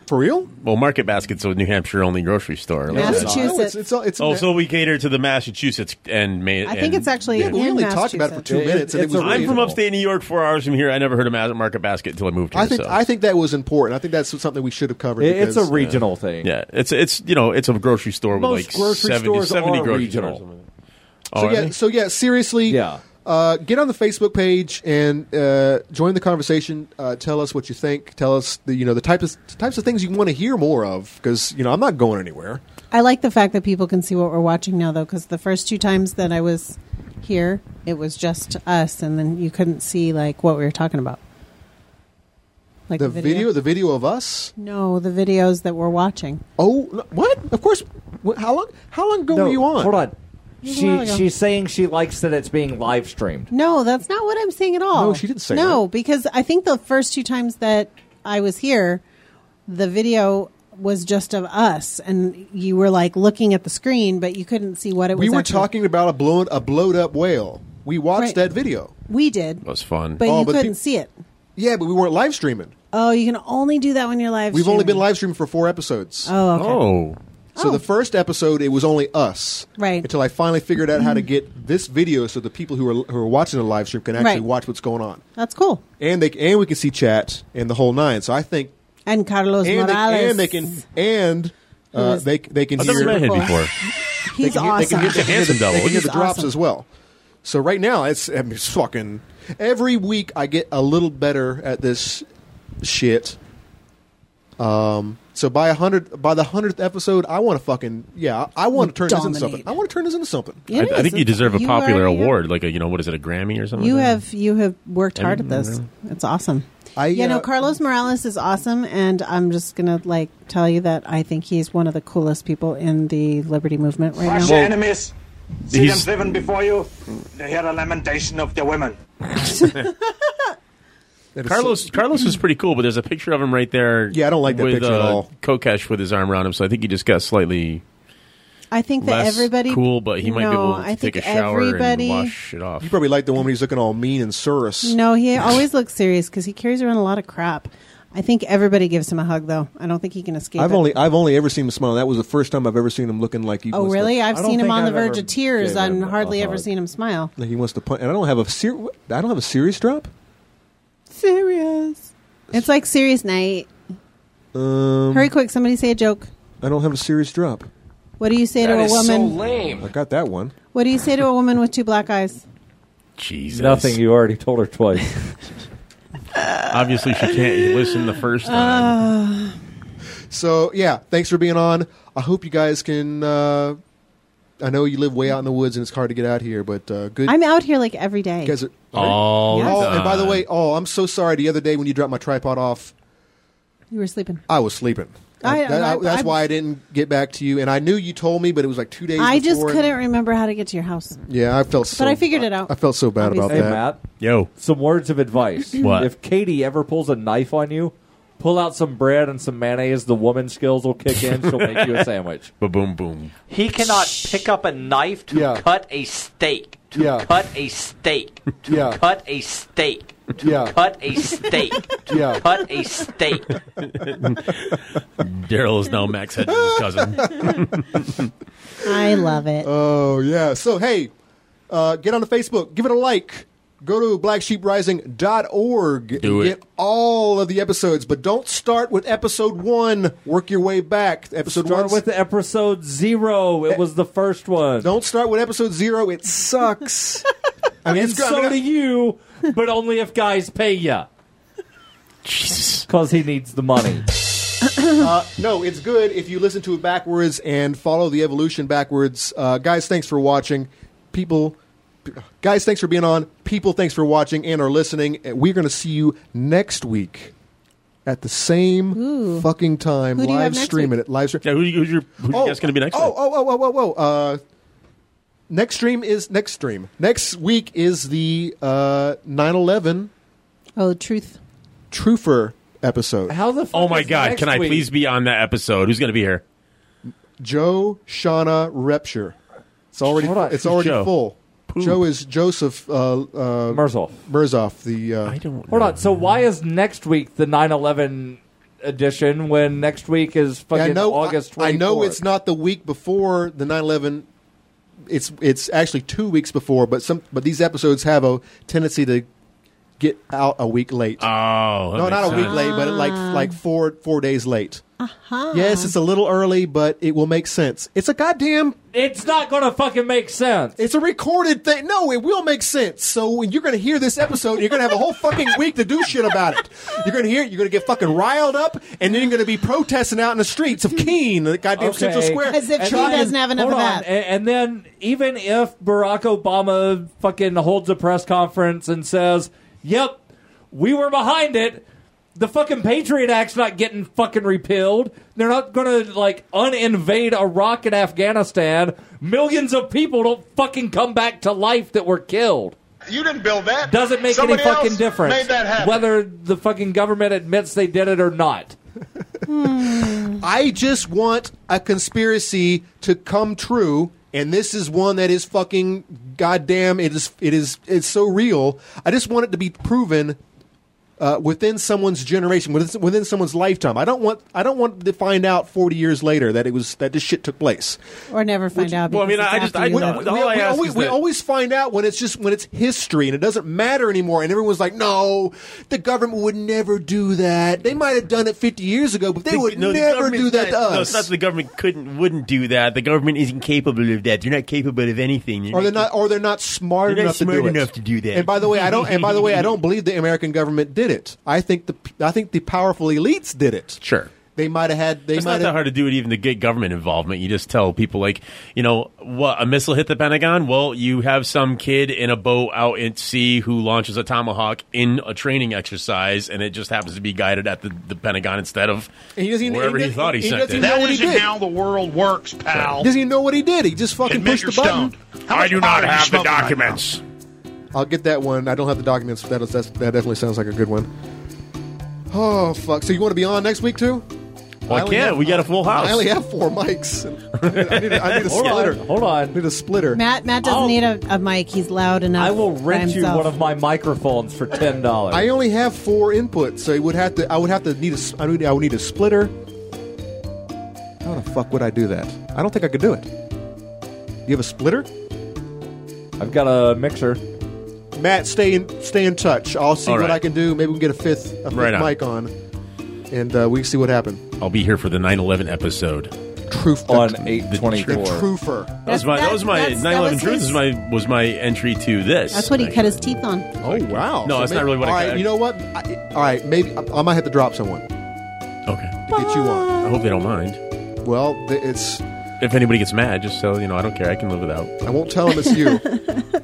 B: for real?
H: Well, market basket's a New Hampshire only grocery store.
B: No, it's-
A: Massachusetts.
B: No, it's, it's, it's,
H: Oh, so we cater to the Massachusetts and May.
A: I think it's actually
B: Yeah, we
A: in
B: only talked about it for
A: Massachusetts.
B: two
C: It-
B: minutes. and
C: it's
B: it was
C: a-
B: really-
H: I'm from upstate New York, four hours from here. I never heard of ma- Market Basket until I moved here.
B: I think
H: so.
B: I think that was important. I think that's something we should have covered.
C: It- it's a
B: because- uh,
C: regional thing.
H: yeah, it's it's you know it's a grocery store
C: Most
H: with like
C: grocery
H: 70,
C: stores
H: 70
C: are
H: grocery
C: regional.
H: stores.
B: So
H: Oh, are
B: yeah,
H: they?
B: so yeah, seriously,
C: Yeah.
B: Uh, get on the Facebook page and uh, join the conversation. Uh, tell us what you think. Tell us the you know the types of, types of things you want to hear more of because you know I'm not going anywhere.
A: I like the fact that people can see what we're watching now, though, because the first two times that I was here, it was just us, and then you couldn't see like what we were talking about. Like
B: The video, the video of us.
A: No, the videos that we're watching.
B: Oh, no- what? Of course. Wh- How long? How long ago
C: No,
B: were you on?
C: Hold on.
A: Just a while
C: She
A: ago.
C: she's saying she likes that it's being live streamed.
A: No, that's not what I'm saying at all.
B: No, she didn't say
A: No,
B: that.
A: because I think the first two times that I was here, the video was just of us, and you were like looking at the screen, but you couldn't see what it was.
B: We were
A: actually-
B: talking about a blown a blowed up whale. We watched
A: Right.
B: that video.
A: We did,
H: That was fun.
A: but
B: Oh,
A: you
B: but
A: couldn't
B: peop-
A: see it.
B: Yeah, but we weren't live streaming.
A: Oh, you can only do that when you're live.
B: We've only been
A: streaming.
B: live streaming for four episodes.
A: Oh, okay.
H: oh,
B: So the first episode, it was only us.
A: Right. Mm-hmm.
B: Until I finally figured out how to get this video so the people who are who are watching the live stream can actually
A: Right.
B: watch what's going on,
A: That's cool.
B: and they and we can see chat and the whole nine. So I think
A: And Carlos
B: and, they,
A: Morales.
B: and they can and
A: Who
B: uh,
A: is-
B: they they can
H: I've
B: hear
H: never met him
A: Beautiful.
H: before.
B: they
A: He's
B: can hear, they
A: awesome.
B: can hear, they can hear the,
H: Handsome
B: they can hear the
A: double.
B: drops
A: Awesome.
B: as well. So right now it's, I mean, it's fucking every week I get a little better at this shit. Um. So by a hundred by the hundredth episode, I want to fucking yeah. I want to turn this
A: Dominate.
B: into something. I want to turn this into something.
A: It
H: I, I
A: is.
H: think you deserve a
A: You
H: popular
A: already have-
H: award, like a you know what is it, a Grammy or something?
A: You
H: like that?
A: have you have worked hard at this. It's awesome.
B: I,
A: yeah, no,
B: uh,
A: Carlos Morales is awesome, and I'm just gonna like tell you that I think he's one of the coolest people in the liberty movement right now.
H: Well,
P: enemies. See
H: he's-
P: them driven before you. They hear a lamentation of their women.
H: Carlos Carlos is pretty cool, but there's a picture of him right there.
B: Yeah, I don't like that
H: with,
B: picture at
H: uh,
B: all.
H: Kokesh with his arm around him, so I think he just got slightly
A: I think that
H: less
A: everybody
H: cool, but he might
A: no,
H: be able to
A: I
H: take
A: think
H: a shower
A: everybody,
H: and wash it off.
B: You probably like the woman who's looking all mean and surus.
A: No, he always looks serious because he carries around a lot of crap. I think everybody gives him a hug though. I don't think he can escape.
B: I've
A: it.
B: only I've only ever seen him smile. That was the first time I've ever seen him looking like he.
A: oh
B: wants
A: really?
B: To,
A: I've
C: I don't
A: seen him
C: think
A: on the
C: I've
A: verge
C: ever
A: of tears.
C: given
A: I've
C: him a
A: hardly ever
C: hug.
A: seen him smile.
B: like he wants to punch. And I don't have a ser- I don't have a serious drop.
A: Serious. It's like serious night.
B: Um,
A: Hurry quick, somebody say a joke.
B: I don't have a serious drop.
A: What do you say
L: That
A: to a
L: is so
A: woman?
B: I
L: lame.
B: got that one.
A: what do you say to a woman with two black eyes?
H: Jesus,
C: Nothing. You already told her twice.
H: Obviously, she can't listen the first time.
B: So yeah, thanks for being on. I hope you guys can. Uh, I know you live way out in the woods and it's hard to get out here, but uh, good.
A: I'm out here like every day.
B: you guys are-
A: Uh,
H: All
A: Yeah.
H: the
B: oh, and by the
H: time.
B: way, oh, I'm so sorry. The other day when you dropped my tripod off,
A: you were sleeping.
B: I was sleeping.
A: I-
B: That-
A: I-
B: that's
A: I-
B: why I didn't get back to you, and I knew you told me, but it was like two days.
A: I just
B: before, and-
A: couldn't remember how to get to your house.
B: Yeah, I felt. so
A: But I figured it out.
B: I felt so bad about
C: hey,
B: that.
C: Matt.
H: Yo.
C: Some words of advice.
B: What?
C: If Katie ever pulls a knife on you, pull out some bread and some mayonnaise. The woman skills will kick in. She'll make you a sandwich.
H: Ba boom boom.
Q: He cannot pick up a knife to
C: Yeah.
Q: cut a steak. To
C: Yeah.
Q: cut a steak. To
C: Yeah.
Q: cut a steak. To
H: Yeah.
Q: cut a steak. To
H: Yeah.
Q: cut a steak.
H: Daryl is now Max Hedges' cousin.
A: I love it.
B: Oh yeah. So hey, uh, get on the Facebook, give it a like. Go to blacksheeprising.org
H: Do
B: and
H: it.
B: get all of the episodes, but don't start with episode one. Work your way back. Episode
C: Start
B: one
C: with episode zero. It was the first one.
B: Don't start with episode zero. It sucks. I mean,
C: and
B: it's good.
C: so do you, but only if guys pay ya.
H: Jesus.
C: Because he needs the money.
B: uh, no, it's good if you listen to it backwards and follow the evolution backwards. Uh, guys, thanks for watching. People, guys, thanks for being on. People, thanks for watching and are listening. And We're going to see you next week at the same fucking time.
H: Who do you have
B: live
H: next
B: streaming
H: week?
B: it. Live stream.
H: Yeah, who, do you- who's your who's your guest going to be next?
B: Oh, oh, oh, oh, oh, oh. Uh, next stream is next stream. Next week is the uh, 9/11
A: Oh, truth.
B: Trufer episode.
C: How the?
H: Oh my God! Can I please be on that episode? Who's going to be here?
B: Joe Shauna Repture. It's already
H: Hold on.
B: it's already
H: Joe.
B: full.
H: Poop.
B: Joe is Joseph uh, uh,
C: Merzoff.
B: Merzoff. The uh, I
H: don't
C: Hold on. So why is next week the 9/11 edition when next week is fucking
B: I know
C: August 24th?
B: I, I know it's not the week before the 9/11. It's it's actually two weeks before, but some but these episodes have a tendency to get out a week late.
H: Oh, that
B: no, not
H: makes
B: a week
H: sense.
B: late, but like
A: Ah.
B: like four four days late. Yes, it's a little early, but it will make sense. It's a goddamn.
C: It's not going to fucking make sense.
B: It's a recorded thing. No, it will make sense. So when you're going to hear this episode, you're going to have a whole fucking week to do shit about it. You're going to hear it. You're going to get fucking riled up, and then you're going to be protesting out in the streets of Keene, the goddamn
C: Okay.
B: Central Square.
A: As if
B: And
A: she
B: then-
A: doesn't have enough of
C: Hold on.
A: that.
C: And, and then even if Barack Obama fucking holds a press conference and says, "Yep, we were behind it." The fucking Patriot Act's not getting fucking repealed. They're not going to like uninvade Iraq and Afghanistan. Millions of people don't fucking come back to life that were killed.
O: You didn't build that.
C: Doesn't make
O: Somebody
C: any fucking
O: else
C: difference
O: Made that happen.
C: whether the fucking government admits they did it or not.
B: I just want a conspiracy to come true, and this is one that is fucking goddamn. It is. It is. It's so real. I just want it to be proven uh, within someone's generation, within, within someone's lifetime. I don't want. I don't want to find out forty years later that it was that this shit took place.
A: Or never find out.
H: well, I mean,
A: because
H: I
A: it's
H: just-
A: after
H: I-
A: you
H: we-
A: left.
H: we- All I
B: we,
H: ask
B: always,
H: is
B: we
H: that-
B: always find out when it's just when it's history and it doesn't matter anymore and everyone's like no the government would never do that they might have done it 50 years ago but they
H: The-
B: would
H: no, the
B: never
H: government-
B: do that to
H: No, it's
B: us
H: not that the government couldn't wouldn't do that. The government is incapable of that. You're not capable of anything. You're
B: or they're not or they're not smart
H: They're not
B: enough
H: smart
B: to do
H: enough
B: it.
H: to do that.
B: And by the way, I don't and by the way, I don't believe the American government did it. I think the I think the powerful elites did it.
H: Sure.
B: They might have had they
H: it's not
B: might
H: that
B: have
H: hard to do it even to get government involvement. You just tell people like, you know, what a missile hit the Pentagon. Well, you have some kid in a boat out at sea who launches a tomahawk in a training exercise, and it just happens to be guided at the, the Pentagon instead of
B: And he doesn't even-
H: wherever
B: he
H: he,
B: doesn't-
H: thought he,
B: he
H: sent
B: doesn't
H: it.
B: know what he
G: Isn't
B: did.
G: how the world works, pal.
B: doesn't even know what he did. He just fucking
G: Admit
B: pushed
G: you're
B: the button.
G: stoned. How much pot are you smoking right now?
B: I'll get that one. I don't have the documents, but that, is, that's, that definitely sounds like a good one. Oh fuck! So you want to be on next week too?
H: Well, I
B: only
H: can't.
B: have-
H: We got a full house.
B: I only have four mics. I need, a- I need a
C: Oh, Hold on,
B: splitter.
C: hold on.
B: I need a splitter.
A: Matt Matt doesn't
H: Oh.
C: I'll-
A: need a, a mic. He's loud enough.
C: I will
A: by
C: rent you
A: himself.
C: one of my microphones for ten dollars.
B: I only have four inputs, so it would have to. I would have to need a. s- I would, I would need a splitter. How the fuck would I do that? I don't think I could do it. You have a splitter,
C: I've got a mixer.
B: Matt. Stay in stay in touch. I'll see
H: All
B: what
H: right.
B: I can do. Maybe we can get a fifth, a fifth
H: Right on.
B: mic on, and uh, we can see what happened.
H: I'll be here for the 9/11 episode.
B: Truth
C: on eight twenty
B: The
C: four.
B: Trufer.
H: That was my that was my
A: That's- that's- that
H: 9/11
A: was
H: truth
A: his-
H: was my was my entry to this.
A: That's what he cut
H: actually.
A: his teeth on.
B: Oh wow!
H: No, that's
B: maybe-
H: not really what I
B: All right,
H: got.
B: you know what? I, all right, maybe I, I might have to drop someone to
H: Okay.
B: get you on.
H: I hope they don't mind.
B: Well, th- it's.
H: If anybody gets mad, just so you know, I don't care. I can live without.
B: I won't tell him it's you.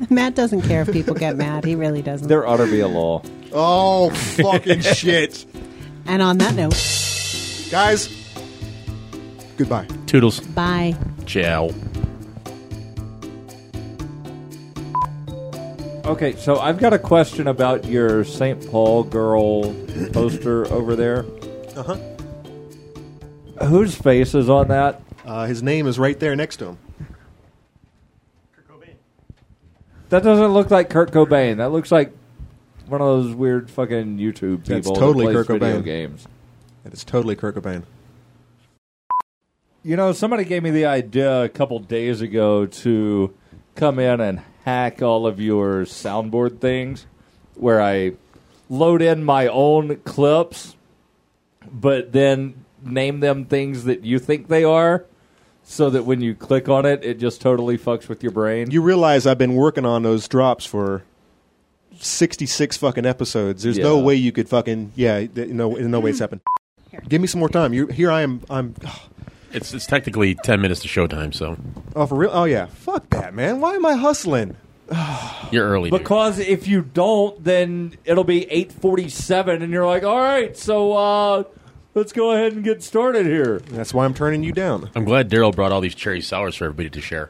A: Matt doesn't care if people get mad. He really doesn't.
C: There ought to be a law.
B: oh fucking shit,
A: And on that note.
B: guys! Goodbye.
H: Toodles.
A: Bye.
H: Ciao.
C: Okay, so I've got a question about your St. Paul girl poster over there.
B: Uh
C: Uh-huh.
B: huh.
C: Whose face is on that?
B: Uh, his name is right there next to him.
C: That doesn't look like Kurt Cobain. That looks like one of those weird fucking YouTube people.
B: That's
C: that
B: totally
C: plays
B: Kurt
C: video
B: Cobain.
C: games.
B: That is totally Kurt Cobain.
C: You know, somebody gave me the idea a couple days ago to come in and hack all of your soundboard things where I load in my own clips, but then name them things that you think they are so that when you click on it, it just totally fucks with your brain.
B: You realize I've been working on those drops for sixty-six fucking episodes. There's no
C: Yeah.
B: way you could fucking yeah. th- No, no way it's happened. Give me some more time. You here? I am. I'm.
H: It's it's technically ten minutes to showtime, so
B: Oh for real? Oh yeah. Fuck that, man. Why am I hustling?
H: you're early. dude.
C: Because if you don't, then it'll be eight forty-seven, and you're like, "All right, so uh, let's go ahead and get started here."
B: That's why I'm turning you down.
H: I'm glad Daryl brought all these cherry sours for everybody to share.